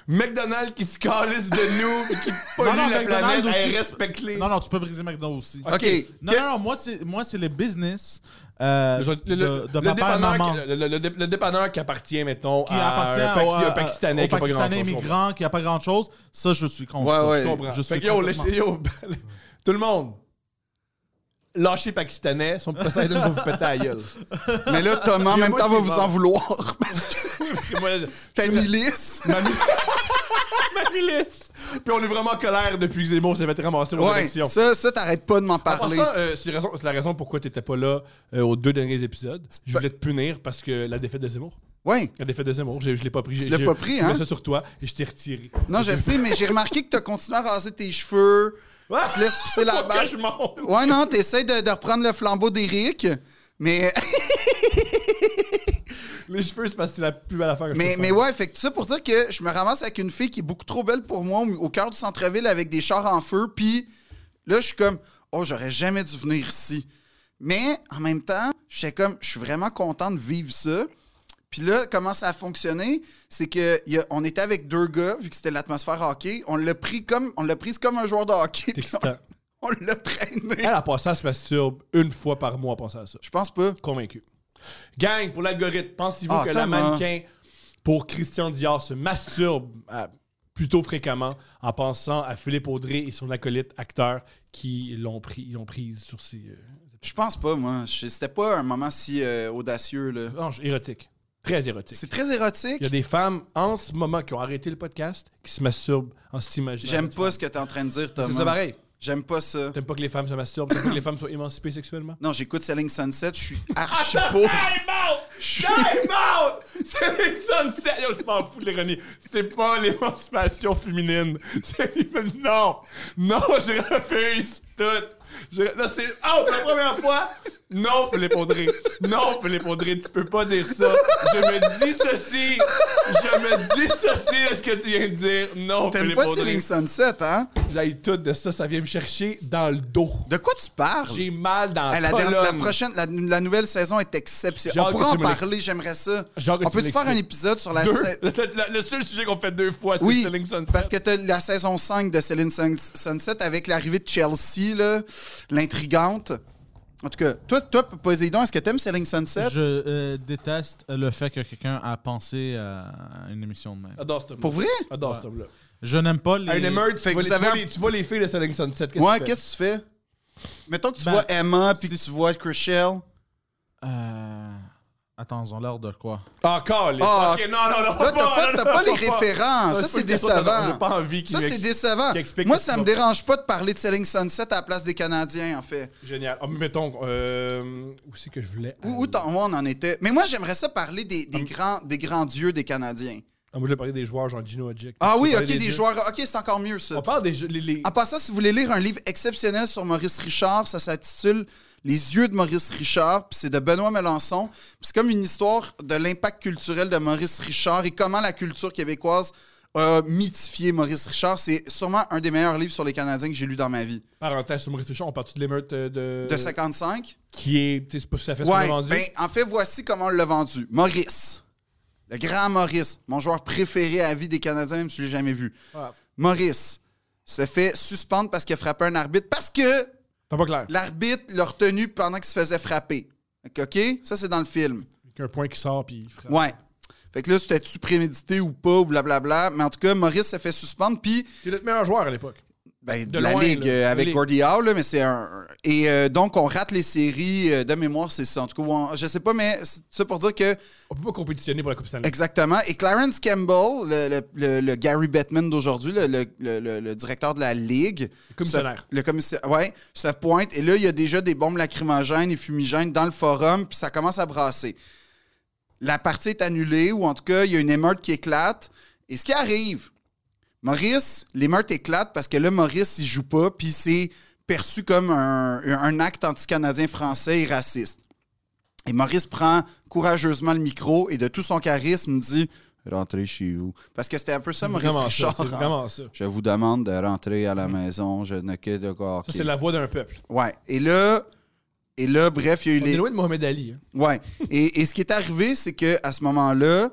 Speaker 2: McDonald's qui se calisse de nous et qui pollue
Speaker 5: non,
Speaker 2: la
Speaker 5: McDonald's
Speaker 2: planète, elle
Speaker 5: aussi.
Speaker 2: respecte les.
Speaker 5: Non, non, tu peux briser McDo aussi.
Speaker 1: OK.
Speaker 5: Non, non, non, moi, c'est, moi, c'est les business euh,
Speaker 2: Je- le, le-
Speaker 5: de, de
Speaker 2: le
Speaker 5: papa et
Speaker 2: dépanneur
Speaker 5: maman.
Speaker 2: qui, le- le- le dé- le dépanneur qui appartient, mettons,
Speaker 5: qui
Speaker 2: à
Speaker 5: appartient
Speaker 2: un, Paki-
Speaker 5: au- euh,
Speaker 2: un Pakistanais
Speaker 5: au
Speaker 2: qui n'a pas grand
Speaker 5: Pakistanais
Speaker 2: chose.
Speaker 5: immigrant qui n'a pas grand chose. Ça, je suis contre.
Speaker 1: Ouais,
Speaker 5: ça.
Speaker 1: ouais.
Speaker 2: Je comprends.
Speaker 5: Je
Speaker 2: Fait
Speaker 5: suis
Speaker 2: que yo,
Speaker 5: complètement-
Speaker 2: laissez- yo, (laughs) ben, tout le monde, lâchez Pakistanais, son Poseidon va vous péter à la
Speaker 5: (laughs)
Speaker 2: gueule.
Speaker 1: Mais là, Thomas, en
Speaker 2: Il y a
Speaker 1: même
Speaker 2: moi
Speaker 1: temps,
Speaker 2: qui
Speaker 1: va
Speaker 2: vais.
Speaker 1: vous en vouloir (laughs) parce que
Speaker 2: Parce que moi, je-
Speaker 1: ta milice.
Speaker 2: ma, mi- ma milice. Puis on est vraiment en colère depuis que Zemmour s'est fait ramasser aux
Speaker 1: Ouais,
Speaker 2: élections.
Speaker 1: ça, ça t'arrêtes pas de m'en
Speaker 2: En
Speaker 1: parler.
Speaker 2: passant, euh, c'est la raison- c'est la raison pourquoi t'étais pas là euh, aux deux derniers épisodes. Je voulais te punir parce que la défaite de Zemmour.
Speaker 1: Ouais.
Speaker 2: La défaite de Zemmour, je, je l'ai pas pris.
Speaker 1: Tu
Speaker 2: j'ai-
Speaker 1: l'as
Speaker 2: j'ai-
Speaker 1: pas pris,
Speaker 2: je mets
Speaker 1: hein?
Speaker 2: ça sur toi et je t'ai retiré.
Speaker 1: Non, je sais, mais j'ai remarqué que t'as continué à raser tes cheveux.
Speaker 2: Ouais.
Speaker 1: Tu te laisses
Speaker 2: (laughs)
Speaker 1: pousser la
Speaker 2: Ah! Faut que
Speaker 1: barbe.
Speaker 2: je monte.
Speaker 1: Ouais, non, t'essayes de, de reprendre le flambeau d'Éric. Mais,
Speaker 2: Les cheveux, c'est parce que c'est la plus belle affaire que je
Speaker 1: mais,
Speaker 2: peux
Speaker 1: mais
Speaker 2: faire.
Speaker 1: ouais, fait que tout ça pour dire que je me ramasse avec une fille qui est beaucoup trop belle pour moi au, au cœur du centre-ville avec des chars en feu. Puis là, je suis comme, oh, j'aurais jamais dû venir ici. Mais en même temps, j'étais comme, je suis vraiment content de vivre ça. Puis là, comment ça a fonctionné, c'est que y a- on était avec deux gars, vu que c'était l'atmosphère hockey. On l'a pris comme, on l'a prise comme un joueur de hockey.
Speaker 2: C'est
Speaker 1: Puis
Speaker 2: excitant.
Speaker 1: on, on l'a traîné.
Speaker 2: Elle, en passant, elle se masturbe une fois par mois en pensant à ça.
Speaker 1: Je pense pas.
Speaker 2: convaincu. Gang, pour l'algorithme, pensez-vous
Speaker 1: Ah,
Speaker 2: que la
Speaker 1: tellement.
Speaker 2: mannequin pour Christian Dior se masturbe euh, plutôt fréquemment en pensant à Philippe Audrey et son acolyte acteur qui l'ont pris, l'ont prise sur ses euh,
Speaker 1: Je pense pas, moi. Je- C'était pas un moment si euh, audacieux, là.
Speaker 2: hanches érotiques. Très érotiques.
Speaker 1: C'est très érotique.
Speaker 2: Il y a des femmes en ce moment qui ont arrêté le podcast qui se masturbent en s'imaginant.
Speaker 1: J'aime pas ce que t'es en train de dire,
Speaker 2: C'est ça
Speaker 1: Thomas.
Speaker 2: pareil.
Speaker 1: J'aime pas ça.
Speaker 2: T'aimes pas que les femmes se masturbent, t'aimes pas que les femmes soient émancipées sexuellement?
Speaker 1: Non, j'écoute Selling Sunset, je
Speaker 2: (laughs)
Speaker 1: suis archi pauvre.
Speaker 2: Time out! Time out! C'est les sunsets! Yo, je m'en fous de l'ironie. C'est pas l'émancipation féminine. C'est Non! Non, je refuse tout! Je... Non, c'est... Oh, pour la première fois! Non, Philippe Audrey. Non, Philippe Audrey, tu peux pas dire ça. Je me dissocie. Je me dissocie de ce que tu viens de dire. Non,
Speaker 1: T'aimes
Speaker 2: Philippe
Speaker 1: pas Selling
Speaker 2: Audrey.
Speaker 1: Sunset, hein?
Speaker 2: J'aille tout de ça, ça vient me chercher dans le dos.
Speaker 1: De quoi tu parles?
Speaker 2: J'ai mal dans
Speaker 1: Hey, la,
Speaker 2: colonne.
Speaker 1: dernière- la prochaine, la, la nouvelle saison est exceptionnelle.
Speaker 2: J'ai hâte
Speaker 1: On pourrait
Speaker 2: que
Speaker 1: en
Speaker 2: tu me
Speaker 1: parler, j'aimerais ça.
Speaker 2: J'ai hâte que
Speaker 1: On
Speaker 2: tu
Speaker 1: peut-tu
Speaker 2: me
Speaker 1: faire un
Speaker 2: l'expliques.
Speaker 1: épisode sur la
Speaker 2: Deux. (laughs)
Speaker 1: sa-
Speaker 2: Le, le- le seul sujet qu'on fait deux fois, c'est
Speaker 1: Oui,
Speaker 2: Selling Sunset.
Speaker 1: parce que t'as la saison 5 de Selling Sun- Sunset avec l'arrivée de Chelsea, là, l'intrigante. En tout cas, toi, toi Poséidon, est-ce que t'aimes Selling Sunset?
Speaker 5: Je euh, déteste le fait que quelqu'un a pensé euh, à une émission de même.
Speaker 2: Adore ce tome.
Speaker 1: Pour vrai?
Speaker 2: Adore
Speaker 5: Ouais.
Speaker 2: ce tome-là.
Speaker 5: Je n'aime pas les.
Speaker 2: À une émeute, tu,
Speaker 1: Fait que
Speaker 2: vois
Speaker 1: vous
Speaker 2: les, tu
Speaker 1: avez
Speaker 2: vois
Speaker 1: un-
Speaker 2: les- tu vois les filles de Selling Sunset. Qu'est-ce
Speaker 1: Ouais,
Speaker 2: que tu fais?
Speaker 1: qu'est-ce que tu fais? Mettons que tu
Speaker 5: Ben,
Speaker 1: vois Emma puis que
Speaker 5: c'est-
Speaker 1: tu vois Chrishell.
Speaker 5: Euh, Attends, ils ont l'air de quoi
Speaker 2: Encore, les.
Speaker 1: Ah,
Speaker 2: ok, non, non, non.
Speaker 1: Là, t'as
Speaker 2: non,
Speaker 1: pas,
Speaker 2: non,
Speaker 1: t'as
Speaker 2: non, (laughs)
Speaker 1: pas les
Speaker 2: non,
Speaker 1: références.
Speaker 2: non,
Speaker 1: Ça,
Speaker 2: je peux
Speaker 1: c'est
Speaker 2: le dire, non, non,
Speaker 1: décevant.
Speaker 2: J'ai pas envie qu'il
Speaker 1: Ça, c'est
Speaker 2: m'ex-
Speaker 1: décevant.
Speaker 2: qui explique
Speaker 1: Moi,
Speaker 2: que
Speaker 1: ça
Speaker 2: tu
Speaker 1: me
Speaker 2: vas-
Speaker 1: dérange pas de parler de Selling Sunset à la place des Canadiens, en fait.
Speaker 2: Génial. Ah, mais mettons, euh, où c'est que je voulais.
Speaker 1: Où, où
Speaker 2: aller?
Speaker 1: t'en- où on en était. Mais moi, j'aimerais ça parler des, des grands, des grands dieux des Canadiens.
Speaker 2: Ah, moi, je voulais parler des joueurs, genre Gino Adjic.
Speaker 1: Ah
Speaker 2: Je
Speaker 1: oui,
Speaker 2: voulais
Speaker 1: ok,
Speaker 2: parler
Speaker 1: des,
Speaker 2: jeux.
Speaker 1: joueurs. Ah. Ok, c'est encore mieux, ça.
Speaker 2: On parle des jeux. les- les-
Speaker 1: En passant, si vous voulez lire un livre exceptionnel sur Maurice Richard, ça s'intitule Les yeux de Maurice Richard, puis c'est de Benoît Melançon. Puis c'est comme une histoire de l'impact culturel de Maurice Richard et comment la culture québécoise a mythifié Maurice Richard. C'est sûrement un des meilleurs livres sur les Canadiens que j'ai lu dans ma vie.
Speaker 2: Parenthèse sur Maurice Richard, on parle de l'émeute euh, de.
Speaker 1: De 55.
Speaker 2: Qui est. Tu sais, c'est pas tout à fait ce qu'on a
Speaker 1: Ouais,
Speaker 2: vendu.
Speaker 1: ben, en fait, voici comment on l'a vendu. Maurice. Le grand Maurice, mon joueur préféré à vie des Canadiens, même si je l'ai jamais vu.
Speaker 2: Ah,
Speaker 1: Maurice se fait suspendre parce qu'il a frappé un arbitre parce que
Speaker 2: T'as pas clair.
Speaker 1: L'arbitre l'a retenu pendant qu'il se faisait frapper. Fait que, OK? Ça, c'est dans le film.
Speaker 2: Un point qui sort, puis il frappe.
Speaker 1: Ouais. Fait que là, c'était-tu prémédité ou pas, ou blablabla. Mais en tout cas, Maurice s'est fait suspendre, puis
Speaker 2: C'est notre meilleur joueur à l'époque.
Speaker 1: Ben, de,
Speaker 2: De
Speaker 1: la
Speaker 2: loin,
Speaker 1: Ligue
Speaker 2: là.
Speaker 1: euh, avec
Speaker 2: Ligue.
Speaker 1: Gordie Howe, là, mais c'est un. Et euh, donc, on rate les séries euh, de mémoire, c'est ça. En tout cas, on- je sais pas, mais c'est ça pour dire que.
Speaker 2: On peut pas compétitionner pour la Coupe Stanley.
Speaker 1: Exactement. Et Clarence Campbell, le, le- le- le Gary Bettman d'aujourd'hui, le, le- le- le- le directeur de la Ligue.
Speaker 2: Commissionnaire.
Speaker 1: se- le commissaire. Ouais, se pointe. Et là, il y a déjà des bombes lacrymogènes et fumigènes dans le forum, puis ça commence à brasser. La partie est annulée, ou en tout cas, il y a une émeute qui éclate. Et ce qui arrive, Maurice, l'émeute éclate parce que là, Maurice, il joue pas, puis c'est perçu comme un, un acte anti-canadien-français et raciste. Et Maurice prend courageusement le micro et de tout son charisme dit Rentrez chez vous. Parce que c'était un peu ça,
Speaker 2: C'est
Speaker 1: Maurice
Speaker 2: vraiment ça.
Speaker 1: Richard.
Speaker 2: C'est
Speaker 1: hein.
Speaker 2: vraiment ça.
Speaker 1: Je vous demande de rentrer à la maison, je ne que de quoi.
Speaker 2: Mm. Ça, c'est la voix d'un peuple.
Speaker 1: Ouais. Et là, et là, bref, il y a eu
Speaker 2: On
Speaker 1: les.
Speaker 2: est loin de Mohamed Ali. hein.
Speaker 1: Ouais. et, et ce qui est arrivé, c'est que à ce moment-là,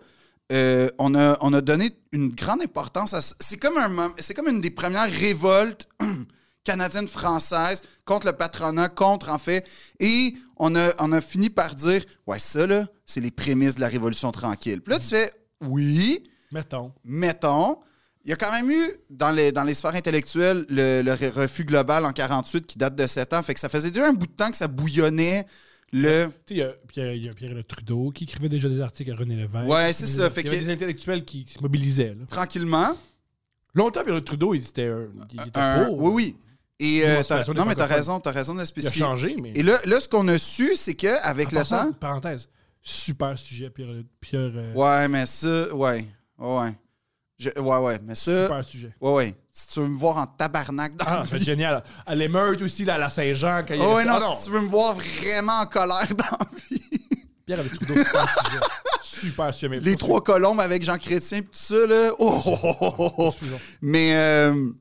Speaker 1: euh, on, a, on a donné une grande importance à. ce- C'est comme, un, mom- c'est comme une des premières révoltes (clears throat) canadiennes-françaises contre le patronat, contre, en fait. Et on a, on a fini par dire Ouais, ça, là, c'est les prémices de la Révolution tranquille. Puis là, tu fais Oui,
Speaker 2: Mettons.
Speaker 1: mettons. Il y a quand même eu, dans les, dans les sphères intellectuelles, le, le re- refus global en 48 qui date de 7 ans. Fait que ça faisait déjà un bout de temps que ça bouillonnait le.
Speaker 2: Tu sais, il y a Pierre, il y a Pierre Le Trudeau qui écrivait déjà des articles à René Lévesque.
Speaker 1: Ouais, c'est ça, fait
Speaker 2: il y avait
Speaker 1: que-
Speaker 2: des intellectuels qui se mobilisaient. là.
Speaker 1: Tranquillement.
Speaker 2: Longtemps, Pierre Le Trudeau, il était, euh, il était
Speaker 1: un-
Speaker 2: beau.
Speaker 1: oui, oui. Et euh, t'as-
Speaker 2: L'émancipation des
Speaker 1: non, mais t'as
Speaker 2: francophones.
Speaker 1: raison, t'as raison de le
Speaker 2: Il a
Speaker 1: spécifier.
Speaker 2: changé, mais...
Speaker 1: Et là, là, ce qu'on a su, c'est que avec
Speaker 2: En
Speaker 1: le
Speaker 2: passant,
Speaker 1: temps.
Speaker 2: Parenthèse. Super sujet, Pierre... Le- Pierre euh,
Speaker 1: Ouais, mais ça, ouais. Ouais, Je- ouais, ouais. Mais ça,
Speaker 2: Super sujet.
Speaker 1: ouais, ouais. Si tu veux me voir en tabarnak dans
Speaker 2: Ah,
Speaker 1: la
Speaker 2: ça va être
Speaker 1: vie-
Speaker 2: génial. À l'émeute aussi, là, à la Saint-Jean, quand il
Speaker 1: Oh, ouais,
Speaker 2: était-
Speaker 1: non,
Speaker 2: Ah,
Speaker 1: si tu veux me voir vraiment en colère dans la vie.
Speaker 2: Pierre avec Trudeau, super sujet. Super sujet. mais
Speaker 1: Les
Speaker 2: poursuivons.
Speaker 1: trois colombes avec Jean Chrétien pis tout ça, là. Oh, oh, oh, oh, oh, oh.
Speaker 2: Poursuivons.
Speaker 1: Mais, euh,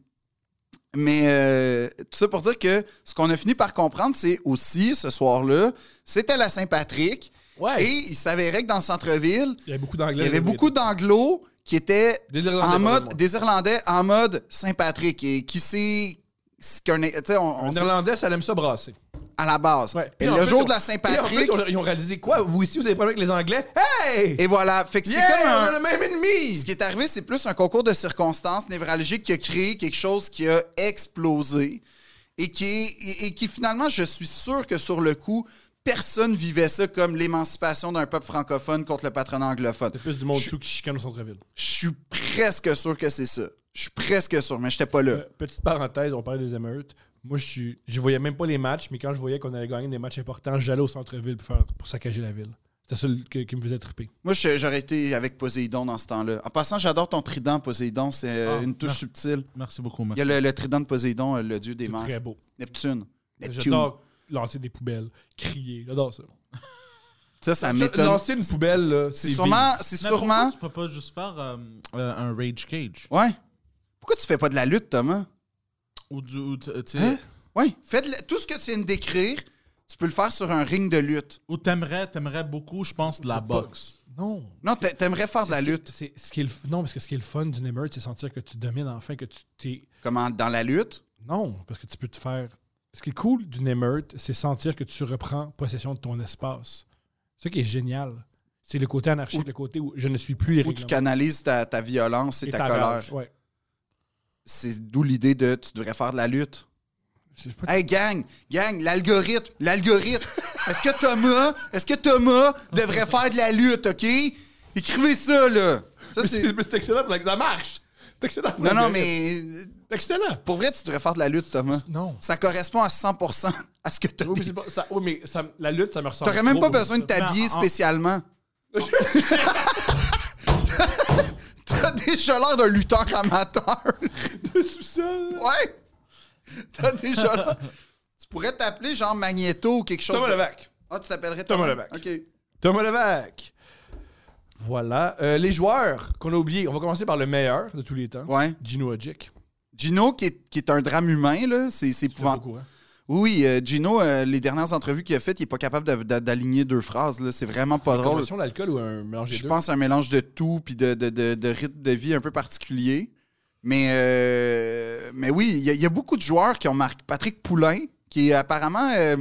Speaker 1: mais euh, tout ça pour dire que ce qu'on a fini par comprendre, c'est aussi ce soir-là, c'était la Saint-Patrick.
Speaker 2: Ouais.
Speaker 1: Et il s'avérait que dans le centre-ville,
Speaker 2: Il y avait beaucoup d'anglais.
Speaker 1: il y avait beaucoup d'anglos qui étaient
Speaker 2: Des Irlandais,
Speaker 1: en mode,
Speaker 2: pardon.
Speaker 1: des Irlandais en mode Saint-Patrick. Et qui sait ce qu'un. Tu sais, on, on
Speaker 2: Un
Speaker 1: sait
Speaker 2: Irlandais, ça aime ça brasser.
Speaker 1: à la base.
Speaker 2: Ouais.
Speaker 1: Et
Speaker 2: Puis en
Speaker 1: le
Speaker 2: plus,
Speaker 1: jour
Speaker 2: on-
Speaker 1: de la
Speaker 2: puis
Speaker 1: Saint-Patrick.
Speaker 2: en plus, on- ils ont réalisé quoi Vous ici, vous avez problème avec les Anglais Hey
Speaker 1: Et voilà. Fait que c'est
Speaker 2: Yeah,
Speaker 1: comme un.
Speaker 2: on a le même ennemi
Speaker 1: Ce qui est arrivé, c'est plus un concours de circonstances névralgiques qui a créé quelque chose qui a explosé et qui, est- et- et qui finalement, je suis sûr que sur le coup, personne vivait ça comme l'émancipation d'un peuple francophone contre le patronat anglophone.
Speaker 2: Plus du monde
Speaker 1: Je-
Speaker 2: tout qui chicane au centre-ville.
Speaker 1: Je suis presque sûr que c'est ça. Je suis presque sûr, mais j'étais pas là.
Speaker 2: Euh, Petite parenthèse, on parlait des émeutes. Moi, je suis, je voyais même pas les matchs, mais quand je voyais qu'on allait gagner des matchs importants, j'allais au centre-ville pour, faire- pour saccager la ville. C'était ça le- que- qui me faisait triper.
Speaker 1: Moi, je- j'aurais été avec Poséidon dans ce temps-là. En passant, j'adore ton trident, Poséidon. C'est euh,
Speaker 2: Ah,
Speaker 1: une touche
Speaker 5: merci.
Speaker 1: subtile.
Speaker 5: Merci beaucoup,
Speaker 1: Il y
Speaker 5: merci.
Speaker 1: a le, le trident de Poséidon, euh, le dieu des
Speaker 2: C'est
Speaker 1: mers.
Speaker 2: très beau.
Speaker 1: Neptune. Neptune.
Speaker 2: J'adore lancer des poubelles, crier. J'adore ça.
Speaker 1: Ça, ça m'étonne.
Speaker 2: Lancer une poubelle, là,
Speaker 1: C'est
Speaker 2: vif.
Speaker 1: sûrement, c'est
Speaker 5: Mais pourquoi
Speaker 1: sûrement
Speaker 5: Tu peux pas juste faire euh, euh, un Rage Cage.
Speaker 1: Ouais. Pourquoi tu fais pas de la lutte, Thomas?
Speaker 5: Ou du. ou t- euh, tu sais,
Speaker 1: Hein? Ouais. Fais de la- tout ce que tu viens de décrire, tu peux le faire sur un ring de lutte.
Speaker 5: Ou t'aimerais, t'aimerais beaucoup, je pense, de la
Speaker 2: C'est pas-
Speaker 5: boxe.
Speaker 2: Non.
Speaker 1: Non, t'a- t'aimerais faire de la
Speaker 2: C'est ce qui-
Speaker 1: lutte.
Speaker 2: c'est ce qui est le f- non, parce que ce qui est le fun d'une émeute, c'est sentir que tu domines enfin, que tu t'es.
Speaker 1: Comment? Dans la lutte?
Speaker 2: Non, parce que tu peux te faire. Ce qui est cool d'une émeute, c'est sentir que tu reprends possession de ton espace. Ce qui est génial, c'est le côté anarchique,
Speaker 1: Ou-
Speaker 2: le côté où je ne suis plus les
Speaker 1: Où tu
Speaker 2: règlements
Speaker 1: canalises ta, ta violence et,
Speaker 2: et
Speaker 1: ta,
Speaker 2: ta
Speaker 1: colère.
Speaker 2: rage. Ouais.
Speaker 1: C'est d'où l'idée de tu devrais faire de la lutte.
Speaker 2: C'est pas-
Speaker 1: Hey gang, gang, l'algorithme,
Speaker 2: (laughs)
Speaker 1: l'algorithme. Est-ce que Thomas, est-ce que Thomas devrait faire de la lutte, ok? Écrivez ça, là. Ça,
Speaker 2: Mais
Speaker 1: c'est...
Speaker 2: (laughs) c'est mais c'est excellent pour la ça marche. C'est excellent. pour
Speaker 1: Non,
Speaker 2: la
Speaker 1: non,
Speaker 2: guerre.
Speaker 1: mais
Speaker 2: C'est excellent.
Speaker 1: pour vrai, tu devrais faire de la lutte, Thomas.
Speaker 2: Non.
Speaker 1: Ça correspond à 100% à ce que tu
Speaker 2: Oui, mais, c'est pas- ça, oui, mais ça- la lutte, ça me ressemble.
Speaker 1: T'aurais même
Speaker 2: trop
Speaker 1: pas
Speaker 2: pour
Speaker 1: besoin de
Speaker 2: ça.
Speaker 1: t'habiller
Speaker 5: Ben, en-
Speaker 1: spécialement.
Speaker 2: (laughs)
Speaker 1: T'as déjà l'air d'un lutteur amateur.
Speaker 2: Je suis seul.
Speaker 1: Ouais. T'as déjà l'air. Tu pourrais t'appeler genre Magneto ou quelque chose.
Speaker 2: Thomas
Speaker 1: de-
Speaker 2: Levac.
Speaker 1: Ah, tu t'appellerais
Speaker 2: Thomas
Speaker 1: Thomas
Speaker 2: Levac.
Speaker 1: OK.
Speaker 2: Thomas Levac. Voilà. Euh, les joueurs qu'on a oubliés. On va commencer par le meilleur de tous les temps.
Speaker 1: Ouais.
Speaker 2: Gino Hodgick.
Speaker 1: Gino, qui est, qui est un drame humain, là, c'est c'est
Speaker 2: Tu l'as au
Speaker 1: épouvantable.
Speaker 2: courant.
Speaker 1: Oui, euh, Gino, euh, les dernières entrevues qu'il a faites, il est pas capable de- de- d'aligner deux phrases. là. C'est vraiment pas drôle.
Speaker 2: Consommation d'alcool ou un mélange des
Speaker 1: Je
Speaker 2: deux?
Speaker 1: pense à un mélange de tout puis de, de- de- de rythme de vie un peu particulier. Mais, euh, mais oui, il y, a- il y a beaucoup de joueurs qui ont marqué. Patrick Poulain, qui est apparemment. euh,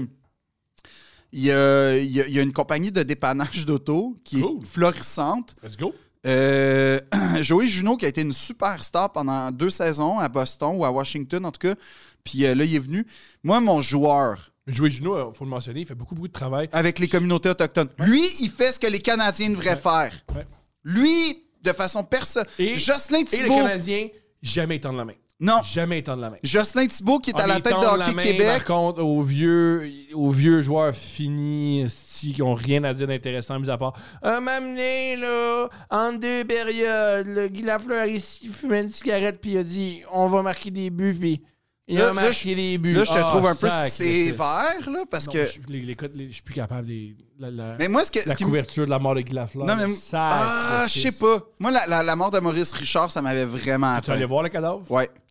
Speaker 1: il y, a, il y a- il y a une compagnie de dépannage d'auto qui
Speaker 2: Cool.
Speaker 1: est florissante.
Speaker 2: Let's go.
Speaker 1: Euh, (clears throat) Joey Juno, qui a été une superstar pendant deux saisons à Boston ou à Washington, en tout cas. Puis euh, là, il est venu. Moi, mon joueur
Speaker 2: Jouer Juno, il faut le mentionner, il fait beaucoup, beaucoup de travail.
Speaker 1: avec les communautés autochtones, lui, il fait ce que les Canadiens devraient faire.
Speaker 2: Ouais.
Speaker 1: Lui, de façon personnelle.
Speaker 2: Et-
Speaker 1: Jocelyn
Speaker 2: Et les
Speaker 1: Thibault.
Speaker 2: Canadiens, jamais ils tendent la main.
Speaker 1: Non,
Speaker 2: Jamais ils tendent la main.
Speaker 1: Jocelyn Thibault, qui est à
Speaker 2: Ah,
Speaker 1: la
Speaker 2: ils
Speaker 1: tête de
Speaker 2: tendent
Speaker 1: Hockey
Speaker 2: la main,
Speaker 1: Québec.
Speaker 2: Par contre, aux vieux, aux vieux joueurs finis, si, qui n'ont rien à dire d'intéressant, mis à part Un m'amener, là, en deux périodes, le Guy Lafleur, il s- il fumait une cigarette, puis il a dit On va marquer des buts, puis il
Speaker 1: Là, là,
Speaker 2: a marqué des buts.
Speaker 1: Là, je te
Speaker 2: Ah,
Speaker 1: trouve un peu
Speaker 2: sac,
Speaker 1: sévère, là, parce
Speaker 2: Non,
Speaker 1: que.
Speaker 2: Je, les- les cotes, les- je suis plus capable des. La, la-
Speaker 1: Mais moi, ce, que, ce
Speaker 2: la
Speaker 1: qui me-
Speaker 2: couverture de la mort de Guy Lafleur.
Speaker 1: Non, mais.
Speaker 2: sac,
Speaker 1: Ah, je
Speaker 2: Christ.
Speaker 1: sais pas. Moi, la, la- la mort de Maurice Richard, ça m'avait vraiment
Speaker 2: Tu es allé
Speaker 1: atteint.
Speaker 2: voir le cadavre
Speaker 1: Ouais.
Speaker 2: (laughs)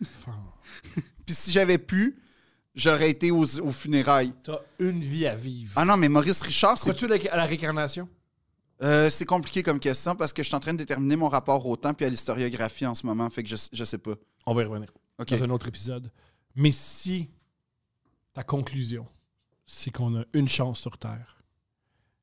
Speaker 1: (laughs) Puis si j'avais pu, j'aurais été aux, aux funérailles.
Speaker 2: T'as une vie à vivre.
Speaker 1: Ah non, mais Maurice Richard, c'est
Speaker 2: Crois-tu à la- à la réincarnation
Speaker 1: euh, c'est compliqué comme question parce que je suis en train de déterminer mon rapport au temps puis à l'historiographie en ce moment. Fait que je, je sais pas.
Speaker 2: On va y revenir.
Speaker 1: OK.
Speaker 2: dans un autre épisode. Mais si ta conclusion, c'est qu'on a une chance sur Terre,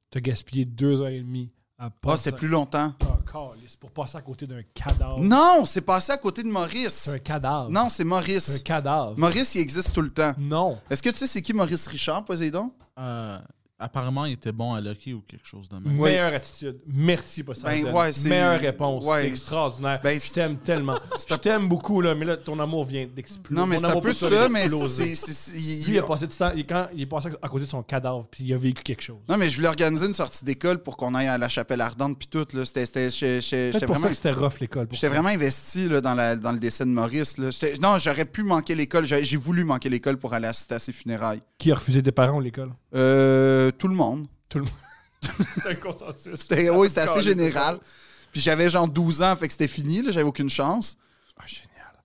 Speaker 2: t'as gaspillé deux heures et demie à
Speaker 1: Ah,
Speaker 2: passer,
Speaker 1: c'était plus longtemps.
Speaker 2: Ah, câlisse, pour passer à côté d'un cadavre.
Speaker 1: Non, c'est passé à côté de Maurice.
Speaker 2: Oh. C'est un cadavre.
Speaker 1: Non, c'est
Speaker 2: C'est un
Speaker 1: Maurice.
Speaker 2: cadavre.
Speaker 1: Maurice, il existe tout le temps.
Speaker 2: Non.
Speaker 1: Est-ce que tu sais c'est qui Maurice Richard, Poséidon?
Speaker 5: Euh, apparemment, il était bon à Lucky ou quelque chose de même.
Speaker 1: Oui.
Speaker 2: Meilleure attitude. Merci, Poseidon.
Speaker 1: Ben, ouais, c'est-
Speaker 2: Meilleure réponse.
Speaker 1: ouais.
Speaker 2: C'est extraordinaire.
Speaker 1: Ben, (laughs)
Speaker 2: je
Speaker 1: c'est-
Speaker 2: t'aime tellement. je t'aime beaucoup, là, mais là, ton amour vient d'exploser.
Speaker 1: Non, mais
Speaker 2: Mon
Speaker 1: c'est un
Speaker 2: amour
Speaker 1: peu
Speaker 2: pour toi vient
Speaker 1: ça, mais
Speaker 2: d'exploser.
Speaker 1: c'est. c'est- c'est- il-
Speaker 2: Lui, il a passé du temps, il- quand il est passé à côté de son cadavre, puis il a vécu quelque chose.
Speaker 1: Non, mais je voulais organiser une sortie d'école pour qu'on aille à la chapelle ardente, puis tout. là. C'était- c'était- j'ai- j'ai- J'étais
Speaker 2: Peut-être pour
Speaker 1: vraiment,
Speaker 2: ça que c'était rough l'école. pour
Speaker 1: j'étais vraiment investi là, dans, la- dans le décès de Maurice. là. J'étais- Non, j'aurais pu manquer l'école. J'ai j'ai voulu manquer l'école pour aller assister à ses funérailles.
Speaker 2: Qui a refusé tes parents
Speaker 1: (laughs)
Speaker 2: ou l'école?
Speaker 1: Euh, tout le monde.
Speaker 2: C'est un consensus.
Speaker 1: C'était- Oui, c'était assez général.
Speaker 2: hein.
Speaker 1: Puis j'avais genre 12 ans, fait que c'était fini. là. J'avais aucune chance.
Speaker 2: Ah, génial.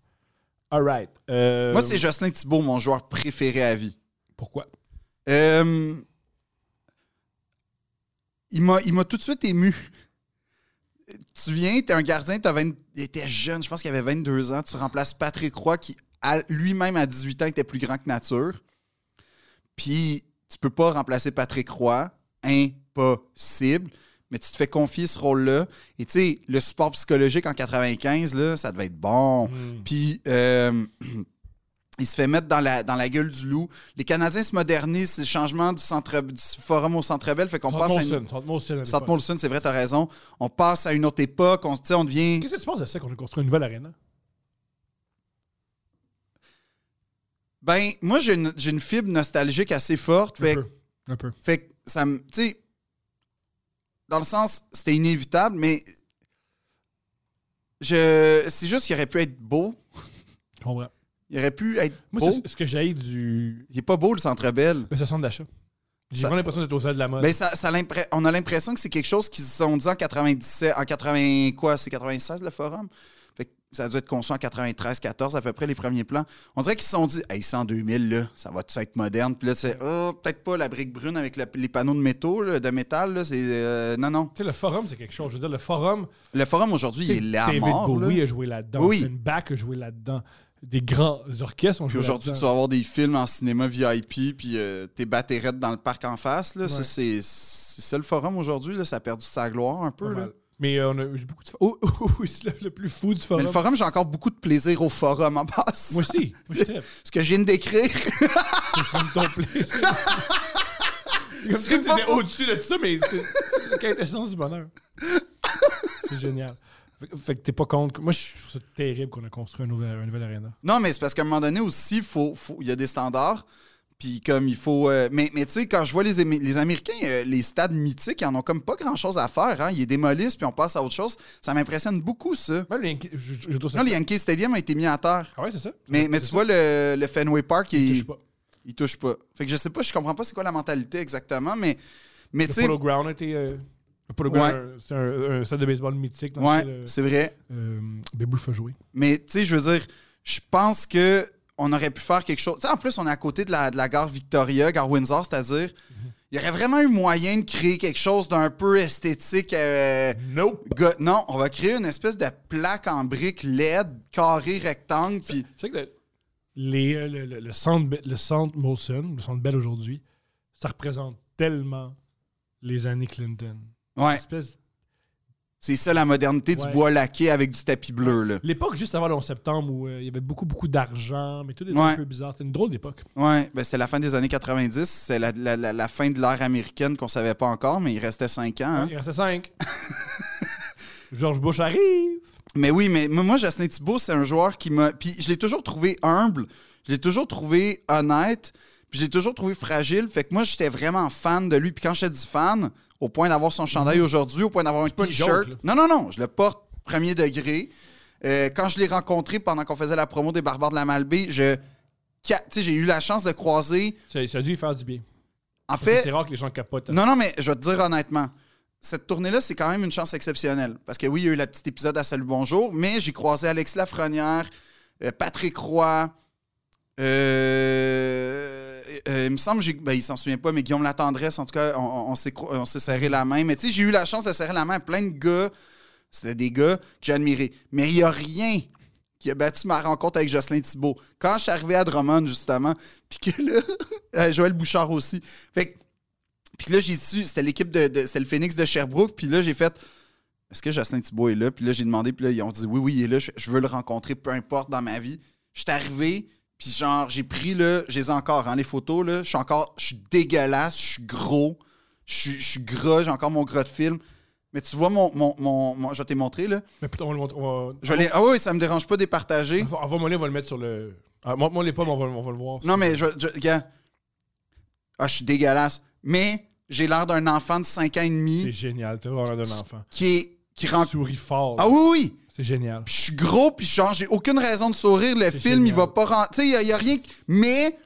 Speaker 2: All right. Euh,
Speaker 1: Moi, c'est Jocelyn Thibault, mon joueur préféré à vie.
Speaker 2: Pourquoi?
Speaker 1: Euh, il m'a il m'a tout de suite ému. Tu viens, t'es un gardien, t'as 20 il était jeune, je pense qu'il avait 22 ans. Tu remplaces Patrick Roy qui, à- lui-même, à 18 ans, était plus grand que nature. Puis, tu peux pas remplacer Patrick Roy. Impossible. Mais tu te fais confier ce rôle-là. Et tu sais, le support psychologique en 95, là, ça devait être bon.
Speaker 2: Hmm.
Speaker 1: Puis euh, (clears throat) il se fait mettre dans la, dans la gueule du loup. Les Canadiens se modernisent, c'est le changement du, centre, du forum au Centre Bell, fait qu'on passe à une... Centre
Speaker 2: Qu'est-ce
Speaker 1: Molson, c'est vrai, t'as raison. On passe à une autre époque, on, tu sais, on devient...
Speaker 2: que tu penses de ça qu'on a construit une nouvelle arène? hein?
Speaker 1: Ben, moi, j'ai une, j'ai une fibre nostalgique assez forte, fait,
Speaker 2: peu. Un peu.
Speaker 1: fait que ça me... Tu sais, dans le sens, c'était inévitable, mais... Je, c'est juste qu'il aurait pu être beau.
Speaker 2: Je comprends.
Speaker 1: Il aurait pu être
Speaker 2: Moi,
Speaker 1: beau.
Speaker 2: c'est ce que j'ai du.
Speaker 1: Il est pas beau, le Centre Bell.
Speaker 2: Mais ce centre d'achat. J'ai
Speaker 1: Ça-
Speaker 2: vraiment l'impression d'être au salon de la mode.
Speaker 1: Ben, ça, ça l'impre- on a l'impression que c'est quelque chose qu'ils se sont dit en 97, en 80, quoi, c'est 96 le forum? Fait que ça a dû être conçu en 93, 14 à peu près les premiers plans. On dirait qu'ils se sont dit, hey, c'est en 2000, là, ça va tout être moderne. Puis là, c'est, oh, peut-être pas la brique brune avec la- les panneaux de métaux, là, de métal, là, c'est, euh, non, non.
Speaker 2: Tu sais, le forum, c'est quelque chose. Je veux dire, le forum.
Speaker 1: Le forum aujourd'hui, il est là à
Speaker 2: David
Speaker 1: mort. là.
Speaker 2: Bowie a joué là-dedans.
Speaker 1: Oui.
Speaker 2: Une back a joué là-dedans. Des grands orchestres ont
Speaker 1: Puis
Speaker 2: joué
Speaker 1: aujourd'hui,
Speaker 2: euh, là-dedans.
Speaker 1: tu vas avoir des films en cinéma VIP, puis euh, t'es batterette dans le parc en face, là. Ça,
Speaker 2: Ouais.
Speaker 1: c'est, c'est ça le forum aujourd'hui, là. Ça a perdu sa gloire un peu,
Speaker 2: Pas
Speaker 1: là.
Speaker 2: mal. Mais euh, on a eu (laughs) beaucoup de. Oh, oh, oh, il se lève le plus fou du
Speaker 1: Mais
Speaker 2: forum.
Speaker 1: le forum, j'ai encore beaucoup de plaisir au forum en passe.
Speaker 2: Moi aussi. Moi, je trippe.
Speaker 1: (laughs) Ce que je viens de décrire.
Speaker 2: Ça me tombe plaisir. Comme si
Speaker 1: C'est
Speaker 2: tu
Speaker 1: pas
Speaker 2: étais
Speaker 1: pour-
Speaker 2: au-dessus de ça, mais c'est c'est la quintessence du bonheur. C'est génial. Fait que- Fait que t'es pas contre. Moi, je trouve ça terrible qu'on a construit un nouvel, un nouvel arena.
Speaker 1: Non, mais c'est parce qu'à un moment donné aussi, faut, faut- il y a des standards. Puis comme il faut. euh, mais mais tu sais, quand je vois les, Ami- les Américains, euh, les stades mythiques, ils en ont comme pas grand chose à faire. Hein. Ils les démolissent puis on passe à autre chose. Ça m'impressionne beaucoup, ça.
Speaker 2: Même le Yankee- je, je- je trouve ça-
Speaker 1: Là, le Yankee Stadium a été mis à terre.
Speaker 2: Ah ouais, c'est ça.
Speaker 1: Mais, mais
Speaker 2: C'est
Speaker 1: tu
Speaker 2: ça.
Speaker 1: vois, le, le Fenway Park,
Speaker 2: Je
Speaker 1: il,
Speaker 2: touche pas.
Speaker 1: il touche pas. Fait que je sais pas, je comprends pas c'est quoi la mentalité exactement, mais, mais tu
Speaker 2: Le
Speaker 1: sais.
Speaker 2: Polo Ground a été. euh, le Polo
Speaker 1: Ouais.
Speaker 2: Ground, c'est un, un stade de baseball mythique dans
Speaker 1: Ouais,
Speaker 2: lequel euh,
Speaker 1: c'est vrai.
Speaker 2: euh, Babe Ruth a joué.
Speaker 1: Mais tu sais, je veux dire, je pense que on aurait pu faire quelque chose. Tu sais, en plus, on est à côté de la, de la gare Victoria, gare Windsor, c'est-à-dire, il y aurait vraiment eu moyen de créer quelque chose d'un peu esthétique. euh,
Speaker 2: Nope.
Speaker 1: go- non, on va créer une espèce de plaque en briques LED, carré, rectangle, puis
Speaker 2: Tu sais que le, les, euh, le, le- le centre, Be- le centre Molson, le centre Bell aujourd'hui, ça représente tellement les années Clinton.
Speaker 1: ouais,
Speaker 2: espèce
Speaker 1: C'est ça la modernité
Speaker 2: Ouais.
Speaker 1: du bois laqué avec du tapis bleu, là.
Speaker 2: L'époque juste avant le 11 septembre où euh, il y avait beaucoup, beaucoup d'argent, mais tout était
Speaker 1: Ouais.
Speaker 2: un peu bizarre. C'était une drôle d'époque.
Speaker 1: Ouais, ben c'était la fin des années 90. C'est la, la- la- la fin de l'ère américaine qu'on savait pas encore, mais il restait 5 ans. hein.
Speaker 2: Il restait 5. (laughs) George Bush arrive.
Speaker 1: Mais oui, mais moi, moi, Jocelyn Thibault, c'est un joueur qui m'a. Puis je l'ai toujours trouvé humble, je l'ai toujours trouvé honnête, puis je l'ai toujours trouvé fragile. Fait que moi, j'étais vraiment fan de lui. Puis quand je te dis fan, au point d'avoir son chandail aujourd'hui, au point d'avoir un
Speaker 2: Mhm. pas une
Speaker 1: t-shirt.
Speaker 2: joke,
Speaker 1: Non, non, non, je le porte premier degré. Euh, quand je l'ai rencontré pendant qu'on faisait la promo des Barbares de la Malbaie, je. ca- Tu sais, j'ai eu la chance de croiser.
Speaker 2: Ça, ça a dû lui faire du bien.
Speaker 1: En
Speaker 2: Parce que
Speaker 1: fait,
Speaker 2: C'est rare que les gens capotent.
Speaker 1: non, non, mais je vais te dire honnêtement, cette tournée-là, c'est quand même une chance exceptionnelle. Parce que oui, il y a eu le petit épisode à Salut Bonjour, mais j'ai croisé Alex Lafrenière, euh, Patrick Roy. euh, euh, il me semble, que j'ai- ben, il s'en souvient pas, mais Guillaume Latendresse, en tout cas, on, on- on s'est cro- on s'est serré la main. Mais tu sais, j'ai eu la chance de serrer la main à plein de gars. C'était des gars que j'ai admirés. Mais il n'y a rien qui a battu ma rencontre avec Jocelyn Thibault. Quand je suis arrivé à Drummond, justement, (laughs) puis que là, euh, Joël Bouchard aussi. Fait que puis que là, j'ai su, c'était l'équipe de, de- c'était le Phoenix de Sherbrooke. Puis là, j'ai fait, est-ce que Jocelyn Thibault est là? Puis là, j'ai demandé, puis là, ils ont dit, oui, oui, il est là, je, je veux le rencontrer, peu importe dans ma vie. Je suis arrivé, puis genre, j'ai pris, là, j'ai encore, hein, les photos, là, je suis encore, je suis dégueulasse, je suis gros, je suis- je suis gras, j'ai encore mon gras de film. Mais tu vois, mon, mon, mon, mon- je vais te les montrer, là.
Speaker 2: Mais putain, on va le montrer. On va...
Speaker 1: Je vais les- ah oui, ça me dérange pas de les partager.
Speaker 2: Envoie- Envoie-moi le, on va le mettre sur le. Ah, Montre-moi les pommes, on va, on va le voir.
Speaker 1: Non, mais je, je- gars, ah, je suis dégueulasse. Mais j'ai l'air d'un enfant de 5 ans et
Speaker 2: C'est
Speaker 1: demi
Speaker 2: génial. T'as vraiment l'air d'un enfant.
Speaker 1: qui est, qui rencontre.
Speaker 2: Souris fort.
Speaker 1: Ah oui, oui!
Speaker 2: C'est génial.
Speaker 1: Puis je suis gros, puis genre, j'ai aucune raison de sourire. Le film, il
Speaker 2: génial.
Speaker 1: va pas rentrer. Tu sais, il y a- il y, a rien. qui- Mais.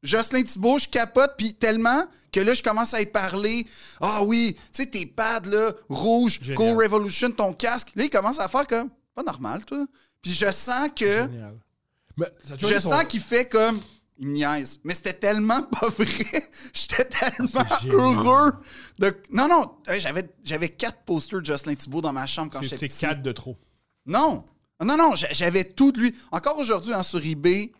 Speaker 1: Jocelyn Thibault, je capote, puis tellement que là, je commence à y parler. Ah oui, tu sais, tes pads, là, rouges,
Speaker 2: Génial.
Speaker 1: Go Revolution, ton casque. Là, il commence à faire comme, pas normal, toi. Puis je sens que,
Speaker 2: Génial. Mais, ça, tu vois,
Speaker 1: je
Speaker 2: son-
Speaker 1: sens qu'il fait comme, il me niaise. Mais c'était tellement (laughs) pas vrai. J'étais tellement
Speaker 2: c'est génial.
Speaker 1: heureux. De... Non, non, hey, j'avais j'avais quatre posters de Jocelyn Thibault dans ma chambre quand
Speaker 2: c'est-
Speaker 1: j'étais petit.
Speaker 2: C'est 4 de trop.
Speaker 1: Non. Non, non, j'a- j'avais tout de lui. Encore aujourd'hui, en sur eBay,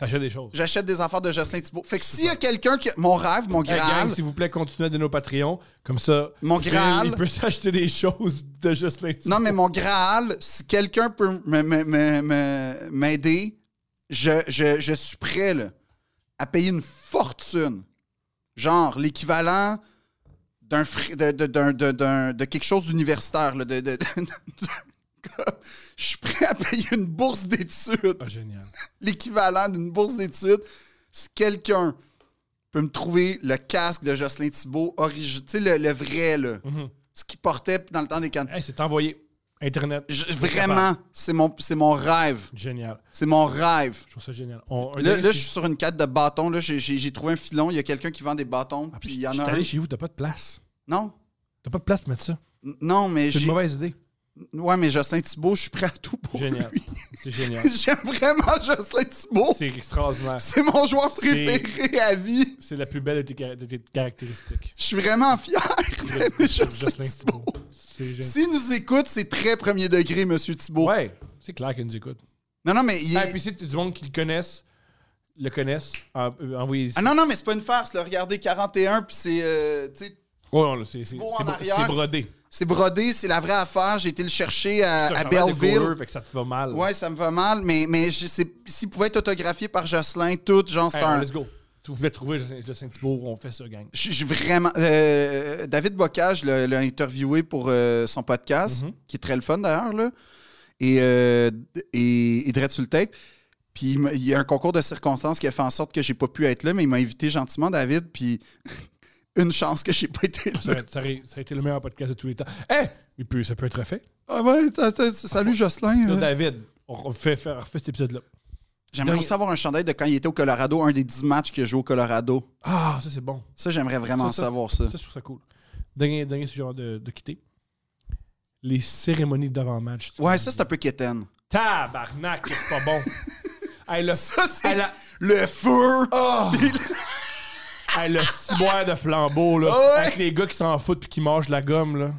Speaker 2: T'achètes des choses.
Speaker 1: j'achète des affaires de Jocelyn Thibault. Fait que s'il y a quelqu'un qui. Mon rêve, mon
Speaker 2: Hey, gang,
Speaker 1: graal.
Speaker 2: s'il vous plaît, continuez à donner nos Patreons. Comme ça,
Speaker 1: Mon
Speaker 2: Phil,
Speaker 1: Graal.
Speaker 2: il peut s'acheter des choses de Justin Thibault.
Speaker 1: Non, mais mon graal, si quelqu'un peut me- me- me- me- m'aider, je, je, je suis prêt là, à payer une fortune. Genre l'équivalent d'un fri- de, de- d'un- de- d'un- de quelque chose d'universitaire. là, de- de- de- de- Je suis prêt à payer une bourse d'études.
Speaker 2: Ah, génial.
Speaker 1: l'équivalent d'une bourse d'études, si quelqu'un peut me trouver le casque de Jocelyn Thibault, origi- tu sais, le, le vrai, là, ce qu'il portait dans le temps des cannes.
Speaker 2: Mhm. Hey, c'est envoyé. Internet.
Speaker 1: Je- vraiment, c'est mon, c'est mon rêve.
Speaker 2: Génial.
Speaker 1: C'est mon rêve.
Speaker 2: Je trouve ça génial. On- un
Speaker 1: Là,
Speaker 2: dernier,
Speaker 1: là,
Speaker 2: c'est-
Speaker 1: je suis sur une carte de bâtons. Là, j'ai, j'ai- j'ai trouvé un filon. Il y a quelqu'un qui vend des bâtons. puis il y en
Speaker 2: Ah, Je
Speaker 1: a
Speaker 2: suis
Speaker 1: un.
Speaker 2: allé chez vous, t'as pas de place.
Speaker 1: Non,
Speaker 2: T'as pas de place pour mettre ça.
Speaker 1: N- non, mais
Speaker 2: C'est
Speaker 1: j'ai...
Speaker 2: une mauvaise idée.
Speaker 1: Ouais, mais Jocelyn Thibault, je suis prêt à tout pour
Speaker 2: Génial.
Speaker 1: lui.
Speaker 2: C'est génial.
Speaker 1: (laughs) J'aime vraiment Jocelyn Thibault.
Speaker 2: C'est extraordinaire.
Speaker 1: C'est mon joueur
Speaker 2: C'est-
Speaker 1: préféré à vie.
Speaker 2: C'est la plus belle de tes, car- de tes
Speaker 1: (laughs)
Speaker 2: caractéristiques.
Speaker 1: Je suis vraiment fier d'aimer Jocelyn
Speaker 2: Justin
Speaker 1: Thibault.
Speaker 2: Thibault. C'est génial.
Speaker 1: S'il nous écoute, c'est très premier degré, Monsieur Thibault.
Speaker 2: Ouais, c'est clair qu'ils nous écoutent.
Speaker 1: Non, non, mais il
Speaker 2: Ah,
Speaker 1: est-
Speaker 2: puis si tu- du monde qui le connaissent, le connaissent, en- euh, envoyez-y.
Speaker 1: Ah non, non, mais c'est pas une farce, là. Regardez 41, puis c'est. euh, tu sais,
Speaker 2: Ouais, on l'a, c'est, c'est,
Speaker 1: Thibault en
Speaker 2: c'est bro-
Speaker 1: arrière,
Speaker 2: c'est brodé.
Speaker 1: c'est brodé, c'est la vraie affaire. J'ai été le chercher à,
Speaker 2: Ça,
Speaker 1: à
Speaker 2: ça a l'air de
Speaker 1: Belleville.
Speaker 2: goaler, fait que ça te va mal.
Speaker 1: Ouais, ça me va mal, mais, mais je sais- s'il pouvait être autographié par Jocelyn, tout, genre, c'est
Speaker 2: Hey,
Speaker 1: un.
Speaker 2: let's go. Tu voulais trouver Justin- Justin Thibault, on fait ça, gang.
Speaker 1: Je je- vraiment. euh, David Bocage l'a l'a interviewé pour euh, son podcast,
Speaker 2: Mhm.
Speaker 1: qui est très le fun d'ailleurs, là. Et, euh, et, et Dread sur le tape. Puis il m'a- il y a un concours de circonstances qui a fait en sorte que j'ai pas pu être là, mais il m'a invité gentiment, David. Puis (laughs) une chance que j'ai pas été là. (laughs)
Speaker 2: Ça, aurait- ça aurait, ça aurait été le meilleur podcast de tous les temps. Hey! Il peut, ça peut être refait.
Speaker 1: Ah ouais, t'as- t'as- salut Jocelyn.
Speaker 2: Là,
Speaker 1: euh.
Speaker 2: David, on refait, faire- refait cet épisode-là.
Speaker 1: J'aimerais
Speaker 2: Dernier-
Speaker 1: aussi avoir un chandail de quand il était au Colorado, un des 10 matchs qu'il a joué au Colorado.
Speaker 2: Ah, ça, c'est bon.
Speaker 1: Ça, j'aimerais vraiment
Speaker 2: Ça,
Speaker 1: savoir ça.
Speaker 2: Ça, je trouve ça cool. Dernier, dernier sujet avant de, de quitter. Les cérémonies d'avant-match.
Speaker 1: Ouais, ça, c'est un peu quétaine.
Speaker 2: Tabarnak, c'est pas bon.
Speaker 1: (laughs)
Speaker 2: hey, le,
Speaker 1: Ça, c'est
Speaker 2: Elle a-
Speaker 1: le feu!
Speaker 2: oh! hey, le ciboire de flambeau, là.
Speaker 1: Ah ouais?
Speaker 2: Avec les gars qui s'en foutent puis qui mangent de la gomme, là.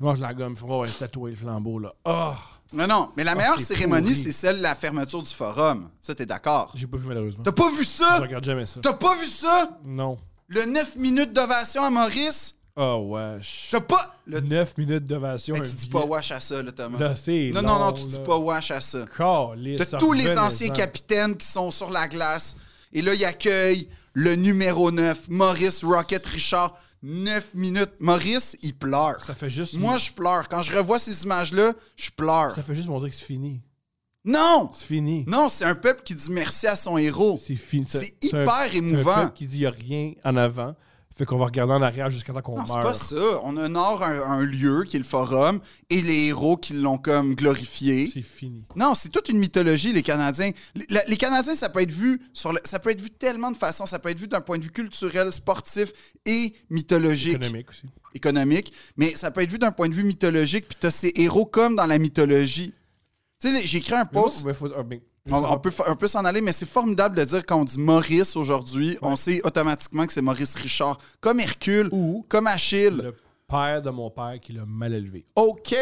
Speaker 2: Ils mangent de la gomme, ils font, oh, ouais, tatouer le flambeau, là. Oh!
Speaker 1: Non, non, mais la meilleure
Speaker 2: c'est
Speaker 1: cérémonie,
Speaker 2: pourri.
Speaker 1: c'est celle de la fermeture du forum. Ça, t'es d'accord?
Speaker 2: J'ai pas vu, malheureusement.
Speaker 1: T'as pas vu
Speaker 2: Je
Speaker 1: ça?
Speaker 2: regarde jamais ça.
Speaker 1: T'as pas vu ça?
Speaker 2: Non.
Speaker 1: Le 9 minutes d'ovation à Maurice?
Speaker 2: Ah, wesh.
Speaker 1: T'as pas. Là, tu,
Speaker 2: 9 minutes d'ovation.
Speaker 1: Hey,
Speaker 2: un
Speaker 1: tu dis
Speaker 2: billet.
Speaker 1: pas wash à ça, là, Thomas.
Speaker 2: Là, c'est
Speaker 1: non, non, non, tu dis pas wash à ça.
Speaker 2: Calé,
Speaker 1: T'as
Speaker 2: ça
Speaker 1: tous les
Speaker 2: revenait,
Speaker 1: anciens
Speaker 2: ça.
Speaker 1: capitaines qui sont sur la glace. Et là, ils accueillent le numéro 9, Maurice Rocket Richard. 9 minutes. Maurice, il pleure.
Speaker 2: Ça fait juste.
Speaker 1: Moi, je pleure. Quand je revois ces images-là, je pleure.
Speaker 2: ça fait juste montrer que c'est fini.
Speaker 1: Non!
Speaker 2: C'est fini.
Speaker 1: Non, c'est un peuple qui dit merci à son héros.
Speaker 2: C'est fini. Ça-
Speaker 1: C'est
Speaker 2: un-
Speaker 1: hyper
Speaker 2: c'est un
Speaker 1: émouvant.
Speaker 2: peuple qui dit y a rien en avant. Fait qu'on va regarder en arrière jusqu'à temps qu'on
Speaker 1: Non,
Speaker 2: meurt.
Speaker 1: c'est pas ça. On honore un, un lieu qui est le forum et les héros qui l'ont comme glorifié.
Speaker 2: C'est fini.
Speaker 1: Non, c'est toute une mythologie, les Canadiens. Les, la- les Canadiens, ça peut être vu sur le- ça peut être vu tellement de façons. Ça peut être vu d'un point de vue culturel, sportif et mythologique.
Speaker 2: Économique aussi.
Speaker 1: économique, mais ça peut être vu d'un point de vue mythologique, puis t'as ces héros comme dans la mythologie. Tu sais, les- j'ai écrit un post,
Speaker 2: Mais faut- ah, mais-
Speaker 1: on, on peut, fa- on peut s'en aller, mais c'est formidable de dire quand on dit Maurice aujourd'hui, on sait automatiquement que c'est Maurice Richard, comme Hercule,
Speaker 2: Ou
Speaker 1: comme Achille.
Speaker 2: le père de mon père qui l'a mal élevé.
Speaker 1: OK!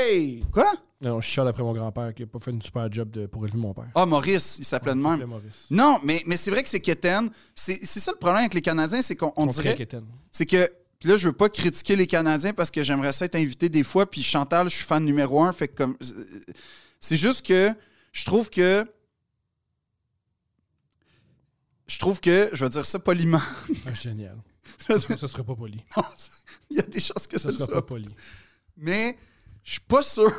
Speaker 1: Quoi?
Speaker 2: Non, je chiale après mon grand-père qui a pas fait une super job de- pour élever mon père.
Speaker 1: Ah, Maurice, il s'appelait de
Speaker 2: Il
Speaker 1: même.
Speaker 2: s'appelait Maurice.
Speaker 1: Non, mais, mais c'est vrai que c'est quétaine. C'est c'est ça le problème avec les Canadiens, c'est qu'on on
Speaker 2: Mon frère
Speaker 1: dirait...
Speaker 2: qui était-
Speaker 1: c'est que puis là je veux pas critiquer les Canadiens parce que j'aimerais ça être invité des fois puis Chantal je suis fan numéro un fait que comme c'est juste que je trouve que je trouve que je vais dire ça poliment (laughs)
Speaker 2: Ah, génial.
Speaker 1: Je vais
Speaker 2: Je trouve
Speaker 1: dire-
Speaker 2: que Ça serait pas poli.
Speaker 1: non, c'est- il y a des chances que ça,
Speaker 2: Ça
Speaker 1: le
Speaker 2: serait
Speaker 1: soit
Speaker 2: pas poli.
Speaker 1: mais je suis pas sûr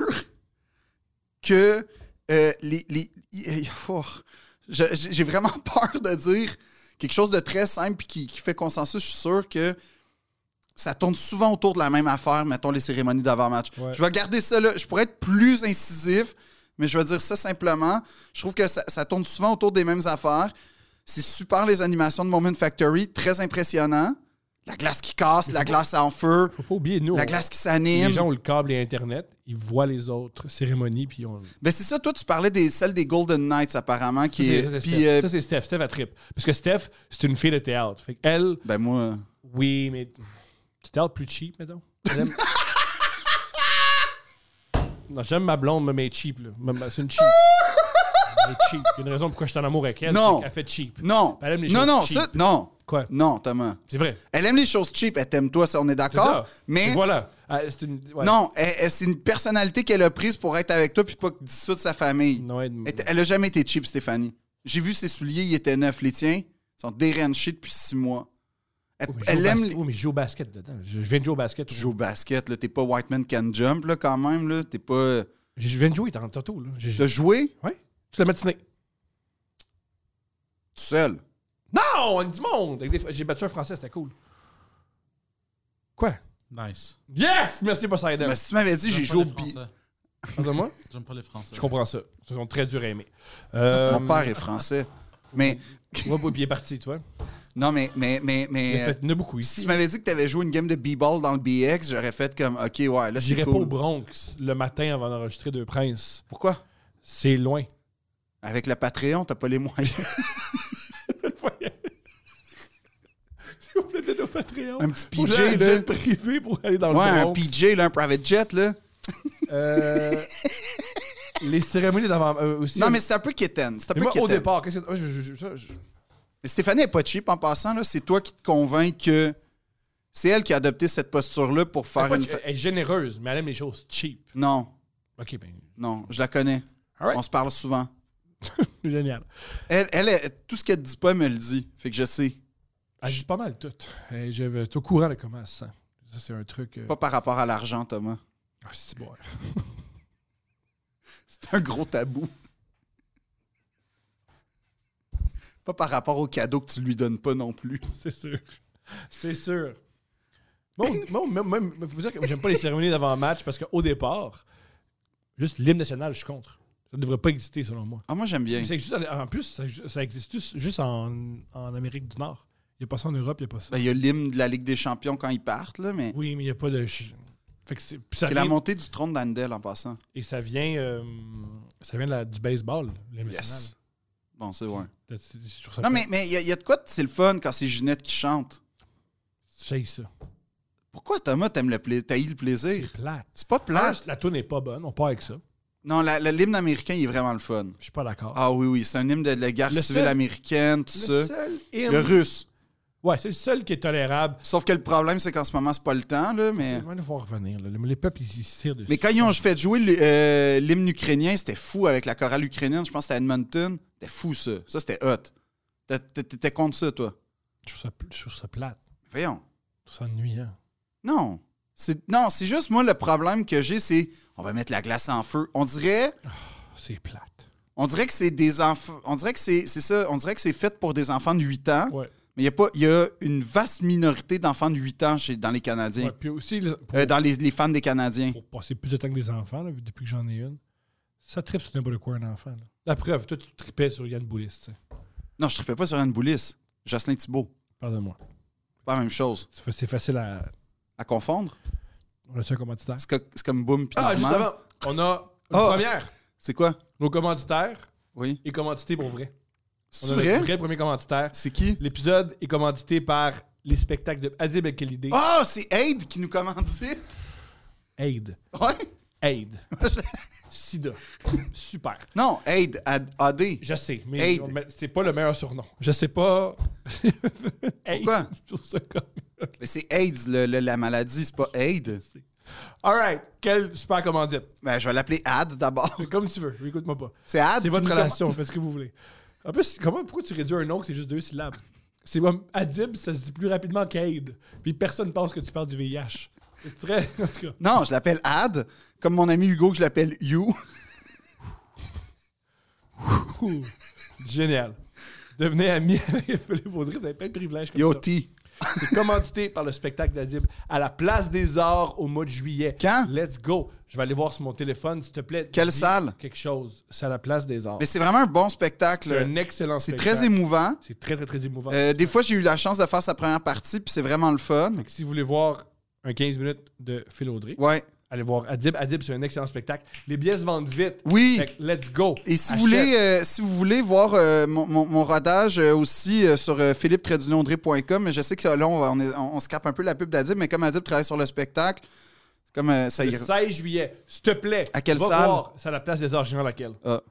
Speaker 1: (laughs) que euh, les. les- euh, oh, je- J'ai j'ai vraiment (laughs) peur de dire quelque chose de très simple puis qui, qui fait consensus. Je suis sûr que ça tourne souvent autour de la même affaire, mettons les cérémonies d'avant-match.
Speaker 2: Ouais.
Speaker 1: Je vais garder ça là. Je pourrais être plus incisif, mais je vais dire ça simplement. Je trouve que ça, ça tourne souvent autour des mêmes affaires. C'est super les animations de Moment Factory, très impressionnant. La glace qui casse, la glace en feu,
Speaker 2: Faut pas oublier, nous,
Speaker 1: la
Speaker 2: on-
Speaker 1: glace qui s'anime.
Speaker 2: les gens ont le câble et Internet, ils voient les autres cérémonies, puis on...
Speaker 1: Ben c'est ça, toi tu parlais des celles des Golden Knights apparemment qui est,
Speaker 2: Ça, c'est
Speaker 1: puis
Speaker 2: Steph.
Speaker 1: euh,
Speaker 2: Ça, c'est Steph. Steph, à trip. Parce que Steph, c'est une fille de théâtre. Fait elle,
Speaker 1: ben moi
Speaker 2: oui, mais du théâtre plus cheap, mettons.
Speaker 1: (laughs)
Speaker 2: Elle aime- non, j'aime ma blonde, mais elle est cheap. là. Ma- ma- C'est une cheap. Elle est cheap. Il y a une raison pourquoi je suis en amour avec elle.
Speaker 1: Non.
Speaker 2: c'est qu'elle fait cheap.
Speaker 1: non
Speaker 2: Elle aime les
Speaker 1: non
Speaker 2: choses
Speaker 1: non
Speaker 2: cheap.
Speaker 1: ça- non
Speaker 2: Quoi?
Speaker 1: non Thomas
Speaker 2: C'est vrai.
Speaker 1: elle aime les choses cheap elle t'aime toi ça on est
Speaker 2: C'est ça.
Speaker 1: d'accord mais
Speaker 2: Et voilà. Ah, c'est une... ouais.
Speaker 1: Hein? non elle- elle- c'est une personnalité qu'elle a prise pour être avec toi puis pas dissoudre sa famille
Speaker 2: Non, elle-
Speaker 1: elle, elle a jamais été cheap Stéphanie j'ai vu ses souliers ils étaient neufs les tiens sont déranchés depuis six mois elle,
Speaker 2: Oh, mais je
Speaker 1: elle
Speaker 2: joue au
Speaker 1: aime
Speaker 2: basket.
Speaker 1: les...
Speaker 2: Oh, mais je joue au basket dedans. Je, je viens de jouer au basket.
Speaker 1: Tu joues au basket là t'es pas White Man Can Jump là quand même là t'es pas euh,
Speaker 2: Je, je viens de jouer en tantôt. Là. J'ai-
Speaker 1: t'as joué
Speaker 2: Ouais. Toute la matinée.
Speaker 1: tout seul
Speaker 2: Non, avec du monde. Avec des- J'ai battu un Français, c'était cool. Quoi?
Speaker 5: Nice.
Speaker 2: Yes! Merci Poseidon.
Speaker 1: mais si tu m'avais dit j'ai joué
Speaker 5: J'aime pas
Speaker 1: au
Speaker 5: les
Speaker 1: bi-
Speaker 5: Français.
Speaker 2: Pardonne-moi?
Speaker 5: J'aime pas les Français.
Speaker 2: Je comprends ça. Ils sont très durs à aimer. Euh,
Speaker 1: Mon père est français. Mais
Speaker 2: Moi, puis il est parti, tu vois.
Speaker 1: non, mais mais mais
Speaker 2: Il
Speaker 1: mais
Speaker 2: a
Speaker 1: euh,
Speaker 2: fait il y en a beaucoup
Speaker 1: si
Speaker 2: ici.
Speaker 1: tu m'avais dit que tu avais joué une game de b-ball dans le BX, j'aurais fait comme OK, ouais, là c'est
Speaker 2: J'irai pas au
Speaker 1: cool.
Speaker 2: Bronx le matin avant d'enregistrer Deux Princes.
Speaker 1: Pourquoi
Speaker 2: C'est loin. (laughs)
Speaker 1: Avec le Patreon, t'as pas les moyens.
Speaker 2: S'il vous plaît, de nos Patreons.
Speaker 1: Un petit
Speaker 2: Pour
Speaker 1: PJ,
Speaker 2: un
Speaker 1: là.
Speaker 2: jet privé pour aller dans
Speaker 1: Ouais,
Speaker 2: le
Speaker 1: un
Speaker 2: Bronx.
Speaker 1: PJ, là, un private jet, là.
Speaker 2: Euh, les cérémonies d'avant euh, aussi.
Speaker 1: Non, mais c'est un peu kitten. C'est un
Speaker 2: Mais
Speaker 1: peu
Speaker 2: moi, au
Speaker 1: kitten.
Speaker 2: départ, qu'est-ce que. ah, je- je- je- ça, je-
Speaker 1: Mais Stéphanie est pas cheap en passant, là. C'est toi qui te convainc que c'est elle qui a adopté cette posture-là pour faire
Speaker 2: Elle
Speaker 1: une.
Speaker 2: est pas-
Speaker 1: fa-
Speaker 2: elle est généreuse, mais elle aime les choses cheap.
Speaker 1: Non,
Speaker 2: Ok, ben.
Speaker 1: non, je la connais.
Speaker 2: All right.
Speaker 1: On se parle souvent.
Speaker 2: Génial.
Speaker 1: Elle, elle, elle- tout ce qu'elle te dit pas, elle me le dit. Fait que je sais.
Speaker 2: Elle dit pas mal tout. Et je vais être au courant de comment elle se sent. Ça, c'est un truc. euh,
Speaker 1: Pas par rapport à l'argent, Thomas.
Speaker 2: ah, c'est bon.
Speaker 1: C'est un gros tabou. Pas par rapport au cadeau que tu lui donnes pas non plus.
Speaker 2: (laughs) C'est sûr. C'est sûr. Bon, bon, même, même- faut dire que j'aime pas les cérémonies d'avant-match parce qu'au départ, juste l'hymne national, je suis contre. Ça ne devrait pas exister selon moi.
Speaker 1: Ah, moi, j'aime bien.
Speaker 2: Ça existe en en plus, ça, ça existe juste- juste en, en Amérique du Nord. Il n'y a pas ça en Europe, il n'y a pas ça.
Speaker 1: Ben, Il y a l'hymne de la Ligue des champions quand ils partent, là, mais...
Speaker 2: Oui, mais il n'y a pas de. ch- Fait que c'est- puis ça
Speaker 1: C'est la
Speaker 2: vient-
Speaker 1: montée du trône d'Andel, en passant.
Speaker 2: et ça vient, euh, ça vient de la- du baseball, l'hymne
Speaker 1: Yes.
Speaker 2: national.
Speaker 1: Bon, c'est vrai.
Speaker 2: Je- je- je trouve ça
Speaker 1: Non,
Speaker 2: plate.
Speaker 1: mais mais il y, a- il y a de quoi... de- C'est le fun quand c'est Ginette qui chante.
Speaker 2: J'ai ça.
Speaker 1: Pourquoi, Thomas, t'aimes le, pla... t'haïs le
Speaker 2: C'est
Speaker 1: plaisir?
Speaker 2: plate.
Speaker 1: C'est pas
Speaker 2: Ah,
Speaker 1: plate.
Speaker 2: la toune n'est pas bonne, on part avec ça.
Speaker 1: Non, la- la- l'hymne américain, il est vraiment le fun.
Speaker 2: Je suis pas d'accord.
Speaker 1: Ah oui, oui, c'est un hymne de la guerre
Speaker 2: Le
Speaker 1: civile
Speaker 2: seul-
Speaker 1: américaine, tout ça.
Speaker 2: seul
Speaker 1: Le
Speaker 2: hymne-
Speaker 1: russe.
Speaker 2: Ouais, c'est le seul qui est tolérable.
Speaker 1: Sauf que le problème, c'est qu'en ce moment, c'est pas le temps, là, mais.
Speaker 2: Ils vont revenir. là. Les peuples, ils ils se tirent dessus.
Speaker 1: Mais quand ils ont fait jouer le- euh, l'hymne ukrainien, c'était fou avec la chorale ukrainienne. Je pense que c'était à Edmonton. C'était fou, ça. Ça, c'était hot. T'étais- T'étais contre ça, toi?
Speaker 2: Je trouve ça, je trouve ça plate.
Speaker 1: Voyons.
Speaker 2: Je trouve ça ennuyant.
Speaker 1: Non. C'est- Non, c'est juste moi le problème que j'ai, c'est on va mettre la glace en feu. On dirait,
Speaker 2: C'est plate.
Speaker 1: on dirait que c'est des enfants. On dirait que c'est c'est ça. On dirait que c'est fait pour des enfants de 8 ans.
Speaker 2: Ouais.
Speaker 1: Mais il y a pas, il y a une vaste minorité d'enfants de 8 ans chez dans les Canadiens,
Speaker 2: Ouais, puis aussi, les- pour,
Speaker 1: Euh, dans les, les fans des Canadiens.
Speaker 2: pour passer plus de temps que des enfants, là, depuis que j'en ai une, ça tripe sur n'importe quoi, un enfant. là. La preuve, toi, tu tripais sur Yann Boulis. tu sais.
Speaker 1: Non, je ne pas sur Anne Boulis, Jocelyn Thibault,
Speaker 2: Pardon-moi.
Speaker 1: pas la même chose.
Speaker 2: C'est fa- C'est facile à.
Speaker 1: À confondre,
Speaker 2: On a-tu un commanditaire?
Speaker 1: c'est co- c'est comme Boom puis
Speaker 2: Ah,
Speaker 1: Norman.
Speaker 2: justement, on a une
Speaker 1: Ah.
Speaker 2: première.
Speaker 1: C'est quoi
Speaker 2: Nos commanditaires
Speaker 1: Oui.
Speaker 2: et commandités pour vrai.
Speaker 1: C'est
Speaker 2: On a
Speaker 1: vrai
Speaker 2: notre vrai premier commanditaire.
Speaker 1: C'est qui
Speaker 2: L'épisode est commandité par les spectacles de Adib El-Khalidi.
Speaker 1: Ah, c'est Aid qui nous commandite.
Speaker 2: Aid.
Speaker 1: (laughs) Ouais. (laughs)
Speaker 2: Aid. Sida. Super.
Speaker 1: Non, Aid Ad- AD.
Speaker 2: Je sais, mais
Speaker 1: Aid.
Speaker 2: mais c'est pas le meilleur surnom. Je
Speaker 1: (laughs)
Speaker 2: sais pas. Aid.
Speaker 1: Pourquoi?
Speaker 2: Je trouve ça comme. (laughs)
Speaker 1: Mais c'est AIDS, le- le- la maladie, c'est pas AIDS.
Speaker 2: All right. Quel super commandite.
Speaker 1: Ben, je vais l'appeler Ad
Speaker 2: (laughs)
Speaker 1: d'abord.
Speaker 2: Comme tu veux. Écoute-moi pas.
Speaker 1: C'est Ad.
Speaker 2: C'est votre
Speaker 1: qui nous
Speaker 2: relation. Faites ce que vous voulez. En plus, comment, pourquoi tu réduis un nom que c'est juste deux syllabes? C'est comme Adib, ça se dit plus rapidement qu'Aid. Puis personne pense que tu parles du VIH. C'est très. (laughs) En tout cas.
Speaker 1: commande. Non, je l'appelle Ad, comme mon ami Hugo que je l'appelle
Speaker 2: (laughs)
Speaker 1: You.
Speaker 2: Ouh, Génial. Devenez ami (laughs) avec Philippe Audrey, vous avez plein de privilèges comme
Speaker 1: Yo
Speaker 2: ça.
Speaker 1: T.
Speaker 2: C'est commandité par le spectacle d'Adib à la Place des Arts au mois de juillet.
Speaker 1: Quand?
Speaker 2: Let's go. Je vais aller voir sur mon téléphone, s'il te plaît.
Speaker 1: Quelle
Speaker 2: Dis
Speaker 1: salle?
Speaker 2: Quelque chose. C'est à la Place des Arts.
Speaker 1: Mais c'est vraiment un bon
Speaker 2: C'est
Speaker 1: spectacle.
Speaker 2: un excellent
Speaker 1: C'est
Speaker 2: spectacle.
Speaker 1: très émouvant.
Speaker 2: C'est très, très, très émouvant.
Speaker 1: Euh, des fois, j'ai eu la chance de faire sa première partie, puis c'est vraiment le fun.
Speaker 2: Fait que si vous voulez voir un 15 minutes de Phil Audrey,
Speaker 1: Ouais.
Speaker 2: allez voir Adib. Adib, c'est un excellent spectacle. Les billets se vendent vite.
Speaker 1: Oui.
Speaker 2: Fait que let's go.
Speaker 1: Et si
Speaker 2: Achète.
Speaker 1: vous, voulez, euh, si vous voulez voir euh, mon, mon- mon rodage euh, aussi euh, sur euh, philippe-audrey.com, je sais que là, on, va- on, est- on- on se cape un peu la pub d'Adib, mais comme Adib travaille sur le spectacle, c'est comme euh, ça
Speaker 2: Le
Speaker 1: ira.
Speaker 2: 16 juillet, s'il te plaît.
Speaker 1: À quelle
Speaker 2: va
Speaker 1: salle?
Speaker 2: voir. C'est à la Place des Arts, je sais pas laquelle.
Speaker 1: Ah.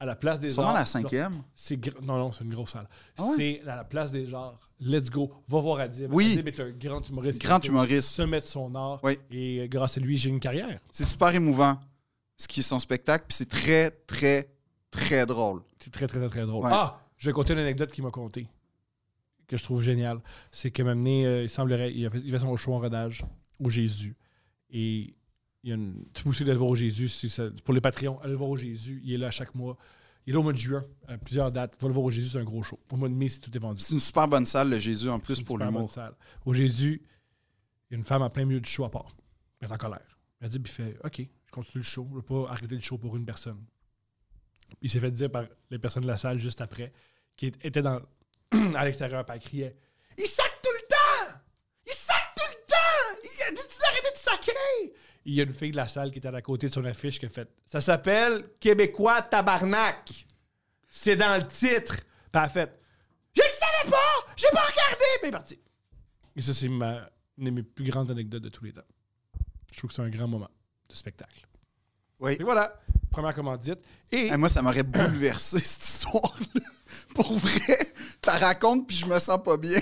Speaker 2: À la Place des
Speaker 1: Sûrement
Speaker 2: Arts.
Speaker 1: la cinquième.
Speaker 2: C'est gr- Non, non, c'est une grosse salle.
Speaker 1: Ah ouais?
Speaker 2: C'est à la place des genres. Let's go. Va voir Adib.
Speaker 1: Oui.
Speaker 2: Adib est un grand humoriste.
Speaker 1: Grand
Speaker 2: Il est au
Speaker 1: humoriste.
Speaker 2: Sommet de son art.
Speaker 1: Oui.
Speaker 2: Et euh, grâce à lui, j'ai une carrière.
Speaker 1: C'est super émouvant, ce qui est son spectacle, puis c'est très, très, très drôle.
Speaker 2: C'est très, très, très, très drôle.
Speaker 1: Ouais.
Speaker 2: Ah, je vais compter une anecdote qu'il m'a contée, que je trouve géniale. C'est que m'amener, euh, il semblerait, il avait, il avait son show en rodage au Jésus. Et il y a une. Tu peux aussi d'aller voir au Jésus, si ça- pour les Patreons, allez le voir au Jésus. Il est là chaque mois. Il est là au mois de juin, à plusieurs dates. Va le voir au Jésus, c'est un gros show. Au mois de mai, si tout est vendu.
Speaker 1: C'est une super bonne salle, le Jésus, en plus,
Speaker 2: Une
Speaker 1: pour
Speaker 2: super bonne
Speaker 1: l'humour.
Speaker 2: salle. Au Jésus, il y a une femme en plein milieu du show à part. Elle est en colère. Elle dit, puis il fait OK, je continue le show. Je ne veux pas arrêter le show pour une personne. Puis il s'est fait dire par les personnes de la salle juste après, qui étaient dans, (clears throat) à l'extérieur, puis elle criait Il sac tout le temps Il sac tout le temps Il a dit d'arrêter de sacrer Et Il y a une fille de la salle qui était à côté de son affiche qui a fait Ça s'appelle Québécois Tabarnak C'est dans le titre Puis elle a fait je le savais pas! J'ai pas regardé! Mais il est parti. Et ça, c'est ma, une de mes plus grandes anecdotes de tous les temps. Je trouve que c'est un grand moment de spectacle.
Speaker 1: Oui.
Speaker 2: Et voilà, première commandite. Et
Speaker 1: Eh, moi, ça m'aurait bouleversé, cette histoire-là. (laughs) Pour vrai, t'as racontes, puis je me sens pas bien.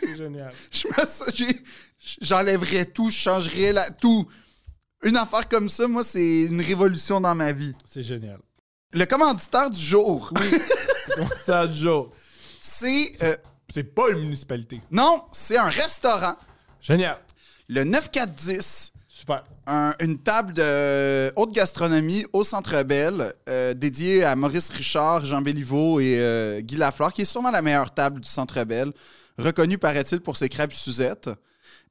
Speaker 2: c'est génial.
Speaker 1: Je me sens- j'ai- J'enlèverais tout, je changerais la- tout. Une affaire comme ça, moi, c'est une révolution dans ma vie.
Speaker 2: C'est génial.
Speaker 1: Le commanditaire du jour,
Speaker 2: Ça, Joe,
Speaker 1: c'est. euh,
Speaker 2: c'est pas une municipalité.
Speaker 1: non, c'est un restaurant.
Speaker 2: Génial.
Speaker 1: Le 9410,
Speaker 2: Super.
Speaker 1: un- une table de haute gastronomie au Centre Belle, euh, dédiée à Maurice Richard, Jean Béliveau et euh, Guy Lafleur, qui est sûrement la meilleure table du Centre Belle, reconnue, paraît-il, pour ses crêpes Suzette.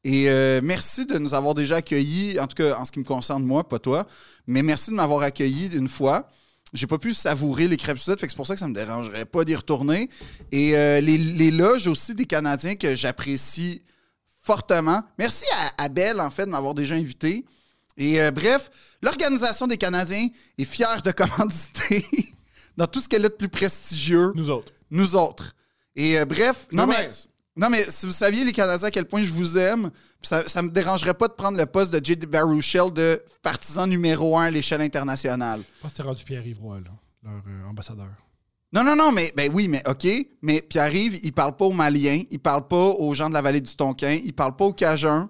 Speaker 1: Et euh, merci de nous avoir déjà accueillis, en tout cas en ce qui me concerne, moi, pas toi, mais merci de m'avoir accueilli une fois. J'ai pas pu savourer les crêpes Suzette, fait que c'est pour ça que ça me dérangerait pas d'y retourner. Et euh, les, les loges aussi des Canadiens que j'apprécie fortement. Merci à Abel, en fait, de m'avoir déjà invité. Et euh, bref, l'Organisation des Canadiens est fière de (laughs) commanditer dans tout ce qu'elle a de plus prestigieux,
Speaker 2: Nous autres.
Speaker 1: nous autres. Et euh, bref, non mais,
Speaker 2: mince.
Speaker 1: non mais si vous saviez, les Canadiens, à quel point je vous aime, puis ça, ça me dérangerait pas de prendre le poste de J.D. Baruchel de partisan numéro un à l'échelle internationale.
Speaker 2: Je pense que c'est rendu Pierre-Yves Roy, là, leur euh, ambassadeur.
Speaker 1: Non, non, non, mais ben oui, mais OK. Mais puis arrive, il parle pas aux Maliens, il parle pas aux gens de la vallée du Tonkin, il parle pas aux Cajuns.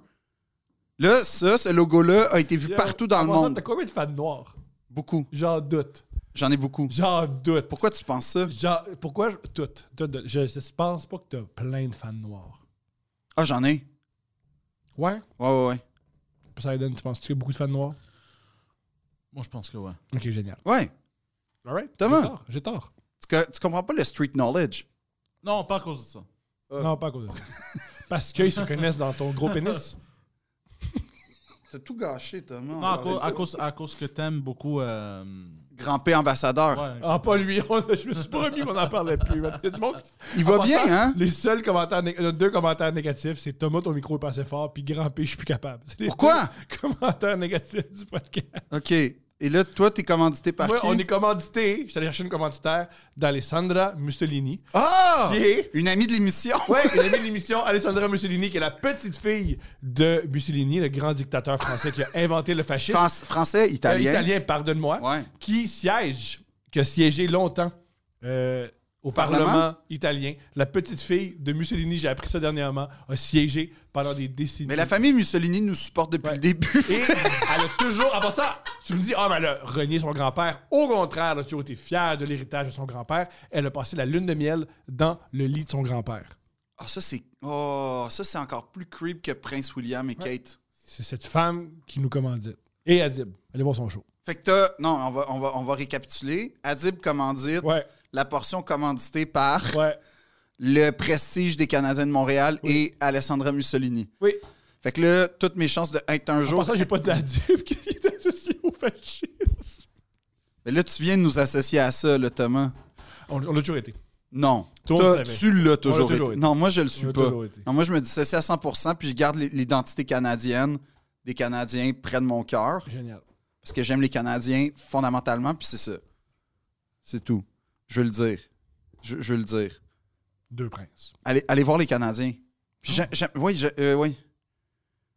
Speaker 1: Là, ça, ce logo-là a été vu partout dans le
Speaker 2: Avant ça, T'as
Speaker 1: monde.
Speaker 2: combien de fans noirs?
Speaker 1: Beaucoup.
Speaker 2: J'en doute.
Speaker 1: J'en ai beaucoup.
Speaker 2: J'en doute.
Speaker 1: Pourquoi tu penses ça?
Speaker 2: J'en- pourquoi je- toutes? toutes, toutes. Je, je pense pas que t'as plein de fans noirs.
Speaker 1: Ah, j'en ai.
Speaker 2: Ouais?
Speaker 1: Ouais, ouais, ouais.
Speaker 2: Poseidon, tu penses que tu as beaucoup de fans noirs?
Speaker 5: Moi, je pense que ouais.
Speaker 2: Ok, génial.
Speaker 1: Ouais.
Speaker 2: All right.
Speaker 1: Thomas.
Speaker 2: J'ai tort. J'ai tort.
Speaker 1: Tu, co- tu comprends pas le street knowledge.
Speaker 5: Non, pas à cause de ça.
Speaker 1: Euh.
Speaker 2: Non, pas à cause de ça. Parce qu'ils se connaissent dans ton gros pénis.
Speaker 1: T'as tout gâché, Thomas.
Speaker 5: Non, à cause, à cause, à cause que t'aimes beaucoup. euh,
Speaker 1: Grand P ambassadeur.
Speaker 5: ouais,
Speaker 2: Ah, pas lui. (laughs) On- je me suis promis qu'on n'en parlait plus. Il y a du monde qui-
Speaker 1: Il
Speaker 2: En
Speaker 1: va
Speaker 2: passant,
Speaker 1: bien, hein?
Speaker 2: Les seuls commentaires, né- euh, deux commentaires négatifs, c'est Thomas, ton micro est passé fort, puis Grand P, je suis plus capable. C'est les
Speaker 1: Pourquoi?
Speaker 2: deux (laughs) Commentaires négatifs du podcast.
Speaker 1: OK. Et là, toi, t'es commandité par
Speaker 2: Moi,
Speaker 1: qui?
Speaker 2: on est commandité. Je suis allé chercher une commanditaire d'Alessandra Mussolini.
Speaker 1: Ah!
Speaker 2: Qui est-
Speaker 1: Une amie de l'émission.
Speaker 2: (laughs) Ouais, il a mis l'émission Alessandra Mussolini, qui est la petite fille de Mussolini, le grand dictateur français qui a inventé le
Speaker 1: (laughs)
Speaker 2: fascisme.
Speaker 1: Fran- français,
Speaker 2: Euh,
Speaker 1: italien.
Speaker 2: italien, pardonne-moi.
Speaker 1: Ouais.
Speaker 2: qui siège, qui a siégé longtemps euh, au Parlement,
Speaker 1: Parlement
Speaker 2: italien. La petite fille de Mussolini, j'ai appris ça dernièrement, a siégé pendant des décennies.
Speaker 1: Mais la famille Mussolini nous supporte depuis
Speaker 2: Ouais.
Speaker 1: le début.
Speaker 2: Et elle a toujours. En passant, tu me dis, ah, mais elle a renié son grand-père. Au contraire, elle a toujours été fière de l'héritage de son grand-père. Elle a passé la lune de miel dans le lit de son grand-père.
Speaker 1: Ah, ça, c'est. Oh, ça, c'est encore plus creep que Prince William et Kate.
Speaker 2: C'est cette femme qui nous commandite. Et Adib, allez voir son show.
Speaker 1: Fait que t'as. Non, on va, on, va, on va récapituler. Adib commandite.
Speaker 2: Ouais.
Speaker 1: La portion commanditée par
Speaker 2: Ouais.
Speaker 1: le prestige des Canadiens de Montréal et Alessandra Mussolini.
Speaker 2: Oui.
Speaker 1: Fait que là, toutes mes chances de être un
Speaker 2: En
Speaker 1: jour.
Speaker 2: passant, j'ai pas d'Adib qui est associé au fascisme.
Speaker 1: Mais là, tu viens de nous associer à ça, là, Thomas.
Speaker 2: On, on l'a toujours été.
Speaker 1: Non.
Speaker 2: Toi, on
Speaker 1: T'as-
Speaker 2: le savait.
Speaker 1: tu l'as toujours,
Speaker 2: toujours
Speaker 1: été.
Speaker 2: été.
Speaker 1: Non, moi, je le suis
Speaker 2: l'a
Speaker 1: pas.
Speaker 2: toujours été.
Speaker 1: Non, moi, je me dissocie à 100 puis je garde l- l'identité canadienne des Canadiens près de mon cœur
Speaker 2: Génial.
Speaker 1: parce que j'aime les Canadiens fondamentalement, puis c'est ça. C'est tout. Je veux le dire. Je, je veux le dire.
Speaker 2: Deux princes.
Speaker 1: Allez, allez voir les Canadiens. Puis
Speaker 2: Ah.
Speaker 1: j'ai- j'ai- oui, j'ai- euh, oui.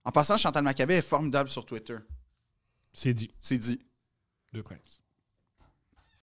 Speaker 1: En passant, Chantal Maccabé est formidable sur Twitter.
Speaker 2: C'est dit.
Speaker 1: C'est dit.
Speaker 2: Deux princes.